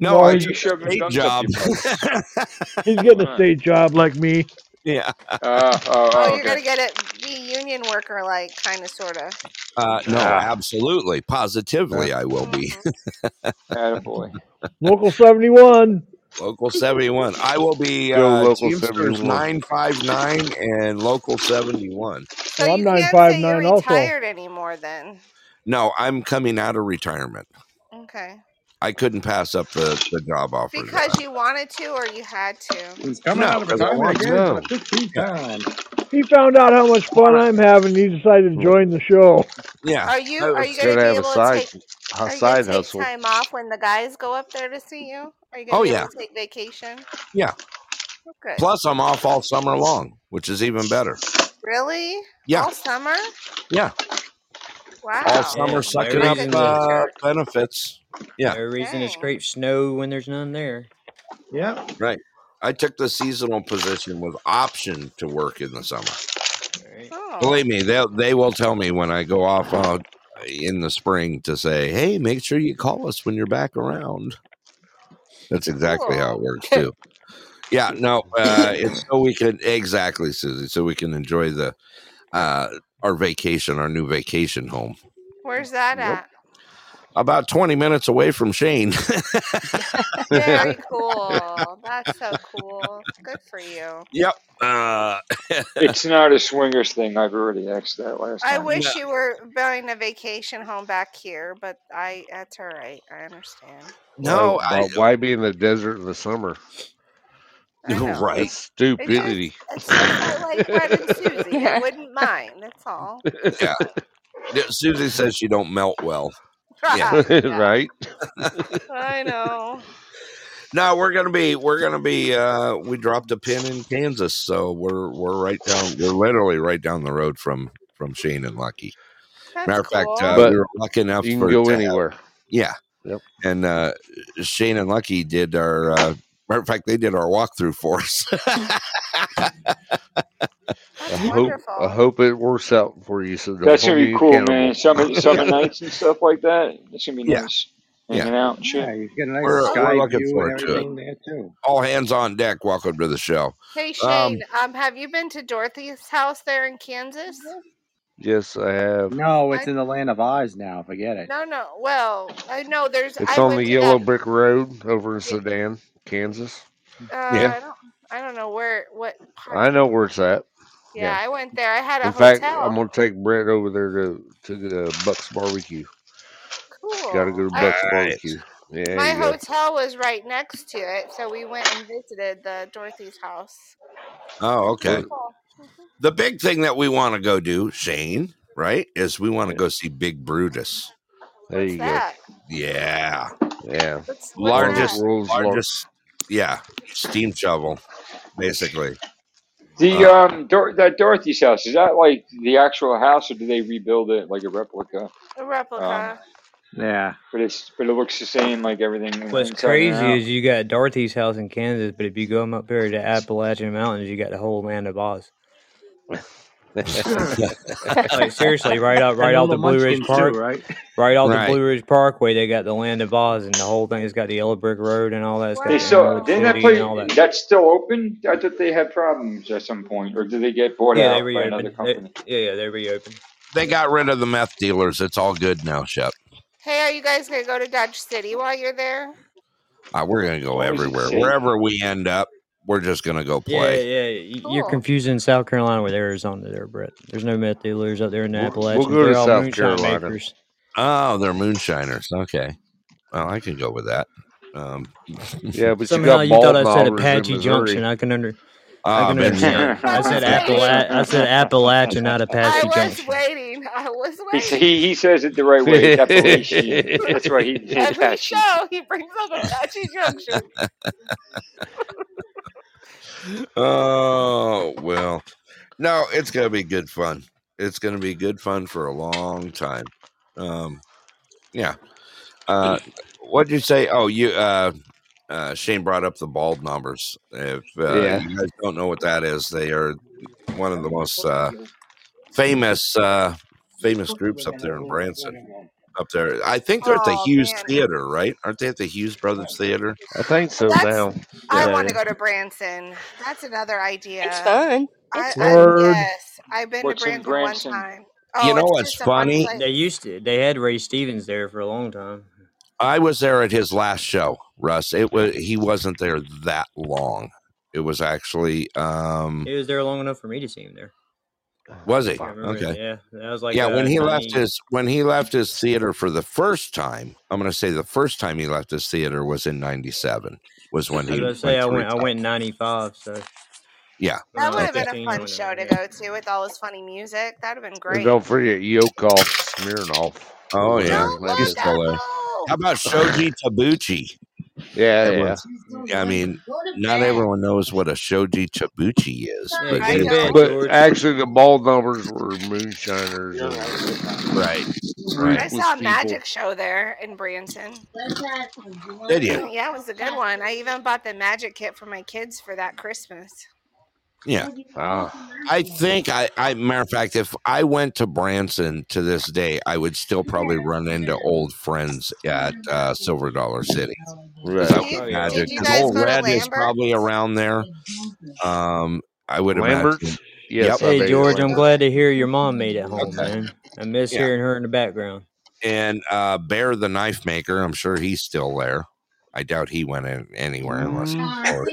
S1: no,
S9: No,
S1: I
S12: Why are
S9: he's
S12: you
S1: took a
S12: shoving
S1: state
S12: thumbs
S1: job.
S12: up your butt?
S9: he's
S12: What's
S9: getting
S12: going
S9: a
S12: on?
S9: state job like me.
S1: yeah.
S12: Uh, oh,
S3: Oh,
S12: oh,
S3: you're
S12: okay.
S3: gonna get it. Be union worker, like kind of, sorta.
S1: Uh, no,
S5: Ah.
S1: absolutely, positively,
S5: ah.
S1: I will be
S3: Mm-hmm.
S12: Attaboy.
S9: Local 71.
S1: local seventy one. I will be
S5: Go
S1: uh,
S5: local
S1: Teamsters
S5: 71.
S1: nine five nine and local seventy one.
S3: So
S9: Well, I'm
S3: you can't say you're
S9: 959 also.
S3: retired anymore, then.
S1: No, I'm coming out of retirement.
S3: Okay.
S1: I couldn't pass up the the job offer that
S3: Because
S1: I.
S3: you wanted to, or you had to.
S14: He's coming
S1: No,
S14: out of
S1: because I want.
S14: retirement again for
S5: No.
S14: the 15th
S1: Yeah,
S14: time.
S9: oh. He found out how much fun
S1: want
S9: I'm having. He decided to join the show.
S1: yeah.
S3: Are
S1: I
S3: you are
S1: was
S3: you
S5: Got
S3: gonna
S5: to
S3: be
S5: have a
S3: able to
S5: side,
S3: take are
S5: a
S3: you gonna
S5: side
S3: take
S5: hustle.
S3: time off when the guys go up there to see you? Are you gonna
S1: Oh
S3: be able
S1: yeah,
S3: to take vacation?
S1: yeah.
S3: Oh, good.
S1: Plus, I'm off all summer long, which is even better.
S3: Really?
S1: Yeah,
S3: All summer?
S1: yeah. All
S3: Wow.
S1: summer
S6: Yeah, no
S1: sucking
S3: Look
S1: up
S3: at
S6: reason to,
S3: you,
S1: uh,
S3: Kurt.
S1: benefits. Yeah,
S6: no reason to
S3: Dang.
S6: scrape snow when there's none there.
S4: Yep.
S1: right. I took the seasonal position with option to work in the summer.
S6: All right.
S3: Oh.
S1: Believe me, they they will tell me when I go off out in the spring to say, "Hey, make sure you call us when you're back around." That's exactly how
S3: Cool.
S1: it works too. Yeah, no, uh, it's so we can exactly, Susie, so we can enjoy the uh, our vacation, our new vacation home.
S3: Where's that
S5: Yep.
S3: at?
S1: About twenty minutes away from Shane.
S3: Very cool. That's so cool. Good for you.
S1: Yep. Uh,
S12: It's not a swingers thing. I've already asked that last
S3: I
S12: time.
S1: no.
S3: wish you were buying a vacation home back here, but I that's all right. I understand.
S5: Well,
S1: No, I
S5: but why be in the desert in the summer?
S3: I know.
S1: right.
S5: That's
S3: It just
S5: stupidity.
S3: it's just I like Red and Susie. I wouldn't mind. That's all.
S1: Yeah. Yeah, Susie says she don't melt well.
S5: right.
S3: I know.
S1: No, we're gonna be we're gonna be uh we dropped a pin in Kansas, so we're we're right down we're literally right down the road from from Shane and Lucky. Matter of fact, uh,
S5: But
S1: we were lucky enough
S5: you can
S1: for
S5: go
S1: to have-
S5: anywhere.
S1: yeah.
S5: Yep.
S1: And uh Shane and Lucky did our uh matter of fact they did our walkthrough for us.
S5: I hope, I hope it works out for you. So
S12: That's
S5: don't
S12: gonna
S5: hold
S12: be
S5: me
S12: cool, man.
S5: accountable.
S12: Summer summer nights and stuff like that. It's gonna be
S1: Yeah.
S12: nice.
S1: Yeah.
S12: Hanging out and shit.
S4: Yeah, you get a nice
S1: We're- we're
S4: sky
S1: looking
S4: view and
S1: forward to it.
S4: everything there too.
S1: All hands on deck, welcome to the show.
S3: Hey
S1: Um,
S3: Shane, um, have you been to Dorothy's house there in Kansas?
S5: Yes, I have.
S4: No, it's
S3: I-
S4: in the land of Oz now. Forget it.
S3: No, no. Well, I know there's.
S5: It's
S3: I
S5: on
S3: went
S5: the
S3: to
S5: yellow
S3: that.
S5: brick road over in Sedan, Kansas.
S3: Uh, I
S5: Yeah,
S3: don't. I don't know where. What part?
S5: I know where it's at.
S3: Yeah, I went there. I had a
S5: In fact, I'm
S3: hotel.
S5: gonna take Brett over there to to the Bucks barbecue.
S3: Cool.
S5: Got to go to Bucks barbecue. Yeah,
S3: My
S5: you got
S3: hotel was right next to it, so we went and visited the Dorothy's house.
S1: oh, okay.
S3: Cool.
S1: The big thing that we want to go do, Shane, right, is we want to go see Big Brutus.
S5: there
S3: What's
S5: you go.
S3: that?
S1: Yeah.
S5: Yeah,
S3: What's what's
S1: Largest,
S3: that?
S5: world's lar-
S1: largest, yeah, steam shovel, basically.
S12: The
S1: Uh,
S12: um Dor- that Dorothy's house is that like the actual house, or do they rebuild it like a replica?
S3: A
S12: Um,
S3: replica.
S4: Yeah.
S12: but it's but it looks the same, like everything
S6: What's
S12: inside and
S6: crazy
S12: out.
S6: is you got Dorothy's house in Kansas, but if you go up there to Appalachian Mountains, you got the whole land of Oz. like seriously, right out, right
S4: And all
S6: out
S4: the
S6: the Blue Ridge
S4: munchkins
S6: Park,
S4: too, right?
S6: right out the
S1: right.
S6: Blue Ridge Parkway, they got the land of Oz, and the whole thing has got the yellow brick road and all that. It's got
S12: They
S6: the
S12: still
S6: Emerald
S12: didn't that
S6: City and
S12: place
S6: all that.
S12: that's still open? I thought they had problems at some point, or did they get bought
S6: Yeah, they
S12: out by another
S6: reopened. They,
S12: company?
S6: yeah, yeah, they reopened.
S1: They got rid of the meth dealers. It's all good now, Shep.
S3: Hey, are you guys gonna go to Dodge City while you're there?
S1: Uh, we're going to go
S12: As long as it's
S1: everywhere.
S12: safe.
S1: Wherever we end up, we're just going to go
S6: Yeah,
S1: play.
S6: yeah, y- you're
S3: Cool.
S6: confusing South Carolina with Arizona, there, Brett. There's no meth dealers up there in the
S5: We'll, we'll
S6: Appalachians.
S5: go
S6: They're
S5: to
S6: all
S5: South
S6: moonshine
S5: Carolina.
S6: makers.
S1: Oh, they're moonshiners. Okay. Well, I can go with that. Um,
S5: Yeah, but you
S6: Somehow
S5: got
S6: you thought
S5: bald
S6: I said
S5: knobbers in
S6: Apache Junction.
S5: Missouri.
S6: I can under, I
S1: Ah,
S6: can
S1: been there.
S6: understand. I said Appala- I said Appalachian, not
S3: I
S6: Apache
S3: was
S6: Junction.
S3: waiting. I was
S12: He s-
S3: waiting.
S12: he he says it the right way. It's Appalachian. That's why he did
S3: Every
S12: that. She
S3: show he brings up Apache Junction.
S1: Oh, well. No, it's going to be good fun. It's going to be good fun for a long time. Um, yeah. Uh, what'd you say? Oh, you, uh, uh, Shane brought up the bald numbers. If uh,
S5: yeah,
S1: you guys don't know what that is, they are one of the most uh, famous uh, famous groups up there in Branson. Up there, I think they're at the
S3: Oh
S1: Hughes
S3: man,
S1: Theater, right? Aren't they at the Hughes Brothers Theater?
S5: I think so
S3: that's.
S5: now.
S3: I
S5: Yeah,
S3: want
S6: Yeah,
S3: to go to Branson. That's another
S7: It's
S3: idea.
S7: fun.
S3: I,
S7: It's
S3: I
S7: fun.
S9: Word.
S3: yes, I've been to
S12: what's in
S3: Branson one
S12: Branson?
S3: time. Oh,
S1: You know
S3: it's
S1: what's
S3: just a funny place.
S1: funny?
S6: they used to. They had Ray Stevens there for a long time.
S1: I was there at his last show, Russ. It was he wasn't there that long. It was actually um
S6: He was there long enough for me to see him there.
S1: was
S6: I
S1: he?
S6: remember.
S1: Oh, Okay.
S6: Yeah, that was like
S1: Yeah, when
S6: uh
S1: he left
S6: twenty.
S1: his when he left his theater for the first time, I'm going to say the first time he left his theater was in '97. Was when
S6: I was
S1: he
S6: about to say
S1: went
S6: I
S1: to
S6: went. I
S1: retire.
S6: went in ninety five. So
S1: Yeah.
S6: when
S3: That
S6: I
S3: would
S6: was
S3: have
S1: Okay.
S3: been a
S6: fifteen, I
S3: fun
S6: went
S3: show
S6: down
S3: to
S6: there.
S3: go to with all this funny music. That would have been
S5: and
S3: great.
S5: don't forget Yokov Smirnov
S1: Oh
S5: over
S1: yeah,
S5: in
S1: he's
S5: Atlanta.
S1: still there.
S3: Yoko!
S1: How about Shoji Tabuchi?
S5: Yeah, yeah.
S1: Everyone's, I mean, not everyone knows what a Shoji Tabuchi is,
S3: No,
S1: but
S6: Yeah,
S3: I
S6: go
S1: it's
S6: back,
S3: don't.
S5: But
S6: George.
S5: actually, the bald numbers were moonshiners and
S1: right, right.
S3: I
S5: ruthless
S3: saw a
S5: people.
S3: magic show there in Branson.
S1: Did you?
S3: yeah, it was a good one. I even bought the magic kit for my kids for that Christmas.
S1: Yeah.
S5: Ah,
S1: I think I, I matter of fact, if I went to Branson to this day, I would still probably run into old friends at uh, Silver Dollar City because I
S5: right.
S3: Did
S1: would
S3: you
S6: Oh yeah.
S3: did
S1: imagine
S3: you
S1: because
S3: guys
S1: old
S3: go to
S1: Red is probably
S3: Lambert's?
S1: around there. Um, I would
S5: Lambert's?
S1: imagine. Yep.
S5: Yes, I
S6: Hey
S5: made it
S6: George, I'm
S5: Lambert.
S6: glad to hear your mom made it home,
S1: Okay.
S6: man. I miss
S1: Yeah.
S6: hearing her in the background.
S1: And uh, Bear the Knife Maker, I'm sure he's still there. I doubt he went in anywhere unless.
S5: Mm,
S1: Or,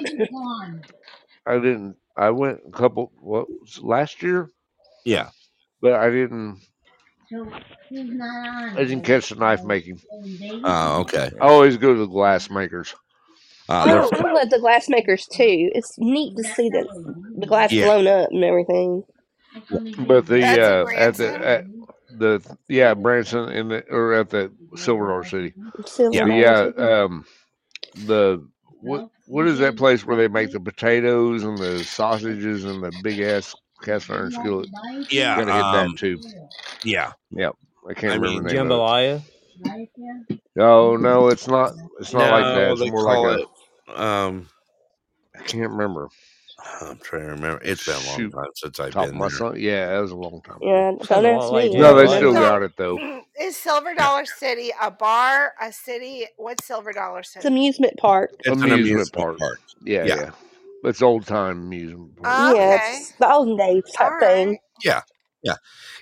S5: I didn't. I went a couple. What was last year?
S1: yeah.
S5: But I didn't. I didn't catch the knife making.
S1: Oh, okay.
S5: I always go to the glass makers.
S1: Uh, they're
S7: Oh,
S1: fun.
S7: I love the glass makers too. It's neat to see the the glass
S1: Yeah.
S7: blown up and everything.
S5: But the
S3: That's in
S5: uh, at the
S3: Branson.
S5: at, the yeah Branson in the or at the Silver Dollar City.
S16: Silver
S5: yeah,
S16: Dollar
S5: yeah.
S16: City.
S5: Um, the what what is that place where they make the potatoes and the sausages and the big ass cast iron skillet?
S1: Yeah,
S5: gotta hit that
S1: um,
S5: too.
S1: Yeah,
S5: Yeah, I can't
S1: I mean,
S5: remember the name of
S6: Jambalaya.
S5: it. Oh no, it's not. It's not like that.
S1: no,
S5: It's
S1: they
S5: more like
S1: call
S5: a
S1: it. Um,
S5: I can't remember.
S1: I'm trying to remember. It's been a long
S5: Shoot,
S1: time since I've
S5: top of
S1: been
S5: my
S1: there.
S5: son. Yeah, that was a long time ago.
S16: Yeah, don't ask me.
S5: No,
S16: what
S5: they
S16: it
S5: still
S16: is.
S5: got it though.
S3: Mm-hmm. Is Silver Dollar City a bar, a city? What's Silver Dollar
S16: It's
S3: City?
S16: amusement park.
S1: It's an
S5: Amusement
S1: amusement
S5: park.
S1: park.
S5: Yeah,
S1: Yeah,
S5: yeah. It's old time amusement park.
S16: Yeah,
S3: Okay.
S16: it's the old days type thing.
S1: yeah, yeah.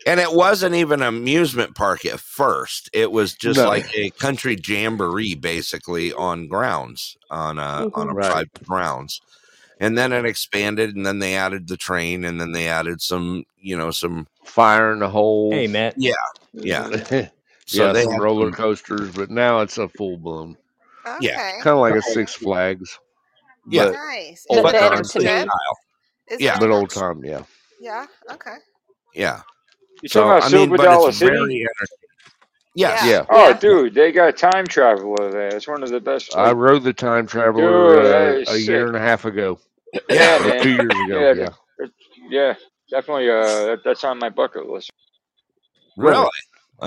S1: And it wasn't even an amusement park at first. It was just
S5: No,
S1: like a country jamboree, basically on grounds on a on a
S16: hmm
S5: right.
S1: private grounds. And then it expanded, and then they added the train, and then they added some, you know, some.
S5: Fire in the hole.
S6: Hey, Matt.
S1: Yeah, yeah. So
S5: yeah,
S1: they
S5: Mm-hmm. some
S1: had
S5: roller
S1: some.
S5: coasters, but now it's a full blown.
S1: Yeah,
S3: Okay.
S5: Kind of like a
S1: Oh,
S5: Six Flags,
S1: yeah. Oh,
S5: but
S3: Nice. Is
S16: But
S5: old
S3: there
S16: better
S3: much
S5: time.
S16: to
S1: This
S16: me.
S3: good?
S1: style.
S3: Is
S1: Yeah,
S3: there
S5: But old
S3: much?
S5: time, yeah.
S3: Yeah. Okay.
S1: yeah.
S12: You talking
S1: So
S12: about
S1: I mean,
S12: Silver
S1: but it's
S12: Dollar City?
S1: very entertaining.
S3: Yeah.
S1: Yes.
S5: Yeah.
S12: Oh,
S3: Yeah.
S1: Yeah.
S12: dude, they got Time Traveler there. It's one of the best.
S5: I
S12: Like,
S5: rode the time traveler
S12: dude, that
S5: uh,
S12: is
S5: a
S12: sick.
S5: year and a half ago
S1: Yeah.
S12: Yeah,
S5: or
S12: man.
S5: two years ago.
S12: Yeah,
S5: Yeah.
S12: that- that- yeah, definitely. Uh, that, that's on my bucket list.
S1: Really?
S5: Really?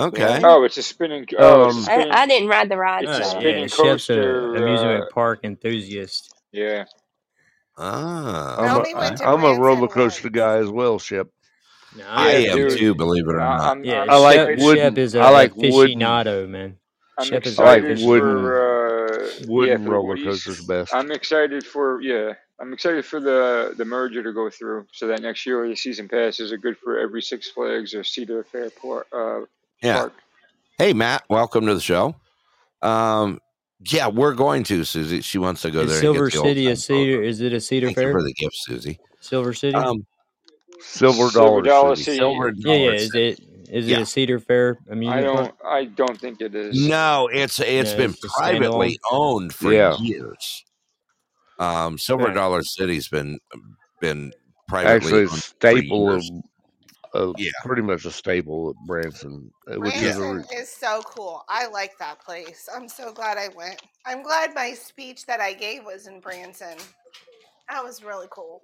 S1: Okay.
S16: Yeah.
S12: Oh, it's a spinning. Oh, it's
S5: Um,
S12: a
S7: I,
S12: spinning.
S7: I didn't ride the ride,
S12: It's
S6: Uh,
S12: a
S7: so
S6: yeah,
S12: spinning
S6: Chef's a
S12: coaster. Uh,
S6: amusement park enthusiast.
S12: yeah.
S3: I
S5: I'm
S1: Ah,
S5: a
S3: only
S5: I,
S3: went
S1: okay.
S3: to
S5: I'm a roller
S3: Branson
S5: coaster
S3: once.
S5: guy as well, Shep.
S6: No,
S1: I
S6: I'm
S12: Yeah,
S1: am
S12: dude.
S6: definitely.
S1: too. Believe it or
S12: I,
S1: not.
S12: I'm
S6: Yeah,
S12: I'm
S5: I like
S6: Shep.
S12: excited.
S6: Shep
S5: wooden.
S6: is
S5: I
S6: a
S5: like wooden.
S6: aficionado, man.
S12: I'm
S6: Shep is
S5: I
S6: an
S5: like
S12: excited
S5: wooden
S6: aficionado.
S12: for uh yeah
S5: wooden
S12: for
S5: roller
S12: Woody's.
S5: coasters best.
S12: I'm excited for yeah. I'm excited for the the merger to go through, so that next year the season passes are good for every Six Flags or Cedar Fair Park. Uh,
S1: Yeah.
S12: park.
S1: Hey, Matt. Welcome to the show. Um. Yeah, we're going to Susie. She wants to go
S6: Is
S1: there and get
S6: Silver
S1: the old
S6: City a
S1: time roller.
S6: cedar? Is it a cedar
S1: Thank you for
S6: fair?
S1: the gift, Susie.
S6: Silver City?
S1: Um,
S5: Silver
S12: Silver
S5: Dollar
S12: Dollar
S5: City.
S12: City.
S1: silver
S6: Yeah, yeah.
S1: dollar
S6: Is
S1: city.
S6: it is it
S1: Yeah.
S6: a cedar fair
S12: I
S6: amusement park?
S12: don't. I don't think it is.
S1: No, it's it's
S6: No,
S1: been
S6: it's just standalone.
S1: privately owned for
S5: Yeah,
S1: years. Um,
S6: All
S1: Silver
S6: right.
S1: Dollar City's been been privately
S5: actually, a
S1: owned for years.
S5: staple of, of
S1: Yeah,
S5: pretty much a staple at Branson, uh, which
S1: yeah,
S5: is a
S3: Branson
S5: re-
S3: is so cool. I like that place. I'm so glad I went. I'm glad my speech that I gave was in Branson. That was really cool.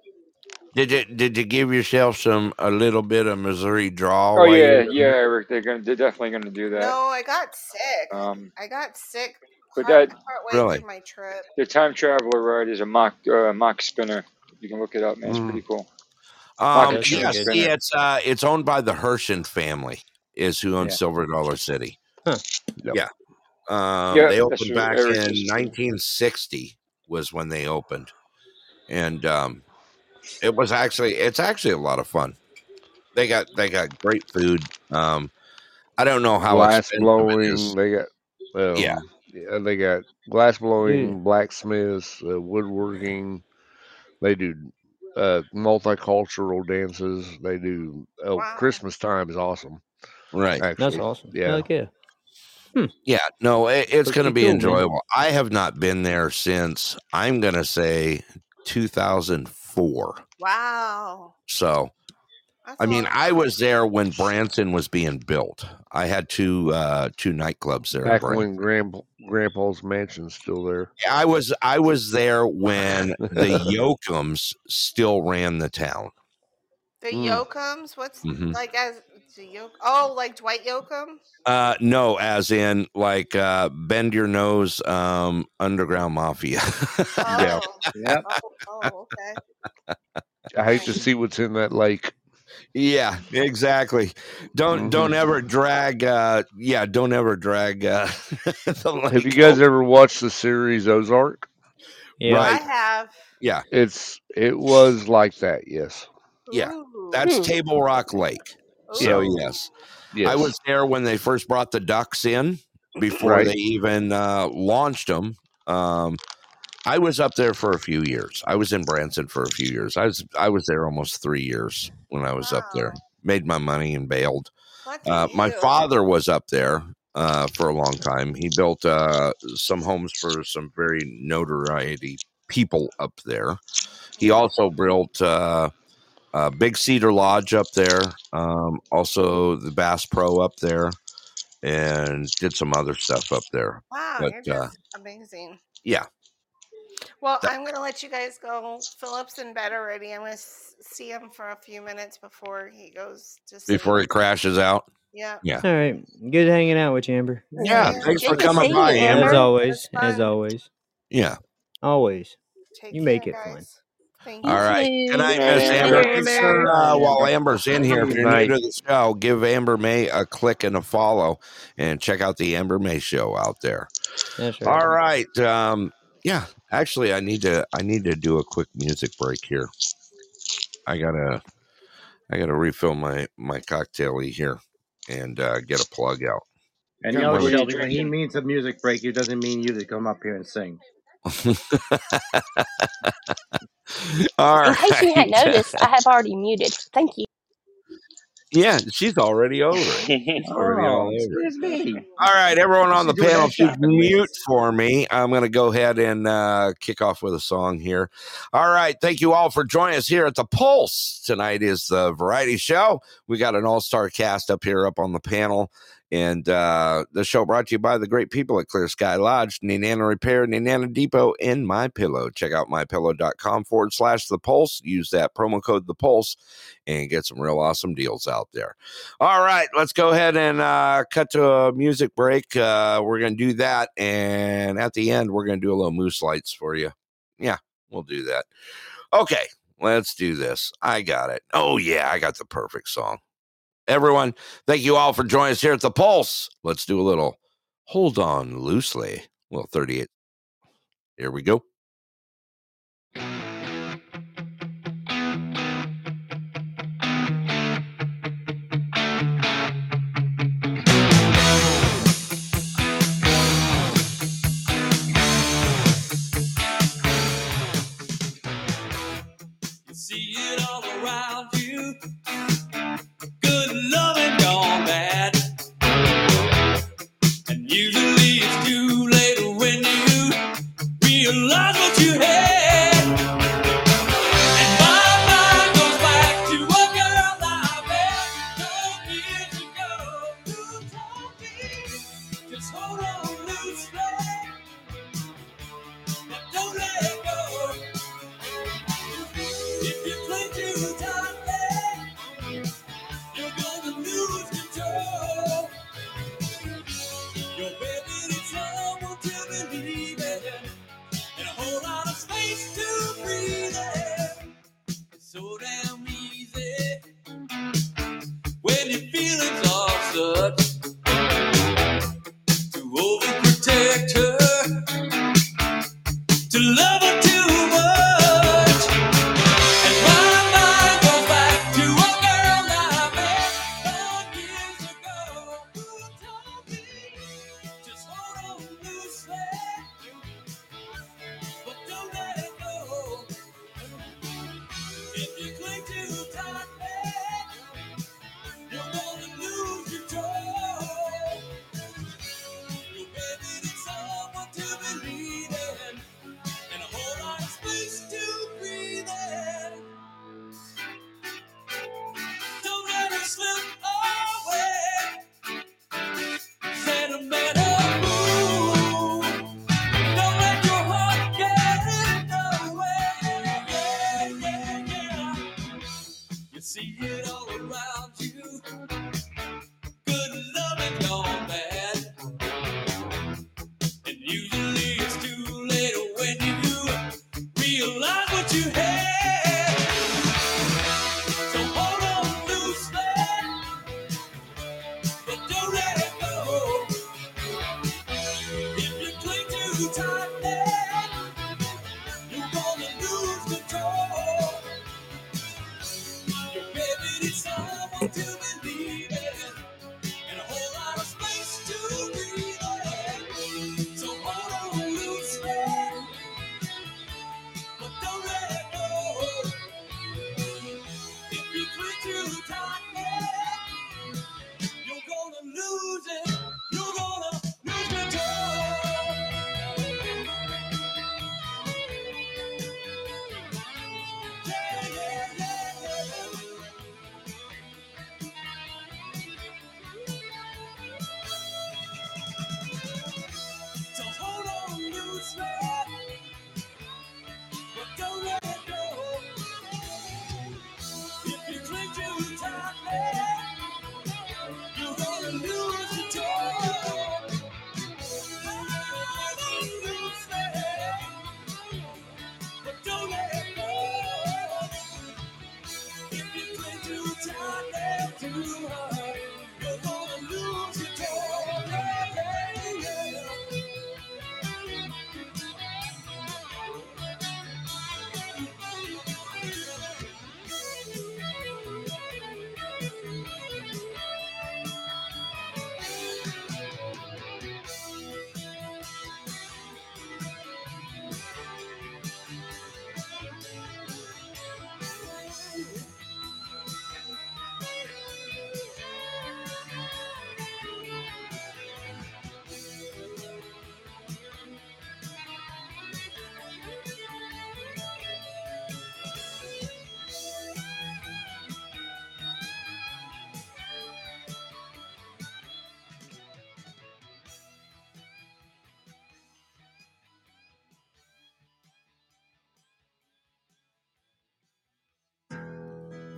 S1: Did you did you give yourself some a little bit of Missouri draw
S12: Oh
S1: while you
S12: yeah,
S1: were
S12: yeah,
S1: there?
S12: Eric. They're gonna. They're definitely gonna do that.
S3: No, I got sick.
S12: Um,
S3: I got sick
S12: but
S3: part
S12: that
S3: partway
S1: Really?
S3: through my trip.
S12: the time traveler ride is a mock uh, mock spinner. You can look it up, man. It's pretty
S5: mm,
S12: cool.
S6: That
S1: Um,
S12: Mock
S6: does
S1: yeah,
S6: sound
S12: cheese
S6: good.
S1: see,
S12: spinner.
S1: it's uh, it's owned by the Hershen family, is who owns
S6: Yeah.
S1: Silver Dollar City.
S6: Huh.
S5: yep.
S1: Yeah, um,
S12: Yeah,
S1: they
S12: that's
S1: opened
S12: what
S1: back
S12: Eric
S1: in
S12: just.
S1: 1960 was when they opened, and um, it was actually it's actually a lot of fun. They got they got great food. Um, I don't know how
S5: glass
S1: expensive it
S5: blowing.
S1: is.
S5: They got
S1: Yeah,
S5: um, yeah, they got glass
S6: Dude,
S5: blowing, blacksmiths, uh, woodworking. They do uh, multicultural dances. They do. Oh,
S3: Wow.
S5: Christmas time is awesome.
S1: right.
S6: that's
S5: Actually,
S6: awesome.
S5: yeah.
S6: Heck yeah. Hmm.
S1: Yeah, no, it, it's going to
S6: Pretty
S1: be
S6: cool, man.
S1: enjoyable. I have not been there since I'm going to say 2004.
S3: Wow.
S1: So,
S3: That's
S1: I
S3: a
S1: mean,
S3: long
S1: I
S3: time.
S1: was there when Branson was being built. I had two uh two nightclubs there in
S5: Back when
S1: Branson.
S5: Grandpa, Grandpa's mansion's still there.
S1: I was I was there when the Yokums still ran the town.
S3: The
S5: mm,
S3: Yokums? What's
S1: hmm
S3: like as the Yoke? Oh, like Dwight Yoakam?
S1: Uh no, as in like uh bend your nose um underground mafia.
S5: yeah.
S3: Oh,
S4: Yep.
S3: oh, oh, okay.
S5: I hate to
S3: Nice.
S5: see what's in that lake.
S1: Yeah, exactly. Don't
S5: hmm
S1: don't ever drag uh yeah, don't ever drag uh the
S5: Have you
S1: lake
S5: guys
S1: over.
S5: ever watched the series Ozark?
S6: Yeah.
S3: I
S1: oh. Right.
S3: have.
S1: Yeah.
S5: It's it was like that. Yes.
S1: Yeah.
S3: Ooh.
S1: That's
S16: Hmm.
S1: Table Rock Lake.
S5: Yeah.
S1: So
S3: Ooh.
S1: yes. I
S5: Yes.
S1: was there when they first brought the ducks in before
S5: Right.
S1: they even uh launched them. Um I was up there for a few years. I was in Branson for a few years. I was I was there almost 3 years when I was up there.
S3: Wow.
S1: Made my money and bailed.
S3: Lucky
S1: Uh, my
S3: you.
S1: father was up there uh, for a long time. He built uh, some homes for some very notoriety people up there. He
S3: Yeah.
S1: also built. Uh, uh, Big Cedar Lodge up there, um, also the Bass Pro up there, and did some other stuff up there.
S3: Wow,
S1: But
S3: you're
S1: uh,
S3: just amazing.
S1: yeah,
S3: Well,
S1: that-
S3: I'm going to let you guys go. Philip's in bed already. I'm going to see him for a few minutes before he goes to sleep.
S1: before it crashes out.
S3: Yeah.
S1: Yeah.
S6: All right. Good hanging out with you, Amber.
S1: Yeah, thanks for Good to coming see by, you, Amber.
S6: As
S1: Amber.
S6: always. As always.
S1: Yeah.
S6: Always.
S3: Take
S6: you make it fun.
S3: Thank
S1: All right. Good night,
S6: Good night,
S1: Miss
S6: Amber.
S1: Amber.
S6: Good night,
S1: Make sure uh,
S6: Amber.
S1: while Amber's in here, if
S6: Good
S1: you're new
S6: night.
S1: to the show, give Amber May a click and a follow, and check out the Amber May show out there.
S6: That's right.
S1: All right. Um, yeah. Actually, I need to. I need to do a quick music break here. I gotta. I gotta refill my my cocktail here and uh, get a plug out.
S4: And
S1: Got
S4: no,
S1: one-
S4: Shelby, when he means a music break, it doesn't mean you to come up here and sing.
S1: All
S7: In case you hadn't
S1: right.
S7: noticed, I have already muted. Thank you.
S1: Yeah, she's already over it. She's already all
S4: Oh,
S1: over it.
S4: excuse me.
S1: All right, everyone on
S4: She
S1: the
S4: doing
S1: panel,
S4: that
S1: if you
S4: shopping
S1: mute
S4: list.
S1: for me, I'm going to go ahead and uh, kick off with a song here. All right, thank you all for joining us here at the Pulse. Tonight is the variety show. We got an all star cast up here up on the panel. And uh, the show brought to you by the great people at Clear Sky Lodge, Ninana Repair, Ninana Depot, and My Pillow. Check out mypillow.com forward slash the pulse. Use that promo code the pulse and get some real awesome deals out there. All right, let's go ahead and uh, cut to a music break. Uh, we're going to do that. And at the end, we're going to do a little moose lights for you. Yeah, we'll do that. Okay, let's do this. I got it. Oh, yeah, I got the perfect song. Everyone, thank you all for joining us here at The Pulse. Let's do a little hold on loosely. Well, 38. Here we go.
S8: See it all around you. Good love and gone bad. And usually it's too late when you realize what you had. And my mind goes back to a girl I met twelve years ago who told me, just hold on loosely, but don't let go. If you play too tightly, you're gonna lose control. Your baby needs someone to believe in, and a whole lot of space to breathe in. It's so damn easy when your feelings are such to overprotect her, to love her too much. And my mind goes back to a girl I met twelve years ago who told me just hold on loosely, but don't let it go. If you cling too tightly. You're gonna lose control. You better need someone to believe in, and a whole lot of space to breathe in. Don't let it slip away. Sentimental move. Don't let your heart get in the way. Yeah, yeah, yeah. You see it all around you. Good love and gone bad. And usually it's too late when you realize what you had. So hold on loosely, but don't let it go. If you cling too tightly, you're gonna lose control. Your baby needs someone to believe in, and a whole lot of space to breathe in. So hold on loosely, but don't let it go. If you cling too tightly. You're gonna lose it. You're gonna lose control. Yeah, yeah, yeah, yeah.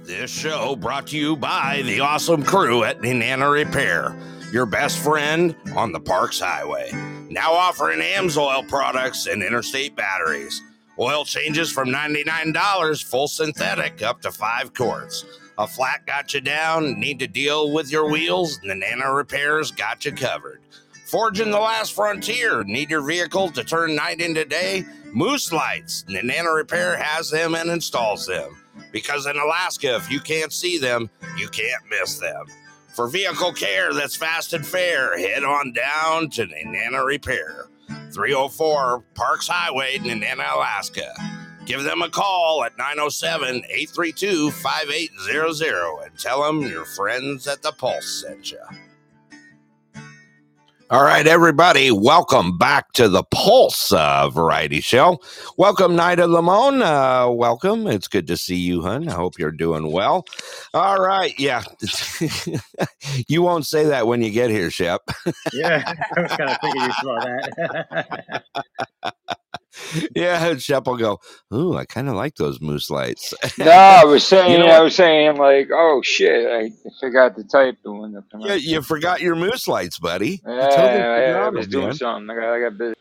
S1: This show brought to you by the awesome crew at Nana Repair, your best friend on the Parks Highway. Now offering AMS oil products and interstate batteries. Oil changes from $99 full synthetic up to five quarts. A flat got you down, need to deal with your wheels? Nana Repair's got you covered. Forging the last frontier. Need your vehicle to turn night into day? Moose lights. Nana Repair has them and installs them. Because in Alaska, if you can't see them, you can't miss them. For vehicle care that's fast and fair, head on down to Nana Repair. 304 Parks Highway, Nana, Alaska. Give them a call at 907 832 5800 and tell them your friends at the Pulse sent you. All right, everybody, welcome back to the Pulse uh, Variety Show. Welcome, Nida Lamone. Uh, welcome. It's good to see you, hun. I hope you're doing well. All right, yeah. you won't say that when you get here, Shep.
S4: Yeah, I was kind of thinking you saw that.
S1: yeah, Shep will go, ooh, I kind of like those moose lights.
S12: No, I was saying,
S1: You know
S12: I
S1: what?
S12: was saying, like, oh shit, I forgot to type the one that come
S1: You,
S12: out.
S1: you forgot your moose lights, buddy.
S12: Yeah,
S1: You totally
S12: I, I
S1: forgot
S12: was
S1: them,
S12: doing
S1: man.
S12: something. I got, I got busy.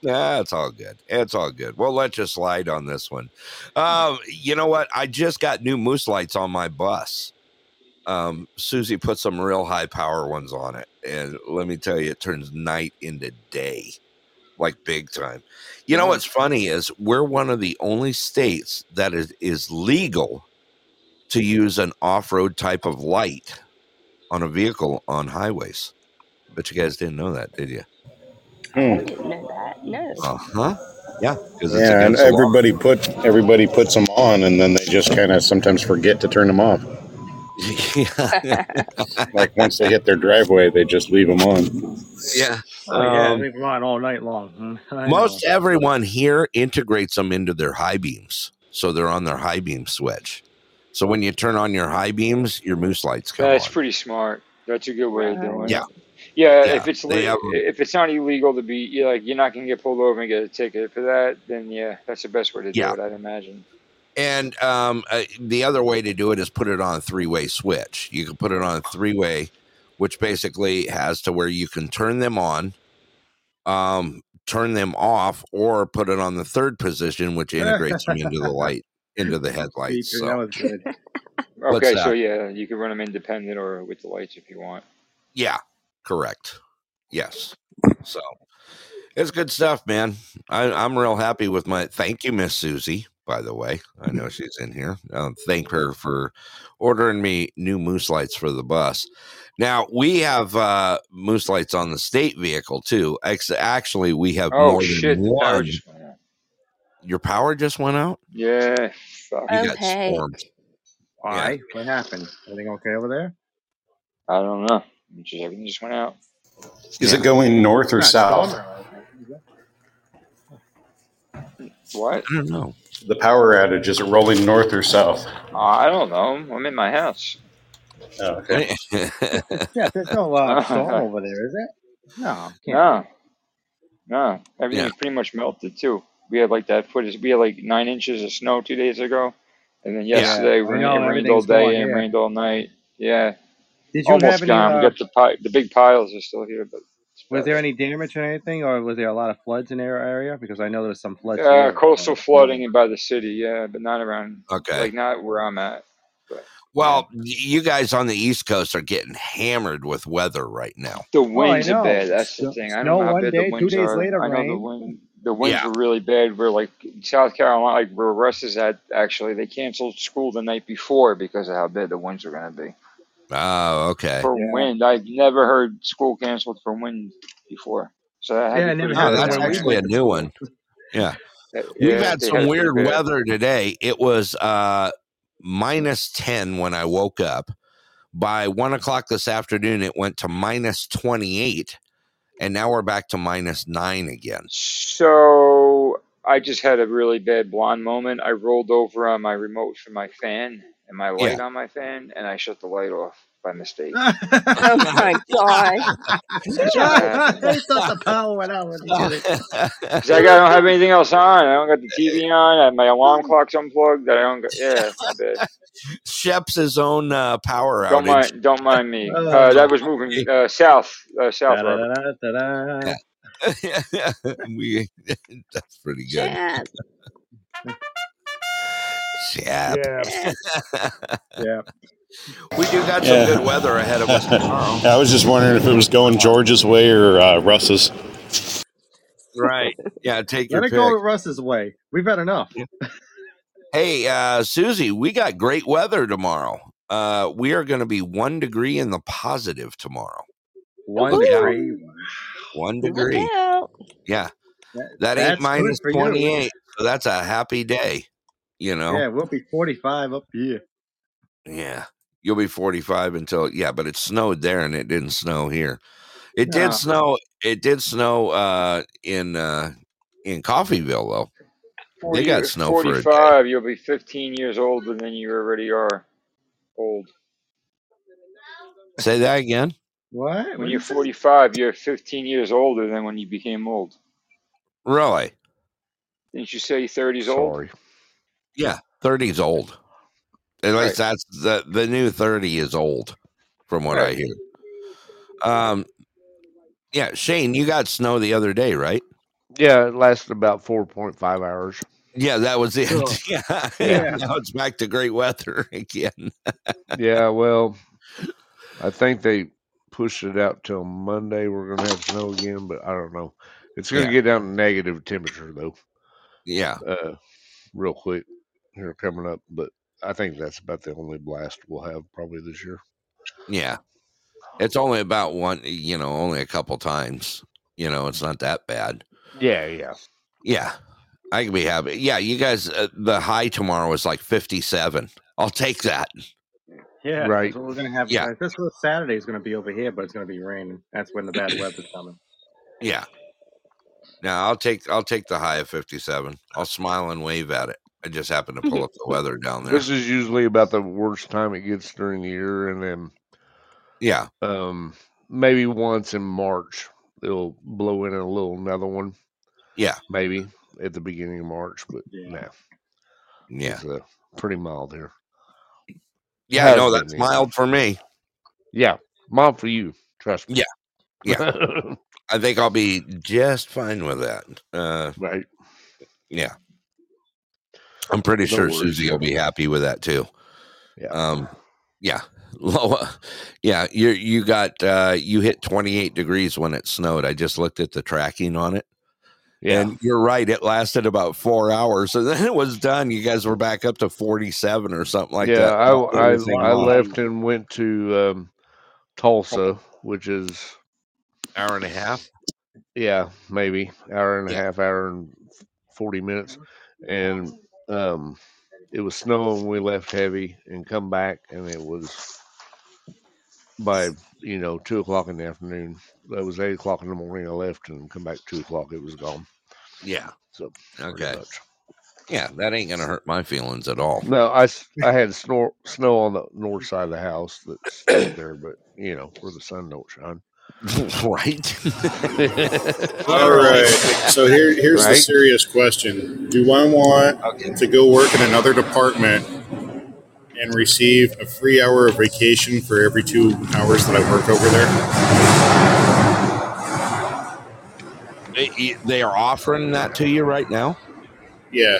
S1: Yeah, it's all good. It's all good. We'll let you slide on this one. Um, you know what? I just got new moose lights on my bus. Um, Susie put some real high power ones on it, and let me tell you, it turns night into day, like big time. You know what's funny is we're one of the only states that is, is legal to use an off-road type of light on a vehicle on highways. But you guys didn't know that, did you?
S10: Hmm.
S7: I didn't know that. No.
S1: Uh huh. Yeah, because it's
S10: Yeah, and
S1: against the law.
S10: everybody put everybody puts them on, and then they just kind of sometimes forget to turn them off.
S1: yeah.
S10: Like once they hit their driveway, they just leave them on.
S1: Yeah.
S4: oh yeah,
S1: Um,
S4: leave them on all night long. Mm, I know.
S1: most everyone here integrates them into their high beams. So they're on their high beam switch. So when you turn on your high beams, your moose lights come
S12: That's
S1: on.
S12: pretty smart. That's a good way of doing
S1: Yeah.
S12: it. Yeah,
S1: Yeah.
S12: if it's
S1: They
S12: le-
S1: have 'em.
S12: if it's not illegal to be, you're like you're not gonna get pulled over and get a ticket for that, then yeah, that's the best way to
S1: Yeah.
S12: do it, I'd imagine.
S1: And um, uh, the other way to do it is put it on a three way switch. You can put it on a three way, which basically has to where you can turn them on, um, turn them off, or put it on the third position, which integrates them into the light, into the headlights.
S4: Deacon, that
S1: So,
S4: was good.
S1: what's
S12: Okay,
S1: that?
S12: so yeah, you can run them independent or with the lights if you want.
S1: Yeah, correct. Yes. So it's good stuff, man. I, I'm real happy with my. Thank you, Miss Susie. By the way, I know she's in here. Um, thank her for ordering me new moose lights for the bus. Now we have uh, moose lights on the state vehicle too. Ex- Actually, we have
S12: Oh
S1: more than
S12: shit, the power
S1: one.
S12: just went out.
S1: Your power just went out.
S12: Yeah, fuck.
S1: You got
S7: Okay.
S1: stormed. Yeah.
S4: Why? What happened? Everything okay over there?
S12: I don't know. It Just, everything just went out.
S10: Is it
S1: Yeah.
S10: going north or
S4: Not storm
S10: south?
S4: or anything. is it?
S12: What?
S1: I don't know.
S10: The power outage is it rolling north or south?
S12: Uh, I don't know. I'm in my house.
S10: Oh, okay.
S4: Yeah, there's no uh, storm
S12: no,
S4: over there, is it? No, can't be.
S12: no.
S1: yeah.
S12: Everything's pretty much melted too. We had like that footage. We had like nine inches of snow two days ago, and then
S1: Yeah.
S12: yesterday
S4: Yeah,
S12: ra- it
S4: I know
S12: rained all
S4: everything's gone
S12: day and
S4: here.
S12: rained all night. Yeah,
S4: Did you have
S12: almost
S4: any?
S12: gone. We
S4: Uh,
S12: got the pi- the big piles are still here, but it's
S4: was
S12: about
S4: there any damage or anything, or was there a lot of floods in your area? Because I know there was some floods
S12: uh,
S4: here.
S12: coastal
S4: So I don't
S12: flooding by the city. Yeah, but not around
S1: Okay.
S12: like not where I'm at.
S1: Well, y- you guys on the East Coast are getting hammered with weather right now.
S12: The
S1: Well, I
S12: winds are
S1: know.
S12: bad. That's the
S1: Snow-
S12: thing. I
S1: snow
S12: don't know how
S1: one
S12: bad
S1: day,
S12: the
S1: two
S12: winds
S1: days
S12: are.
S1: later,
S12: I know the
S1: rain.
S12: wind. The winds
S1: Yeah.
S12: were really bad. We're like South Carolina, like where Russ is at. Actually, they canceled school the night before because of how bad the winds were going to be.
S1: Oh, okay.
S12: For wind, I've never heard school canceled for wind before. So that had
S1: Yeah,
S12: to
S1: I
S12: be
S1: never
S12: pretty
S1: had
S12: bad.
S1: Oh, that's actually a new one. Yeah.
S12: That-
S1: We've
S12: Uh, yeah,
S1: had
S12: they had
S1: some
S12: it pretty
S1: weird
S12: bad.
S1: weather today. It was uh, minus 10 when I woke up. By one o'clock this afternoon, it went to minus 28. And now we're back to minus nine again.
S12: So I just had a really bad blonde moment. I rolled over on my remote for my fan and my light on my fan, and I shut the light off by mistake.
S7: Oh my god.
S12: That's what happened.
S14: they thought the power went out when they did it.
S12: Cause I, got- I don't have anything else on. I don't got the TV on. I, my alarm clock's unplugged. I don't. Got, yeah, my bad.
S1: Shep's his own uh, power
S12: Don't
S1: outage.
S12: mind. Don't mind me. Uh, that was moving uh, south. Uh, south, Robert.
S4: Uh,
S1: Da-da-da-da-da. we, that's pretty good.
S7: Chad.
S1: Shep.
S9: Yeah.
S1: yeah. We do got some
S10: Yeah.
S1: good weather ahead of us tomorrow.
S10: I was just wondering if it was going George's way or uh, Russ's.
S1: Right. Yeah, take
S4: Let
S1: your
S4: it go
S1: pick.
S4: Russ's way. We've had enough.
S1: Hey, uh, Susie, we got great weather tomorrow. Uh, we are going to be one degree in the positive tomorrow.
S4: One
S1: Look out.
S4: degree.
S1: One
S7: Look
S1: degree.
S7: out.
S1: Yeah.
S4: That-
S1: That ain't
S4: That's good
S1: minus
S4: for you.
S1: 28. So that's a happy day, you know?
S4: Yeah, we'll be 45 up here.
S1: Yeah. You'll be 45 until yeah, but it snowed there and it didn't snow here. It did
S4: Ah.
S1: snow it did snow uh in uh in Coffeeville though. They
S12: 40,
S1: got
S12: or
S1: snow for a day.
S12: 45, you'll be 15 years older than you already are old.
S1: Say that again.
S4: What?
S12: When
S4: What
S12: you're
S4: is it?
S12: 45, you're 15 years older than when you became old.
S1: Really?
S12: Didn't you say 30s old?
S5: Sorry.
S1: Yeah. 30's old. At least
S12: Right,
S1: that's the the new 30 is old from what I
S12: right.
S1: hear. Um yeah, Shane, you got snow the other day, right?
S5: Yeah, it lasted about four point five hours.
S1: Yeah, that was it.
S5: Sure.
S1: Yeah.
S5: Yeah.
S1: now it's back to great weather again.
S5: Yeah, well, I think they pushed it out till Monday. We're gonna have snow again, but I don't know. It's gonna
S1: Yeah.
S5: get down to negative temperature though,
S1: Yeah.
S5: uh, real quick here coming up. But I think that's about the only blast we'll have probably this year.
S1: Yeah. It's only about one, you know, only a couple times. You know, it's not that bad.
S5: Yeah, yeah.
S1: Yeah. I can be happy. Yeah, you guys, uh, the high tomorrow is like 57. I'll take that.
S4: Yeah, that's
S5: Right.
S4: what we're gonna have.
S1: Yeah.
S4: That's what Saturday's gonna be over here, but it's gonna be raining. That's when the bad weather's coming.
S1: Yeah. Now I'll take I'll take the high of 57. I'll smile and wave at it. I just happen to pull up the weather down there.
S5: This is usually about the worst time it gets during the year and then
S1: Yeah.
S5: um maybe once in March it'll blow in a little another one,
S1: Yeah.
S5: maybe at the beginning of March, but
S4: Yeah.
S5: nah.
S1: Yeah.
S5: It's uh, pretty mild here.
S1: Yeah,
S5: Has
S1: no,
S5: been
S1: that's
S5: anyway.
S1: mild for me.
S5: Yeah, mild for you. Trust me.
S1: Yeah. Yeah. I think I'll be just fine with that. Uh
S5: right.
S1: yeah. I'm pretty
S5: No
S1: sure
S5: worries
S1: Susie will
S5: there.
S1: be happy with that too.
S5: Yeah.
S1: Um, yeah, Loa. Yeah, you you got uh, you hit 28 degrees when it snowed. I just looked at the tracking on it,
S5: Yeah.
S1: and you're right. It lasted about four hours, and then it was done. You guys were back up to 47 or something like
S5: Yeah.
S1: that.
S5: I
S1: Not
S5: I
S1: everything
S5: I
S1: off.
S5: left and went to um, Tulsa, which is
S1: Hour and a half.
S5: yeah maybe hour and a
S1: Yeah.
S5: half, hour and forty minutes, and um, it was snowing. We left heavy and come back, and it was by you know two o'clock in the afternoon. That was eight o'clock in the morning. I left and come back two o'clock. It was gone.
S1: Yeah.
S5: So pretty
S1: Okay.
S5: much.
S1: Yeah, that ain't gonna hurt my feelings at all.
S5: No, I, s- I had snor- snow on the north side of the house that stayed there, but you know where the sun don't shine.
S1: right.
S10: All
S1: Literally.
S10: right. So here, here's the
S5: right?
S10: serious question: Do I want to go work in another department and receive a free hour of vacation for every two hours that I work over there?
S1: e, They, they are offering that to you right now.
S10: Yeah.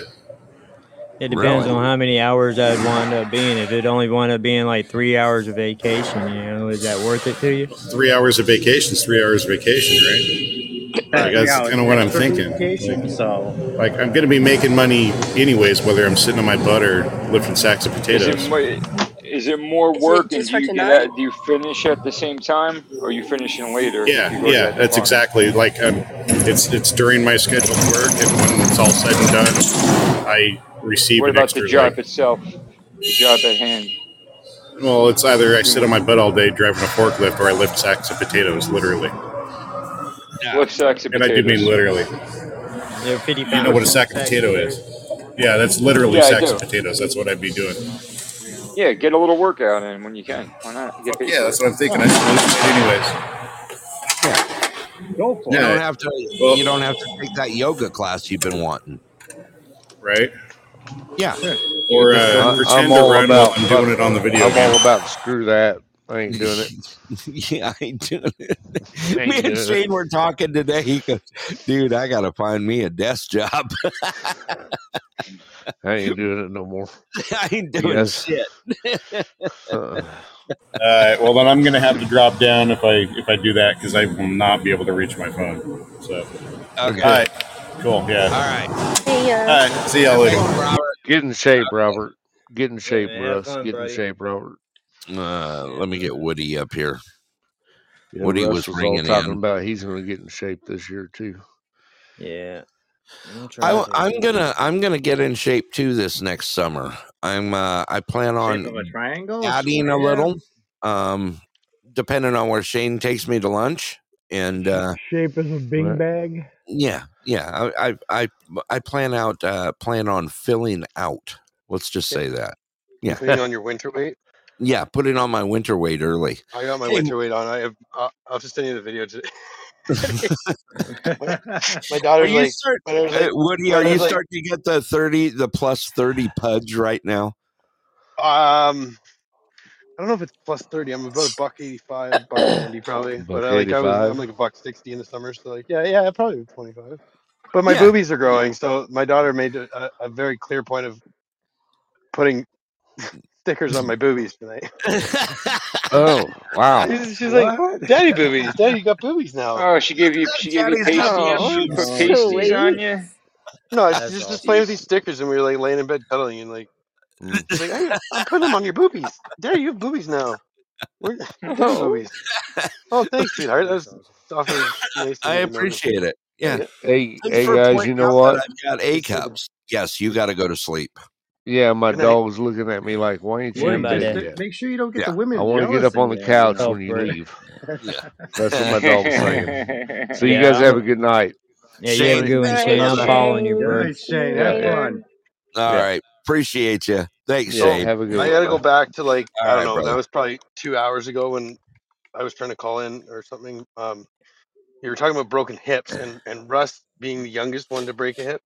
S6: It depends
S1: Really?
S6: on how many hours I'd wind up being. If it only wound up being like three hours of vacation, you know, is that worth it to you?
S10: Three hours of vacation is three hours of vacation, right?
S6: Uh, Yeah,
S10: I
S6: three
S10: guess that's
S6: hours
S10: kind of what I'm
S6: extra
S10: thinking.
S6: vacation,
S10: so, like, I'm going to be making money anyways, whether I'm sitting on my butt or lifting sacks of
S12: Is it
S10: potatoes.
S12: mo- is it more
S16: it
S12: work, and
S16: just
S12: do
S16: for
S12: you get
S16: tonight?
S12: out, do you finish at the same time, or you finish in later? if
S10: Yeah,
S12: you go to
S10: yeah,
S12: that
S10: that's
S12: department?
S10: exactly like um, it's it's during my scheduled work, and when it's all said and done, I receive
S12: What
S10: an
S12: about the
S10: extra
S12: job
S10: like.
S12: itself? The job at hand.
S10: Well, it's either I
S12: Do
S10: sit on my butt all day driving a forklift, or I lift sacks of potatoes, literally.
S12: Lift sacks of
S10: And I do
S12: potatoes.
S10: mean literally.
S6: They're fifty
S10: You know
S6: pounds.
S10: what a sack of potato is? Yeah, that's literally
S12: Yeah, I
S10: sacks
S12: do.
S10: of potatoes. That's what I'd be doing.
S12: Yeah, get a little workout in when you can. Why not? You get paid
S10: Yeah,
S12: for
S10: that's
S12: it.
S10: what I'm thinking. I should lose weight anyways.
S1: Go
S10: for
S1: you
S10: it.
S1: Don't have to,
S10: Well-
S1: you don't have to take that yoga class you've been wanting.
S10: Right?
S1: Yeah.
S10: Or
S1: Just
S10: uh,
S1: go-
S5: I, I'm
S10: pretend to
S5: all
S10: run while
S5: about.
S10: I'm
S5: fuck-
S10: doing it on the video
S5: I'm all
S10: game.
S5: about screw that. I ain't doing it.
S1: yeah, I do. Me
S5: Ain't
S1: and
S5: doing it.
S1: Shane were talking today. He goes, "Dude, I gotta find me a desk job.
S5: I ain't doing it no more.
S1: I ain't doing
S5: Yes.
S1: shit."
S5: Uh,
S10: All right. Uh, Well, then I'm going to have to drop down if I if I do that because I will not be able to reach my phone. So, all
S1: Okay.
S10: right, cool. Yeah.
S1: All right.
S16: See
S5: uh,
S16: ya.
S10: All right. See y'all later.
S1: Thanks, Robert.
S5: get in shape, Robert. Get in shape,
S6: man, have
S5: Russ.
S6: fun,
S5: Get in
S6: buddy.
S5: shape, Robert.
S1: Uh, let me get Woody up here.
S5: Yeah,
S1: Woody
S5: Russ
S1: was
S5: was all
S1: ringing
S5: talking
S1: in.
S5: about he's going to get in shape this year too.
S6: Yeah, I'm trying
S1: I,
S6: to.
S1: I'm gonna I'm gonna get in shape too this next summer. I'm uh, I plan
S4: Shape of a
S1: on
S4: triangle, a
S1: adding a
S4: square,
S1: little, um, depending on where Shane takes me to lunch, and
S9: Sh-
S1: uh,
S9: shape as a bing
S5: Right.
S9: bag.
S1: yeah, yeah, I I I, I plan out uh, plan on filling out. Let's just
S17: Yeah.
S1: say that. Yeah,
S17: Putting on your winter weight.
S1: yeah, putting on my winter weight early.
S17: I got my
S1: Hey,
S17: winter weight on. I have, uh, I was just sending you the video today. my, my
S1: are
S17: daughter's
S1: you
S17: like,
S1: start
S17: my daughter's
S1: uh,
S17: like,
S1: Woody?
S17: my
S1: Are you
S17: daughter's like,
S1: starting to get the thirty the plus thirty pudge right now?
S17: um, I don't know if it's plus thirty. I'm about a buck eighty-five, buck ninety probably. But
S5: Buck
S17: I like, I was, I'm
S5: eighty-five.
S17: like a buck sixty in the summer. So like, yeah, yeah, probably twenty-five. But my
S1: Yeah,
S17: boobies are growing, so my daughter made a, a a very clear point of putting stickers on my boobies tonight.
S5: Oh wow!
S17: She's she's like,
S4: What?
S17: "Daddy boobies, Daddy, you got boobies now."
S12: Oh, she gave you she gave you
S1: Daddy's got
S12: pasties.
S17: Oh,
S12: She put
S1: boobies.
S12: pasties on
S16: Sweet.
S12: you.
S17: No, it's
S6: That's
S17: just just playing with
S6: awesome.
S17: these stickers, and we were like laying in bed cuddling, and like
S5: Mm.
S17: she's like, I, "I'm putting them on your boobies, Daddy. You have boobies now. We're we're daddy
S7: Oh,
S17: boobies." Oh, thanks, sweetheart. That
S6: That's
S17: was
S6: awesome.
S17: awfully nice of
S1: I
S17: you to notice.
S1: appreciate it. Yeah.
S17: Yeah,
S5: Hey,
S1: Thanks
S5: hey
S1: for
S5: guys, you
S1: pointing
S5: know
S1: out that
S5: what?
S1: I've got A
S17: it's okay.
S1: cups. Yes, you got to go to sleep.
S5: Yeah, my
S17: Good night.
S5: dog's looking at me like, why ain't you
S6: What
S5: in
S6: about
S4: Woody,
S5: bed
S6: that?
S4: th-
S5: yet?
S4: make sure you don't get
S1: Yeah,
S4: the
S5: I
S4: women
S5: want to get
S4: jealous
S5: up on the
S4: again. You
S5: couch
S4: know.
S5: when you
S6: Culprit.
S5: leave.
S1: yeah.
S5: That's what my dog's saying. So you
S12: yeah,
S5: guys
S6: Yeah,
S5: have a
S6: I'm.
S5: good night.
S6: Yeah, you have a
S1: Shane,
S6: good
S16: All
S6: one,
S1: thanks
S16: right,
S1: for
S6: Shane.
S1: the
S6: I'm following you,
S16: Shane.
S4: Good
S6: bro.
S4: night,
S16: See you
S4: Shane.
S5: Yeah,
S4: Have
S16: later.
S4: fun.
S1: All
S5: yeah,
S1: right, appreciate you. Thanks,
S5: yeah.
S1: Shane.
S5: Have a good
S17: I
S5: one.
S17: gotta
S5: Bye.
S17: go back to like I
S1: All
S17: don't
S1: right,
S17: know. That
S1: brother.
S17: was probably two hours ago when I was trying to call in or something. Um, you were talking about broken hips and and Russ being the youngest one to break a hip.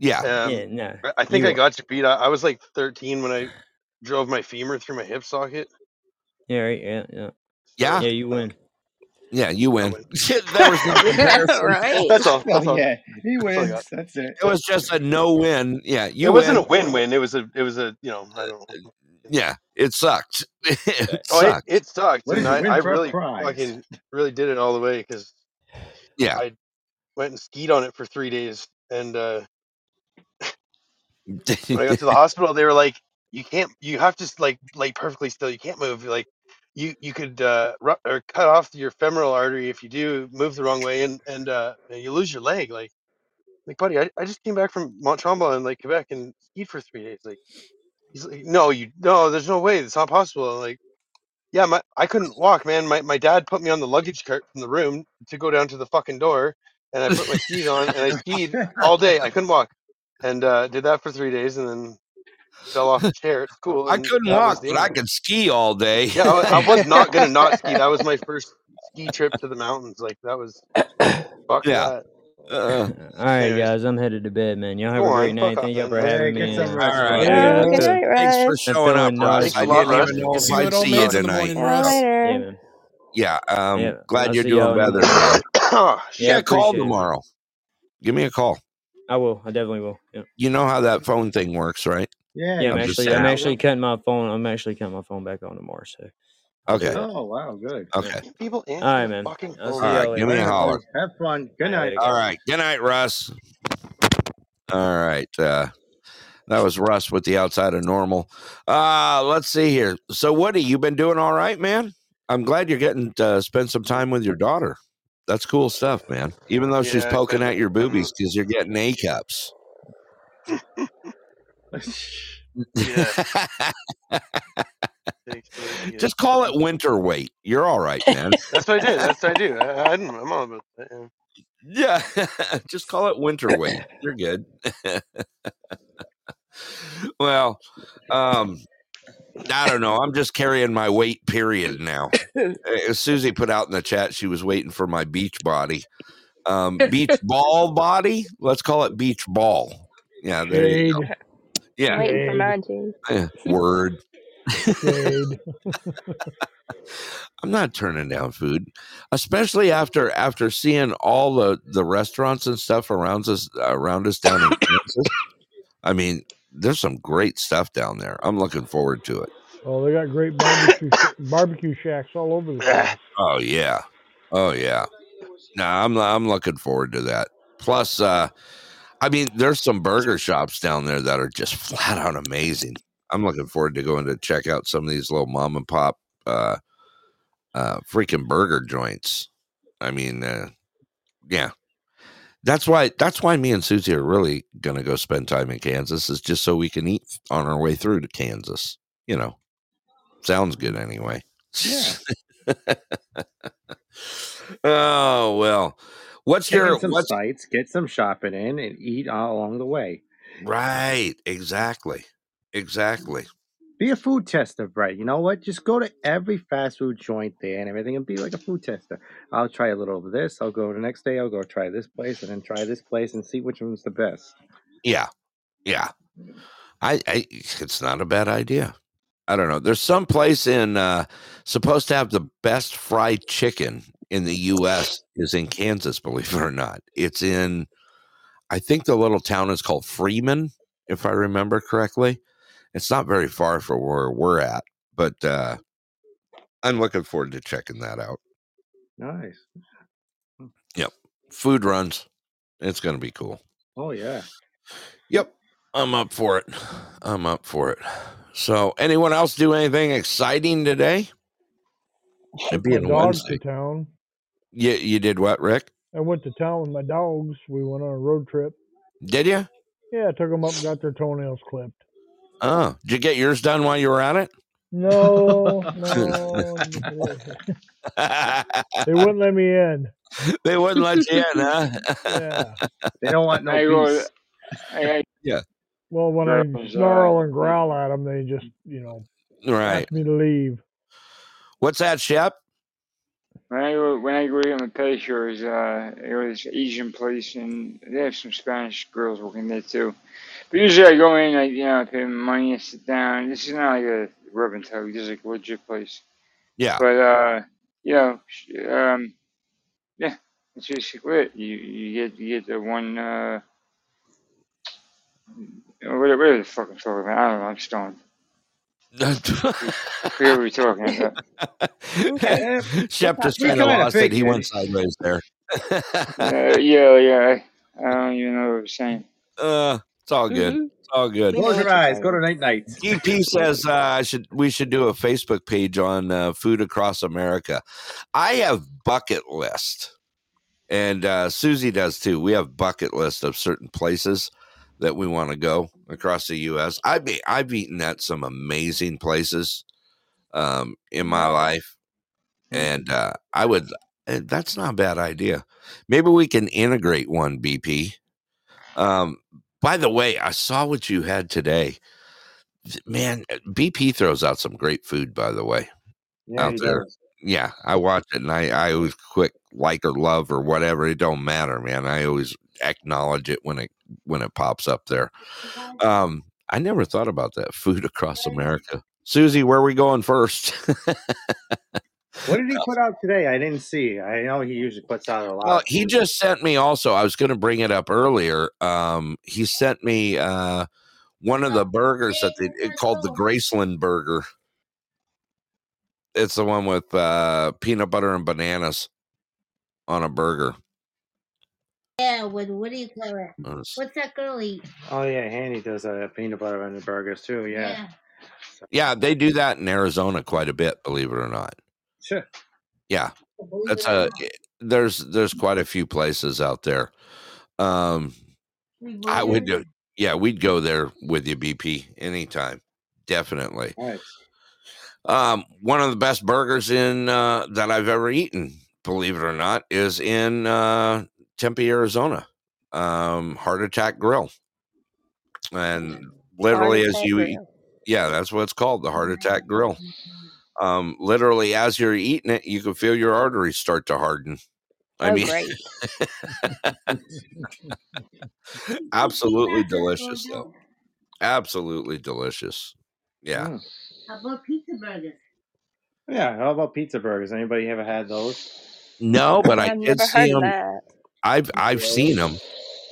S1: Yeah,
S17: Um,
S6: Yeah, no,
S17: I I think
S6: you
S17: I
S6: are.
S17: got you beat. I, I was like 13 when I drove my femur through my hip socket.
S6: Yeah, right, yeah, yeah,
S17: So
S1: yeah,
S6: yeah. You
S17: I
S6: win.
S1: yeah. You
S17: I
S1: win.
S17: win.
S1: there was no
S14: yeah,
S1: comparison.
S14: right.
S17: That's all.
S14: Oh
S17: That's all.
S14: yeah, he
S17: That's all I got.
S14: wins. That's it.
S1: It was just a no win. Yeah,
S17: It
S1: you
S17: wasn't a
S1: win.
S17: win-win. It was a. It was a. You know. I don't. know.
S1: Yeah, it sucked. it
S17: Oh, it
S1: sucked.
S17: it sucked,
S4: What
S17: and
S4: is a
S17: I I
S4: win for a
S17: really
S4: prize?
S17: fucking really did it all the way because
S1: Yeah,
S17: I went and skied on it for three days, and uh, when I got to the hospital, they were like, "You can't. You have to s- like lay perfectly still. You can't move. Like, you you could uh, ru- or cut off your femoral artery if you do move the wrong way, and and uh, and you lose your leg. Like, like buddy, I, I just came back from Mont Tremblant in like Quebec and skied for three days. Like, he's like, no, you no, there's no way. It's not possible. I'm like, yeah, my I couldn't walk, man. My my dad put me on the luggage cart from the room to go down to the fucking door, and I put my skis on and I skied all day. I couldn't walk, and uh, did that for three days, and then fell off the chair at school,
S1: I
S17: and
S1: couldn't
S17: that was
S1: walk,
S17: the
S1: but
S17: end
S1: I
S17: of it.
S1: could ski all day.
S17: Yeah, I, I was not gonna not ski. That was my first ski trip to the mountains. Like that was fuck
S1: yeah.
S17: that.
S1: Uh,
S6: All right,
S17: Anyways,
S6: guys, I'm headed to bed, man. Y'all have
S17: go
S6: a great
S17: on, fuck
S6: night.
S17: off,
S6: Thank y'all
S17: man.
S6: for
S4: Yeah,
S6: having
S4: get
S6: me,
S4: some
S6: and I'll
S1: all
S4: rest,
S1: right,
S6: get
S4: buddy.
S16: Oh,
S6: out
S16: good night, Russ.
S6: to. I'm feeling nauseous.
S10: Thanks a lot, Russ.
S1: Thanks for showing up, Russ. I didn't even
S10: We'll
S1: know if
S10: see you
S1: I'd
S10: at old
S1: see you
S10: man's in the
S1: tonight.
S10: morning,
S16: All
S10: Russ.
S1: Yeah,
S16: later.
S6: Yeah, man.
S1: yeah. Um,
S6: Yeah,
S1: glad
S6: I'll
S1: you're
S6: see
S1: doing
S6: y'all in the
S1: better
S6: morning.
S1: today.
S17: oh
S1: Give
S6: Yeah, I
S1: me a call
S17: shit.
S6: appreciate it, man.
S1: tomorrow. Give me a call.
S6: I will. I definitely will. Yeah.
S1: You know how that phone thing works, right?
S6: Yeah, I'm,
S1: just
S6: actually,
S1: saying.
S6: I'm actually cutting my phone. I'm actually cutting my phone back on tomorrow. So,
S1: Okay.
S4: Oh wow, good.
S1: Okay.
S17: People answer
S6: All right, man.
S17: fucking
S6: I'll
S1: All
S6: see y'all
S1: right,
S6: later.
S1: give me a holler.
S4: Have fun. Good night.
S1: All right. Good night, Russ. All right. Uh, that was Russ with the outside of normal. Uh, let's see here. So, Woody, you been doing all right, man? I'm glad you're getting to uh, spend some time with your daughter. That's cool stuff, man. Even though she's
S17: Yeah,
S1: poking at your boobies because you're getting A cups.
S17: Yeah. Thanks, buddy. Yeah.
S1: Just call it winter weight. You're all right, man.
S17: That's what I did. That's what I do. I, I didn't, I'm all about that. yeah.
S1: Yeah, just call it winter weight. You're good. well, um, I don't know. I'm just carrying my weight. Period now. Uh, Susie put out in the chat she was waiting for my beach body, um, beach ball body. Let's call it beach ball. Yeah, there you go.
S9: Shade.
S1: Yeah,
S7: Waiting for
S9: Shade.
S7: mine too.
S1: Eh, word.
S9: Shade.
S1: I'm not turning down food, especially after after seeing all the the restaurants and stuff around us around us down in Kansas. I mean, there's some great stuff down there. I'm looking forward to it.
S9: Oh, they got great barbecue sh- barbecue shacks all over the place.
S1: Oh yeah, oh yeah. No, I'm I'm looking forward to that. Plus, uh, I mean, there's some burger shops down there that are just flat out amazing. I'm looking forward to going to check out some of these little mom and pop uh, uh, freaking burger joints. I mean, uh, yeah, that's why that's why me and Susie are really gonna go spend time in Kansas is just so we can eat on our way through to Kansas. You know, sounds good anyway. Yeah. oh well, what's
S4: Check in
S1: your
S4: some
S1: what's
S4: sites, get some shopping in, and eat all along the way.
S1: right? Exactly, exactly.
S4: Be a food tester, Brett. You know what? Just go to every fast food joint there and everything, and be like a food tester. I'll try a little of this. I'll go the next day. I'll go try this place, and then try this place, and see which one's the best.
S1: Yeah, yeah. I, I it's not a bad idea. I don't know. There's some place in uh supposed to have the best fried chicken in the US is in Kansas, believe it or not. It's in I think the little town is called Freeman, if I remember correctly. It's not very far from where we're at, but uh I'm looking forward to checking that out.
S4: Nice.
S1: Yep. Food runs. It's gonna be cool.
S4: Oh yeah.
S1: Yep. I'm up for it. I'm up for it. So anyone else do anything exciting today? It
S9: Took my
S1: being
S9: dogs
S1: Wednesday.
S9: to town.
S1: You you did what, Rick?
S9: I went to town with my dogs. We went on a road trip.
S1: Did you?
S9: Yeah, I took them up and got their toenails clipped.
S1: Oh, did you get yours done while you were at it?
S9: No, Oh, no. They wouldn't let me in.
S1: they wouldn't let you in, huh?
S9: Yeah.
S4: They don't want no
S12: I go.
S4: beast.
S12: I,
S1: yeah,
S9: Well, when I
S12: I
S9: snarl and growl at them, they just, you know,
S1: right.
S9: ask me to leave.
S1: What's that, Shep?
S12: When I go when I go to my pedicures, uh, it was Asian place, and they have some Spanish girls working there too. But usually I go in, I you know, I pay my money, I sit down. This is not like a rub and tug. This is like a legit place.
S1: Yeah,
S12: But uh, you know, sh- um, yeah, it's basically it. You you get you get the one uh, whatever, whatever the fuck I'm talking about. I don't know. I'm stoned. Forget what we're talking about.
S16: Okay.
S1: Shep just
S4: We
S1: kind of
S4: kind of
S1: lost it. He
S4: figured.
S1: went sideways there.
S12: Uh, yeah, yeah. I, I don't even know what I'm saying.
S1: uh, it's all good.
S16: Mm-hmm.
S1: It's all good.
S16: We know
S4: Close
S16: what
S4: your
S16: you're
S4: eyes.
S16: talking
S4: Go to
S16: about.
S4: night night.
S1: DP says uh, I should we should do a Facebook page on uh, food across America. I have bucket list, and uh, Susie does too. We have bucket list of certain places that we want to go across the U.S. I've be, I've eaten at some amazing places um, in my life,
S4: Mm-hmm.
S1: and uh, I would. eh, That's not a bad idea. Maybe we can integrate one BP. Um, by the way, I saw what you had today man, BP throws out some great food, by the way,
S4: Yeah,
S1: out
S4: he
S1: there.
S4: does.
S1: Yeah, I watch it and I, I always quick like or love or whatever. It don't matter, man. I always acknowledge it when it when it pops up there. Um, I never thought about that food across America. Susie, where are we going first?
S4: What did he put out today? I didn't see. I know he usually puts out a lot.
S1: Well, he just sent me also. I was going to bring it up earlier. Um, he sent me uh, one of the burgers that they it called the Graceland burger. It's the one with uh, peanut butter and bananas on a burger.
S18: Yeah, with what do you call it?
S1: Honest.
S18: What's that girl eat?
S4: Oh yeah, Handy does uh, peanut butter on the burgers too. Yeah.
S1: Yeah, they do that in Arizona quite a bit, believe it or not.
S4: Sure.
S1: Yeah, that's a eh, there's there's quite a few places out there. Um, I would do. Yeah, we'd go there with you, BP, anytime. Definitely. Um, one of the best burgers in uh, that I've ever eaten, believe it or not, is in uh, Tempe, Arizona. Um, Heart Attack Grill, and literally as
S8: Attack
S1: you,
S8: Grill.
S1: yeah, that's what it's called, the Heart Attack Grill. Um, literally as you're eating it, you can feel your arteries start to harden. I
S8: Oh,
S1: mean,
S8: great.
S1: absolutely delicious though. Absolutely delicious. Yeah.
S4: Mm.
S18: How about pizza burgers?
S4: Yeah. How about pizza burgers? Anybody ever had those?
S1: No, but I
S16: I've
S1: did
S16: never
S1: see
S16: heard of
S1: them.
S16: that.
S1: I've I've seen them.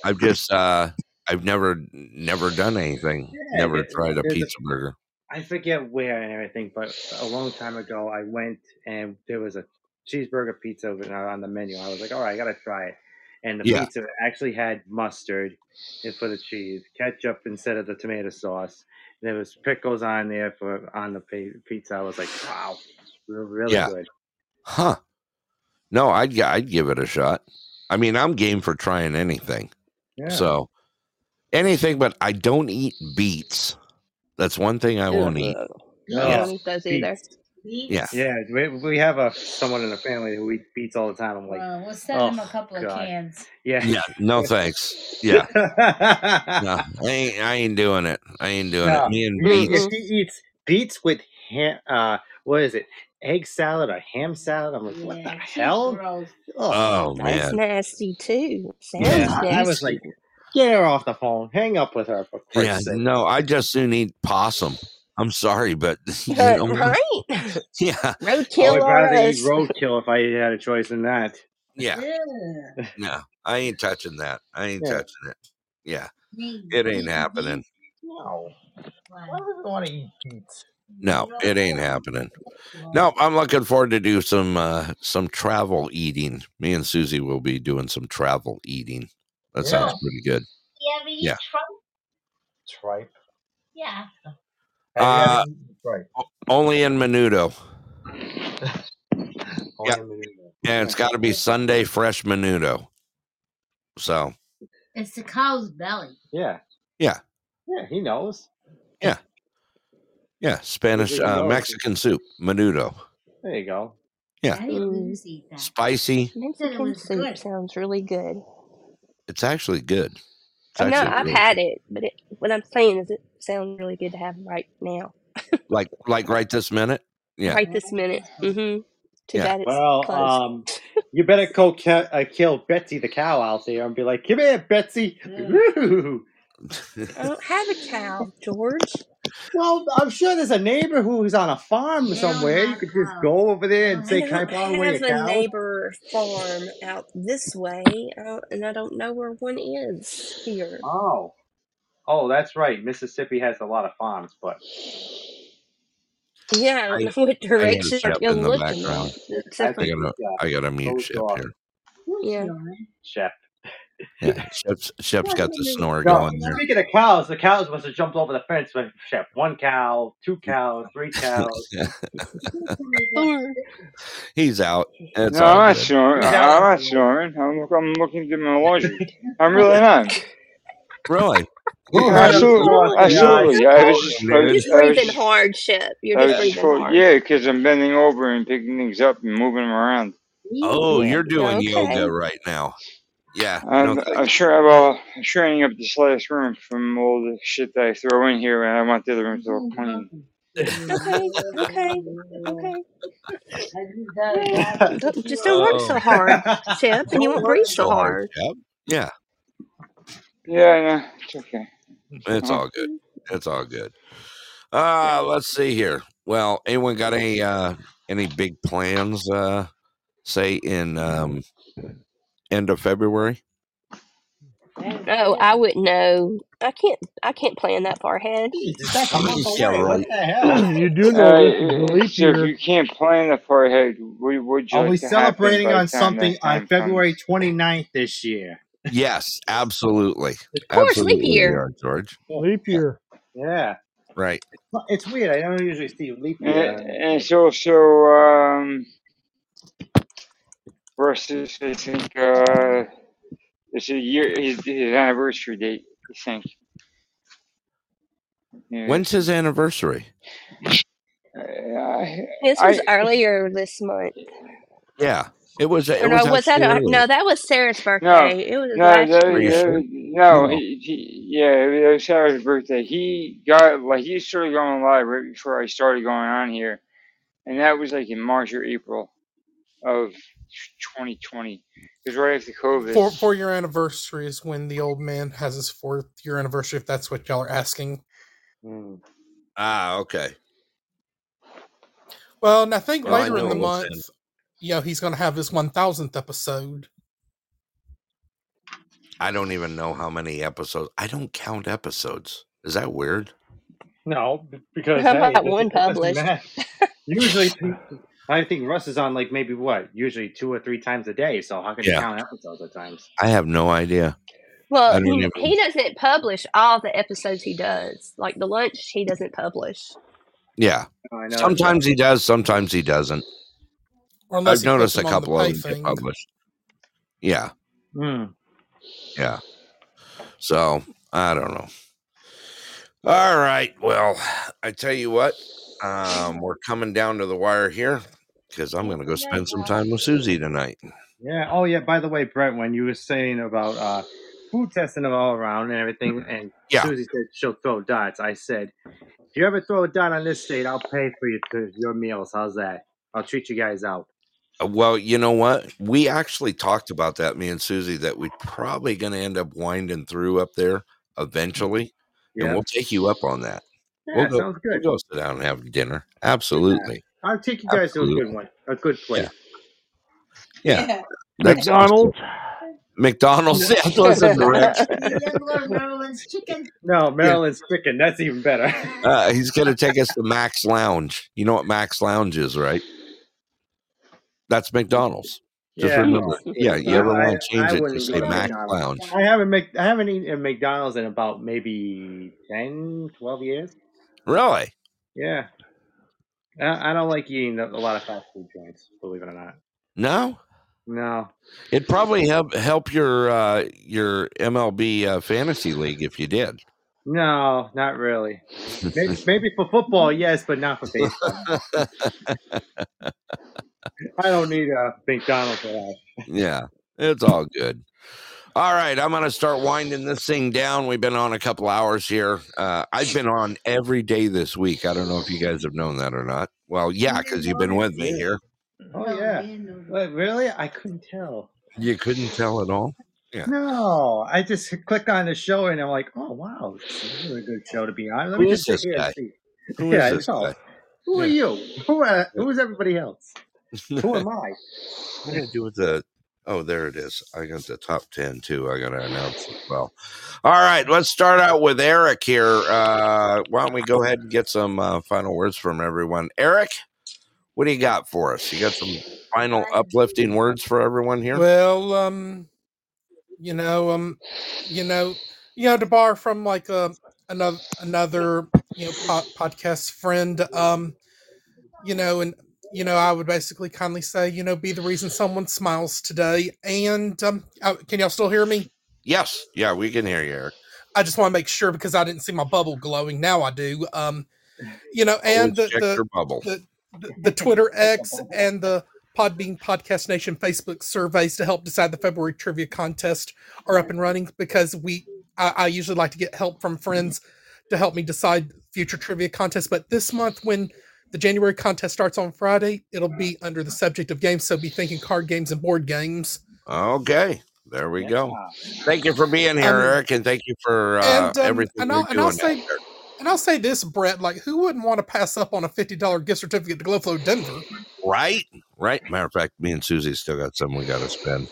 S1: I've just uh I've never never done anything.
S4: Yeah,
S1: Never
S4: there-
S1: tried a
S4: there's a-
S1: pizza burger.
S4: I forget where and everything, but a long time ago I went and there was a cheeseburger pizza over- on the menu. I was like, all right, I gotta try it. And the
S1: Yeah.
S4: pizza actually had mustard and for the cheese, ketchup instead of the tomato sauce. There was pickles on there for on the pi- pizza. I was like, wow, re- really
S1: Yeah.
S4: good.
S1: Huh. No, I'd gi- I'd give it a shot. I mean, I'm game for trying anything.
S4: Yeah.
S1: So anything, but I don't eat beets. That's one thing I won't eat.
S16: No,
S4: Oh,
S16: I don't eat those either.
S1: Yeah.
S4: Yeah, we, we have a someone in the family who eats beets all the time. I'm like,
S18: Well, we'll send
S4: oh,
S18: him a couple of
S4: God.
S18: cans.
S4: Yeah.
S1: Yeah. No thanks. Yeah. No, I ain't. I ain't doing it. I ain't doing
S4: No,
S1: it. Me and
S4: you mean
S1: beets.
S4: if he eats beets with ham, uh, what is it? Egg salad or ham salad? I'm like, what the hell?
S1: Oh
S16: That's
S1: man.
S16: nasty too.
S1: Yeah.
S16: Sounds
S4: I, I was like,
S16: nasty.
S4: get her off the phone. Hang up with her for
S1: Yeah.
S4: Christ's sake.
S1: No, I just soon eat possum. I'm sorry, but you
S16: But,
S1: know.
S16: right?
S1: Yeah.
S4: I
S16: Roadkill
S4: would
S16: or
S4: rather eat
S16: us.
S4: roadkill if I had a choice in that.
S1: Yeah. No, I ain't touching that. I ain't
S4: Yeah.
S1: touching it. Yeah. It ain't happening.
S4: No. Why would I want to eat beets?
S1: No, it ain't happening. No, I'm looking forward to do some uh some travel eating. Me and Susie will be doing some travel eating. That sounds
S4: Yeah.
S1: pretty good.
S18: You ever eat
S1: Yeah.
S18: tripe?
S4: Tripe.
S18: Yeah.
S4: Have you
S1: Uh
S4: ever eaten tripe?
S1: only in Menudo.
S4: Only
S1: Yeah.
S4: in Menudo.
S1: And it's gotta be Sunday fresh Menudo. So
S18: It's the cow's belly.
S4: Yeah.
S1: yeah.
S4: Yeah, he knows.
S1: Yeah. Yeah. Spanish
S4: He
S1: uh
S4: knows.
S1: Mexican soup. Menudo.
S4: There you go.
S1: Yeah.
S16: Mm.
S1: Spicy.
S16: Mexican soup sounds really good.
S1: It's actually good. It's
S16: I've not.
S1: actually
S16: I've
S1: really
S16: had it, but it, what I'm saying is, it sounds really good to have right now,
S1: like like right this minute. Yeah.
S16: right this minute. hmm Too
S1: Yeah.
S16: bad it's
S4: Well,
S16: closed.
S4: um, you better go ki- uh, kill Betsy the cow out there and be like, "Come here, Betsy." Woo!
S16: I
S7: Oh,
S16: don't have a cow, George.
S4: Well, I'm sure there's a neighbor who's on a farm somewhere. You could just go over there and
S16: I
S4: say, "Can I
S16: don't
S4: borrow away
S16: have
S4: a
S16: a
S4: cow?"
S16: neighbor farm out this way, uh, and I don't know where one is here.
S4: Oh, oh, that's right. Mississippi has a lot of farms, but
S16: Yeah, I don't
S1: I
S16: know what
S1: I hear
S16: direction I'm
S1: Shep in the
S16: looking,
S1: background.
S4: I
S16: except for
S1: I
S4: think
S1: gotta
S4: he's uh,
S1: I gotta mute
S4: closed
S1: Shep
S4: off.
S1: here.
S16: yeah.
S4: Shep.
S1: Yeah, Shep's Shep's got the snore
S4: No,
S1: going there.
S4: speaking of cows, the cows must have jumped over the fence with Shep. One cow, two cows, three cows.
S1: He's out. It's
S12: No,
S1: all
S12: I'm not
S1: good.
S12: sure.
S4: He's
S12: I-
S4: out.
S12: I'm not sure. I'm, look- I'm looking to my laundry. I'm really not.
S1: Really?
S4: Who heard of
S12: Absolutely,
S4: Source
S16: Really? You're
S12: absolutely.
S16: just hard. You're just
S1: Dude.
S12: I was just, I, I was
S16: breathing
S12: just,
S16: hard, Shep. You're
S12: I
S16: just
S12: was just,
S16: breathing
S12: fo-
S16: hard.
S12: yeah, because I'm bending over and picking things up and moving them around.
S1: Oh,
S16: Yeah.
S1: you're doing yoga
S16: Okay.
S1: right now. Yeah, no
S7: Um,
S12: I'm, I'm
S1: thanks.
S12: sure I'm all I'm shining up this last room from all the shit that I throw in here, and I want the other room to look clean.
S16: Mm-hmm. Okay. Okay. Okay. All right. Don't, just don't work so
S1: Oh,
S16: hard, Shep, and you
S1: don't
S16: won't
S1: work
S16: breathe so
S1: so hard,
S16: hard.
S1: Shep. Yeah,
S12: Yeah, I know. It's okay. Uh-huh.
S1: it's all good.
S7: mm-hmm.
S1: It's all good. Uh, let's see here. Well, anyone got any uh Any big plans? Uh, say in um, end of February.
S7: Oh, I wouldn't know. I can't. I can't plan that far ahead.
S4: that's a month Yeah, away. What right. the
S19: you do know this
S12: Uh,
S19: is a leap
S12: so if
S19: year.
S12: you can't plan that far ahead, what would you
S4: Are we
S12: like to happen
S4: celebrating
S12: by
S4: on
S12: the time
S4: something
S12: that
S4: on
S12: time
S4: February
S12: comes?
S4: 29th this year?
S1: Yes, absolutely. Of
S7: course, leap
S1: absolutely
S7: year.
S1: We are, George.
S19: Leap year.
S4: Yeah.
S1: Right.
S4: Well, It's weird. I don't usually see leap
S12: And,
S4: year.
S12: and it's also um, versus I think uh, it's a year his, his anniversary date. I think. Yeah.
S1: When's his anniversary?
S12: I,
S7: This was
S12: I
S7: earlier this month.
S1: Yeah, it was. It
S7: Or no,
S1: was
S7: was that?
S1: actually
S7: Our,
S1: earlier.
S7: no, that was Sarah's
S12: no
S7: birthday. It was
S12: no
S7: last
S1: Are
S12: that,
S1: you
S7: year.
S1: sure?
S12: that, no
S1: No.
S12: he, he yeah it was Sarah's birthday. He got like he started going live right before I started going on here, and that was like in March or April of 2020. Because right after COVID,
S20: Four four year anniversary is when the old man has his fourth year anniversary. If that's what y'all are asking.
S7: Mm.
S1: Ah, okay.
S20: Well, and I think
S1: Well, Oh, I
S20: later
S1: know
S20: in the
S1: it was then.
S20: month, you know, he's going to have his one thousandth episode.
S1: I don't even know how many episodes. I don't count episodes. Is that weird?
S4: No, b- because
S7: How
S4: hey, it
S7: about
S4: doesn't,
S7: one
S4: it doesn't
S7: published?
S4: matter. Usually, pe- I think Russ is on like maybe what, usually two or three times a day. So how can you
S1: Yeah,
S4: count episodes at times?
S1: I have no idea. I
S7: Well,
S1: don't
S7: he
S1: even.
S7: he doesn't publish all the episodes he does. Like the lunch, he doesn't publish.
S1: Yeah,
S4: Oh, I know that's right.
S1: sometimes he does, sometimes he doesn't.
S20: Or unless
S1: I've
S20: he puts
S1: noticed a
S20: him on the
S1: couple of
S20: pay
S1: them get
S20: thing.
S1: published. Yeah,
S4: Mm.
S1: yeah. So I don't know. All right. Well, I tell you what, um, we're coming down to the wire here because I'm going to go spend some time with Susie tonight.
S4: Yeah. Oh, yeah. By the way, Brent, when you were saying about uh, food testing them all around and everything, and
S1: Mm-hmm. Yeah.
S4: Susie said she'll throw dots, I said, if you ever throw a dot on this state, I'll pay for you to your meals. How's that? I'll treat you guys out.
S1: Uh, Well, you know what? We actually talked about that, me and Susie, that we're probably going to end up winding through up there eventually, and
S4: Mm-hmm. Yeah.
S1: we'll take you up on that. We'll
S4: Yeah.
S1: go.
S4: Sounds
S1: We'll
S4: good.
S1: go sit down and have dinner.
S4: Yeah.
S1: Absolutely.
S4: I'll take you guys to a good
S1: Absolutely.
S4: one, a good
S1: Yeah.
S4: place.
S1: Yeah. That sounds good.
S19: McDonald's.
S1: McDonald's. Yeah, those are directions.
S14: You gotta go to Maryland's Chicken.
S4: No,
S1: Yeah.
S4: Maryland's chicken. That's even better.
S1: Uh, he's going to take us to Max Lounge. You know what Max Lounge is, right? That's McDonald's. Just
S4: yeah.
S1: remember.
S4: Oh,
S1: Yeah,
S4: geez.
S1: you ever
S4: I,
S1: want to
S4: I,
S1: change
S4: I
S1: it to
S4: wouldn't
S1: say
S4: go to
S1: Max
S4: McDonald's.
S1: Lounge?
S4: I haven't make, I haven't eaten at McDonald's in about maybe 10, 12 years.
S1: Really?
S4: Yeah. I I don't like eating a a lot of fast food joints, believe it or not.
S1: No.
S4: No.
S1: It'd probably help help your uh, your MLB uh, fantasy league if you did.
S4: No, not really. Maybe, maybe for football, yes, but not for baseball. I don't need a McDonald's for that.
S1: yeah, it's all good. All right, I'm gonna start winding this thing down. We've been on a couple hours here. Uh, I've been on every day this week. I don't know if you guys have known that or not. Well, yeah,
S14: We
S1: because
S14: didn't
S1: you've
S14: know
S1: been
S14: that.
S1: with me
S4: Yeah.
S1: here.
S4: Oh,
S14: No, we
S4: yeah.
S14: didn't know that.
S4: Wait, really? I couldn't tell.
S1: You couldn't tell at all. Yeah.
S4: No, I just click on the show and I'm like, oh, wow, this is a really good show to be on. Let me
S1: Who is
S4: just sit
S1: this
S4: here and
S1: guy?
S4: see.
S1: Who
S4: Yeah,
S1: is
S4: I
S1: this
S4: know.
S1: guy?
S4: Who are
S1: Yeah.
S4: you? Who are,
S1: yeah.
S4: Who's everybody else? Who am I?
S1: What did I do with the? Oh, there it is. I got the top ten too. I got to announce as well. All right, let's start out with Eric here. Uh, why don't we go ahead and get some uh, final words from everyone? Eric, what do you got for us? You got some final uplifting words for everyone here?
S20: Well, um, you know, um, you know, you know, to borrow from like um another another you know po- podcast friend, um, you know, and you know, I would basically kindly say, you know, be the reason someone smiles today. And um, uh, can y'all still hear me?
S1: Yes, yeah, we can hear you, Eric.
S20: I just want to make sure because I didn't see my bubble glowing. Now I do. Um, you know, and
S1: Always
S20: the
S1: check
S20: the
S1: your bubble.
S20: the the, the Twitter X and the Podbean Podcast Nation Facebook surveys to help decide the February trivia contest are up and running because we I, I usually like to get help from friends to help me decide future trivia contests. But this month, when the January contest starts on Friday, it'll be under the subject of games. So be thinking card games and board games.
S1: Okay, there we
S4: Yeah.
S1: go. Thank you for being here,
S20: Um,
S1: Eric, and thank you for uh,
S20: and um,
S1: everything
S20: and
S1: you're
S20: I'll and I'll
S1: doing out
S20: say
S1: there.
S20: and I'll say this, Brett. Like, who wouldn't want to pass up on a fifty dollar gift certificate to Glowflow Denver?
S1: Right? Right. Matter of fact, me and Susie still got some we got to spend.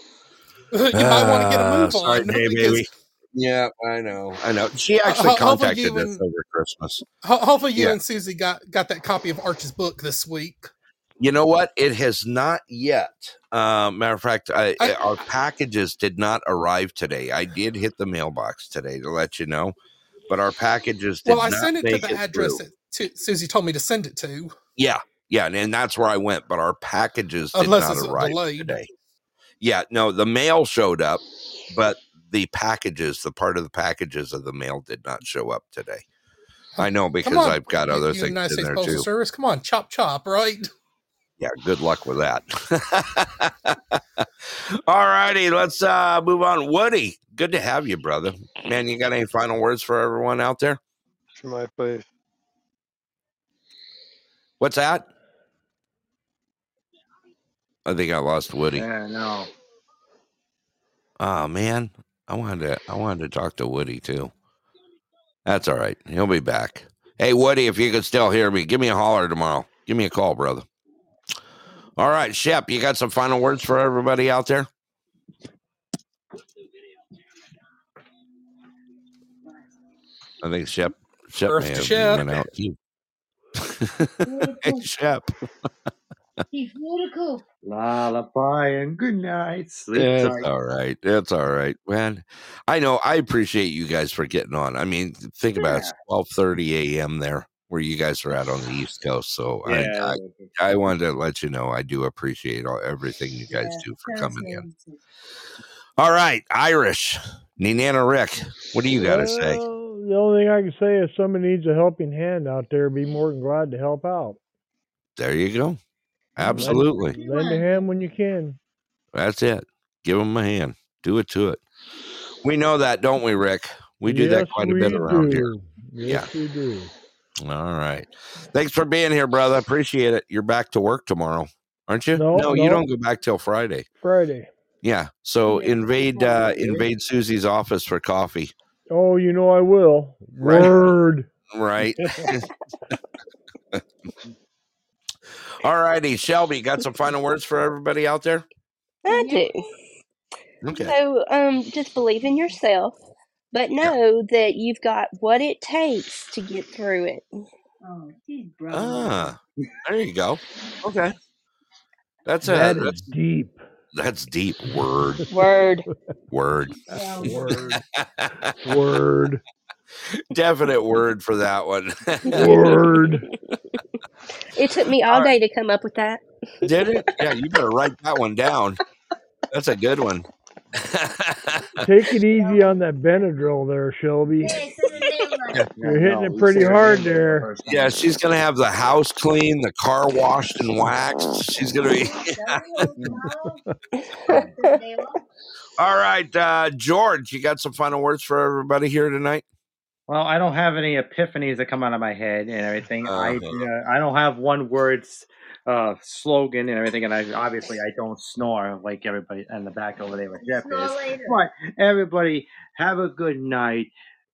S20: you might want to get a
S1: Ah,
S20: move
S1: sorry,
S20: on.
S1: hey,
S20: because
S1: baby. Yeah, I know. I know. She
S20: Uh, ho-
S1: actually
S20: hopefully
S1: contacted
S20: you
S1: us
S20: and-
S1: over Christmas.
S20: ho- hopefully you
S1: Yeah.
S20: and Susie got got that copy of Arch's book this week.
S1: You know what? It has not yet. Uh, matter of fact, I,
S20: I-
S1: eh, our packages did not arrive today. I did hit the mailbox today to let you know, but our packages did
S20: Well, I
S1: not
S20: sent it to
S1: make
S20: the
S1: it
S20: address
S1: through.
S20: that Su- Susie told me to send it to,
S1: Yeah, yeah, and, and that's where I went. But our packages did
S20: unless
S1: not
S20: it's
S1: arrive
S20: delayed.
S1: today. Yeah, no, the mail showed up, but the packages, the part of the packages of the mail, did not show up today. I know because
S20: on,
S1: I've got other
S20: You
S1: things
S20: United
S1: in
S20: States
S1: there
S20: Postal
S1: too.
S20: Service, come on, chop chop, right?
S1: yeah good luck with that all righty let's uh move on woody good to have you brother man you got any final words for everyone out there
S17: For my place.
S1: what's that i think i lost woody
S4: Yeah, no.
S1: oh man i wanted to i wanted to talk to woody too that's all right he'll be back hey woody if you could still hear me give me a holler tomorrow give me a call brother all right shep you got some final words for everybody out there i think shep shep
S20: Earth
S1: may
S20: to
S1: have
S20: Shep.
S1: went out too hey shep
S21: He's beautiful.
S22: Lullaby and good night. Sleep
S1: That's
S22: tight.
S1: all right. That's all right, man. I know. I appreciate you guys for getting on. I mean, think about it. It's twelve thirty a.m. there where you guys are out on the East Coast. So I,
S4: Yeah.
S1: I, I wanted to let you know I do appreciate all everything you guys do for coming in. All right, Irish, Ninana Rick, what do you got to say?
S9: Well, the only thing I can say is somebody needs a helping hand out there. Be more than glad to help out.
S1: There you go.
S9: Lend,
S1: Absolutely.
S9: lend a hand when you can.
S1: That's it. Give them a hand. Do it to it. We know that, don't we, Rick? We do
S9: yes,
S1: that quite a
S9: we
S1: bit around here.
S9: do. Yes, we do.
S1: All right. Thanks for being here, brother. Appreciate it. You're back to work tomorrow, aren't you?
S9: No,
S1: you
S9: no.
S1: don't go back till Friday.
S9: Friday.
S1: Yeah. So invade uh invade Susie's office for coffee.
S9: Oh, you know I will.
S1: Right.
S9: Word.
S1: Right. All righty. Shelby, got some final words for everybody out there?
S7: I do.
S1: Okay.
S7: So um, just believe in yourself, but know that you've got what it takes to get through it. Oh, he's
S1: Ah. There you go. Okay. That's a
S9: That is
S1: that's
S9: deep.
S1: that's deep word.
S7: Word.
S1: Word.
S9: Word. Word.
S1: Definite word for that one.
S9: Word.
S7: It took me all day to come up with that.
S1: Did it? Yeah, you better write that one down. That's a good one.
S9: Take it easy on that Benadryl there, Shelby.
S1: Yeah.
S9: You're hitting it pretty hard there.
S1: Yeah, she's gonna have the house clean, the car washed and waxed. She's gonna be. All right, uh, George, you got some final words for everybody here tonight?
S4: Well, I don't have any epiphanies that come out of my head and everything. I
S1: Uh-huh.
S4: you know, I don't have one word uh, slogan and everything. And I obviously I don't snore like everybody in the back over there with Jeff is. But everybody have a good night.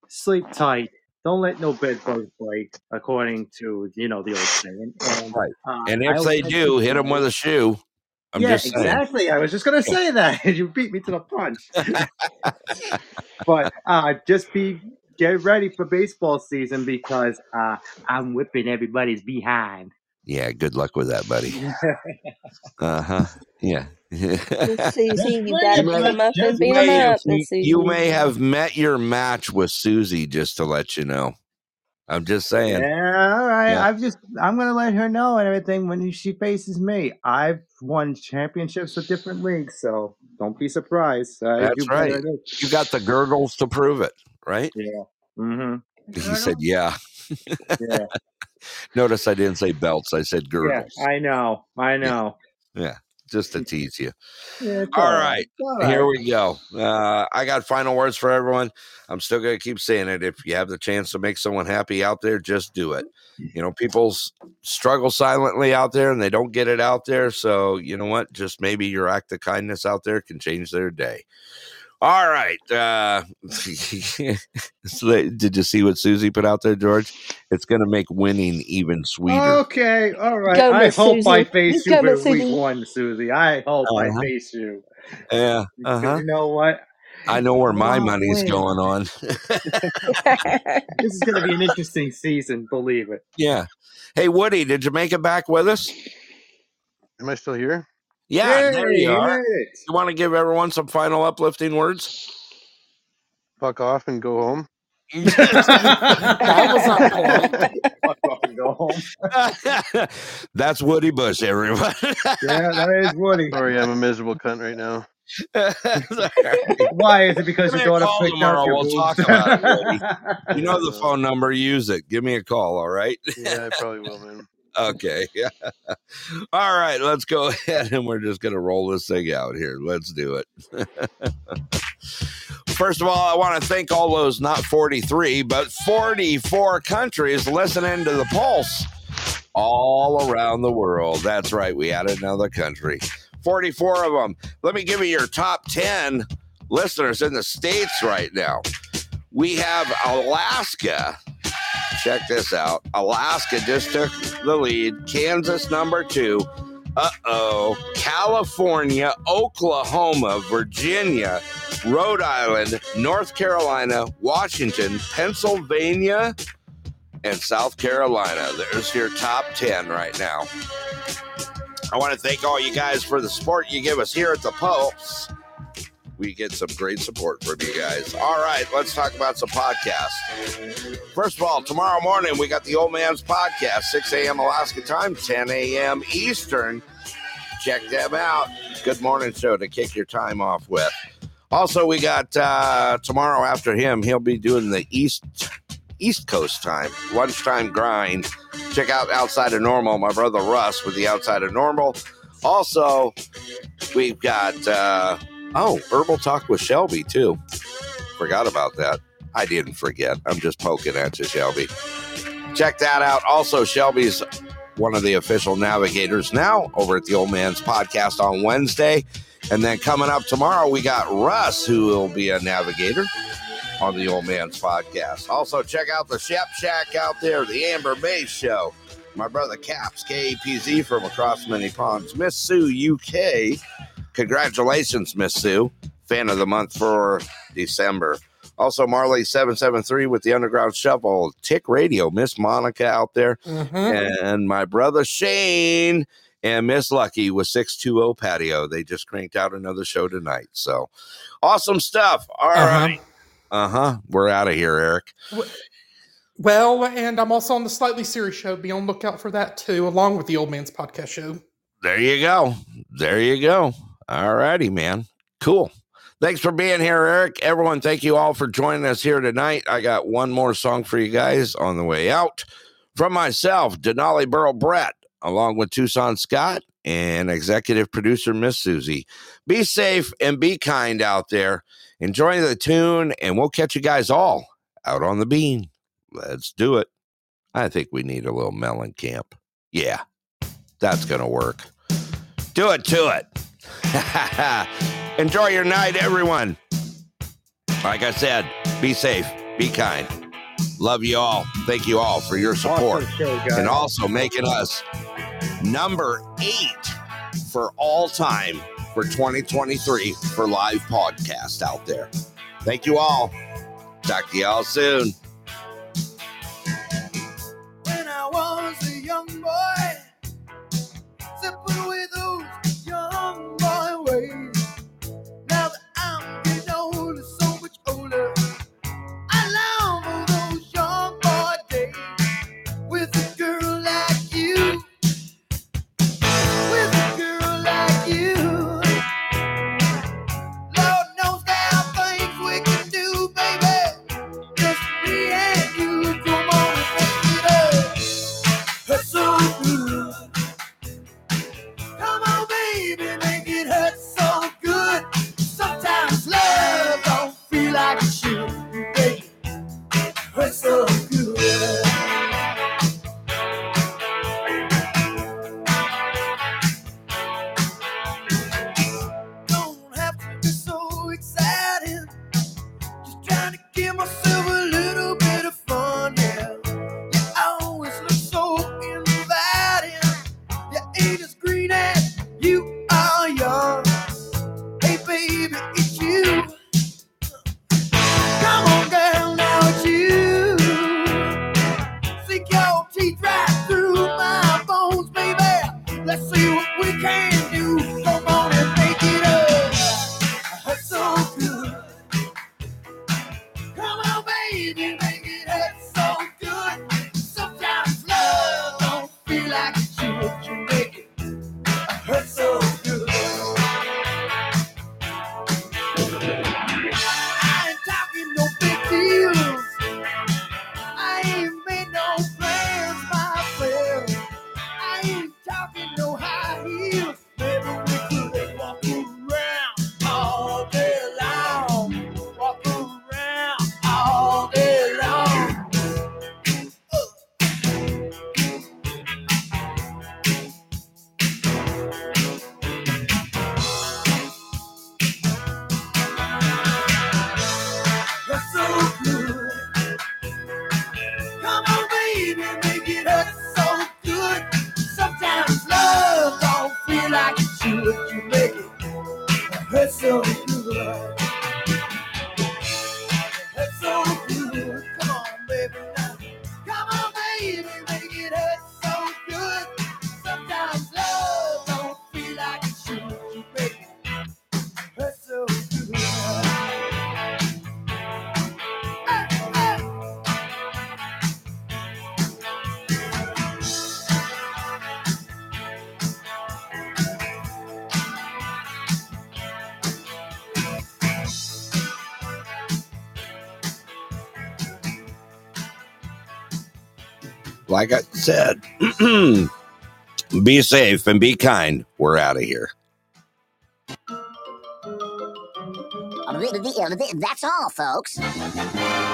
S4: Sleep tight. Don't let no bed bugs bite, according to you know the old saying. And
S1: Right.
S4: uh,
S1: And
S4: I
S1: if
S4: always
S1: they
S4: like
S1: do,
S4: to
S1: hit them
S4: say,
S1: with a shoe. I'm
S4: yeah,
S1: just saying.
S4: exactly. I was just gonna say that. you beat me to the punch. but uh, just be get ready for baseball season because uh, I'm whipping everybody's behind.
S1: Yeah. Good luck with that, buddy. Uh huh. Yeah.
S7: Miss Susie, you've got
S1: You
S7: to
S1: may,
S7: pick them up and
S1: you
S7: beat them
S1: may have
S7: up, Miss
S1: you
S7: Susie.
S1: may have met your match with Susie, just to let you know. I'm just saying.
S4: yeah, all right.
S1: Yeah.
S4: I'm just I'm gonna let her know and everything when she faces me. I've won championships with different leagues, so don't be surprised. I do
S1: That's
S4: better
S1: right.
S4: than this.
S1: You got the gurgles to prove it, right?
S4: Yeah. Mm-hmm.
S1: He said, "Yeah."
S4: Yeah.
S1: Notice I didn't say belts. I said
S4: Yeah.
S1: girdles.
S4: I know. I
S1: Yeah,
S4: know.
S1: yeah. Just to tease you.
S4: Yeah, it's
S1: All
S4: all right.
S1: right.
S4: It's all
S1: Here
S4: right.
S1: we go. Uh, I got final words for everyone. I'm still going to keep saying it. If you have the chance to make someone happy out there, just do it. You know, people s- struggle silently out there and they don't get it out there. So, you know what? Just maybe your act of kindness out there can change their day. All right. Uh, so they- did you see what Susie put out there, George? It's going to make winning even sweeter.
S14: Okay, all right.
S1: Go,
S14: I
S1: Miss
S14: hope I
S1: Susie.
S14: face
S1: Go,
S14: you for
S1: Miss
S14: week
S1: Susie.
S14: one, Susie. I hope
S1: Uh-huh.
S14: I face you.
S1: Yeah. Uh
S14: Oh, Because
S1: huh.
S14: you know what?
S1: I know where
S14: I
S1: my
S14: want to
S1: money's
S14: win.
S1: going on.
S14: This is going to be an interesting season, believe it.
S1: Yeah. Hey, Woody, did you make it back with us?
S17: Am I still here?
S1: Yeah, there
S17: Yay,
S1: you
S17: you
S1: are.
S17: made it.
S1: You want to give everyone some final uplifting words?
S17: Fuck off and go home.
S1: that
S16: was on point.
S14: Fuck off and go home.
S1: That's Woody Bush, everyone.
S14: Yeah, that is Woody.
S17: Sorry, I'm a miserable cunt right now.
S14: Why is it because
S1: Give
S14: your
S1: me a
S14: daughter
S1: call
S14: picked out
S1: tomorrow.
S14: your
S1: We'll
S14: boobs?
S1: talk about it. Woody. You know the phone number. Use it. Give me a call. All right.
S17: Yeah, I probably will, man.
S1: okay. all right. Let's go ahead and we're just going to roll this thing out here. Let's do it. First of all, I want to thank all those not 43, but 44 countries listening to the Pulse all around the world. That's right. We had another country. 44 of them. Let me give you your top 10 listeners in the States right now. We have Alaska. Check this out. Alaska just took the lead. Kansas, number two. Uh oh. California, Oklahoma, Virginia, Rhode Island, North Carolina, Washington, Pennsylvania, and South Carolina. There's your top 10 right now. I want to thank all you guys for the support you give us here at the Pulse. We get some great support from you guys. All right, let's talk about some podcasts. First of all, tomorrow morning we got the Old Man's Podcast, 6 a.m. Alaska time, 10 a.m. Eastern. Check them out. Good morning show to kick your time off with. Also, we got uh, tomorrow after him. He'll be doing the East East Coast time, lunchtime grind. Check out Outside of Normal, my brother Russ with the Outside of Normal. Also, we've got uh, oh, Herbal Talk with Shelby too. Forgot about that. I didn't forget. I'm just poking at you, Shelby. Check that out. Also, Shelby's one of the official navigators now over at the Old Man's Podcast on Wednesday. And then coming up tomorrow, we got Russ, who will be a navigator on the Old Man's Podcast. Also, check out the Shep Shack out there, the Amber Bay Show. My brother Caps, KAPZ from across many ponds, Miss Sue UK. Congratulations, Miss Sue, fan of the month for December. Also, Marley773 with the Underground Shuffle, Tick Radio, Miss Monica out there, and my brother Shane and Miss Lucky with 620 Patio. They just cranked out another show tonight. So awesome stuff. All right. Uh huh. We're out of here, Eric.
S20: Well, and I'm also on the Slightly Serious Show. Be on lookout for that too, along with the Old Man's Podcast Show.
S1: There you go. There you go. All righty, man. Cool. Thanks for being here, Eric. Everyone, thank you all for joining us here tonight. I got one more song for you guys on the way out from myself, Denali Burl Brett, along with Tucson Scott and executive producer Miss Susie. Be safe and be kind out there. Enjoy the tune, and we'll catch you guys all out on the bean. Let's do it. I think we need a little melon camp. Yeah, that's going to work. Do it to it. Enjoy your night, everyone. Like I said, be safe, be kind. Love you all. Thank you all for your support
S14: Awesome show, guys.
S1: and also making us number eight for all time for 2023 for live podcast out there. Thank you all. Talk to y'all soon.
S8: When I was a young boy, simple with those young boy ways. Now that I'm getting older, so much older, I long for those young boy days with a girl like you. With a girl like you. Lord knows there are things we can do, baby. Just me
S14: see what we can do. Come on and make it up. Hustle good. Come on, baby, make it hurt so good. Sometimes love don't feel like it should. You make it hurt so good. I ain't talking no big deals. I ain't made no plans, my friend. I ain't talking no high heels. Maybe we could walk around all day long. Walk around all day long. You're so good. Come on, baby, make it hurt so good. Sometimes love don't feel like it should. You make it hurt so good. Hurt so good. Come on, baby, now. Come on, baby, make it hurt so good. Sometimes love don't feel like it should. You make it hurt so good. Hey, hey.
S8: Like I said, be safe and be kind. We're out of here.
S14: That's all, folks.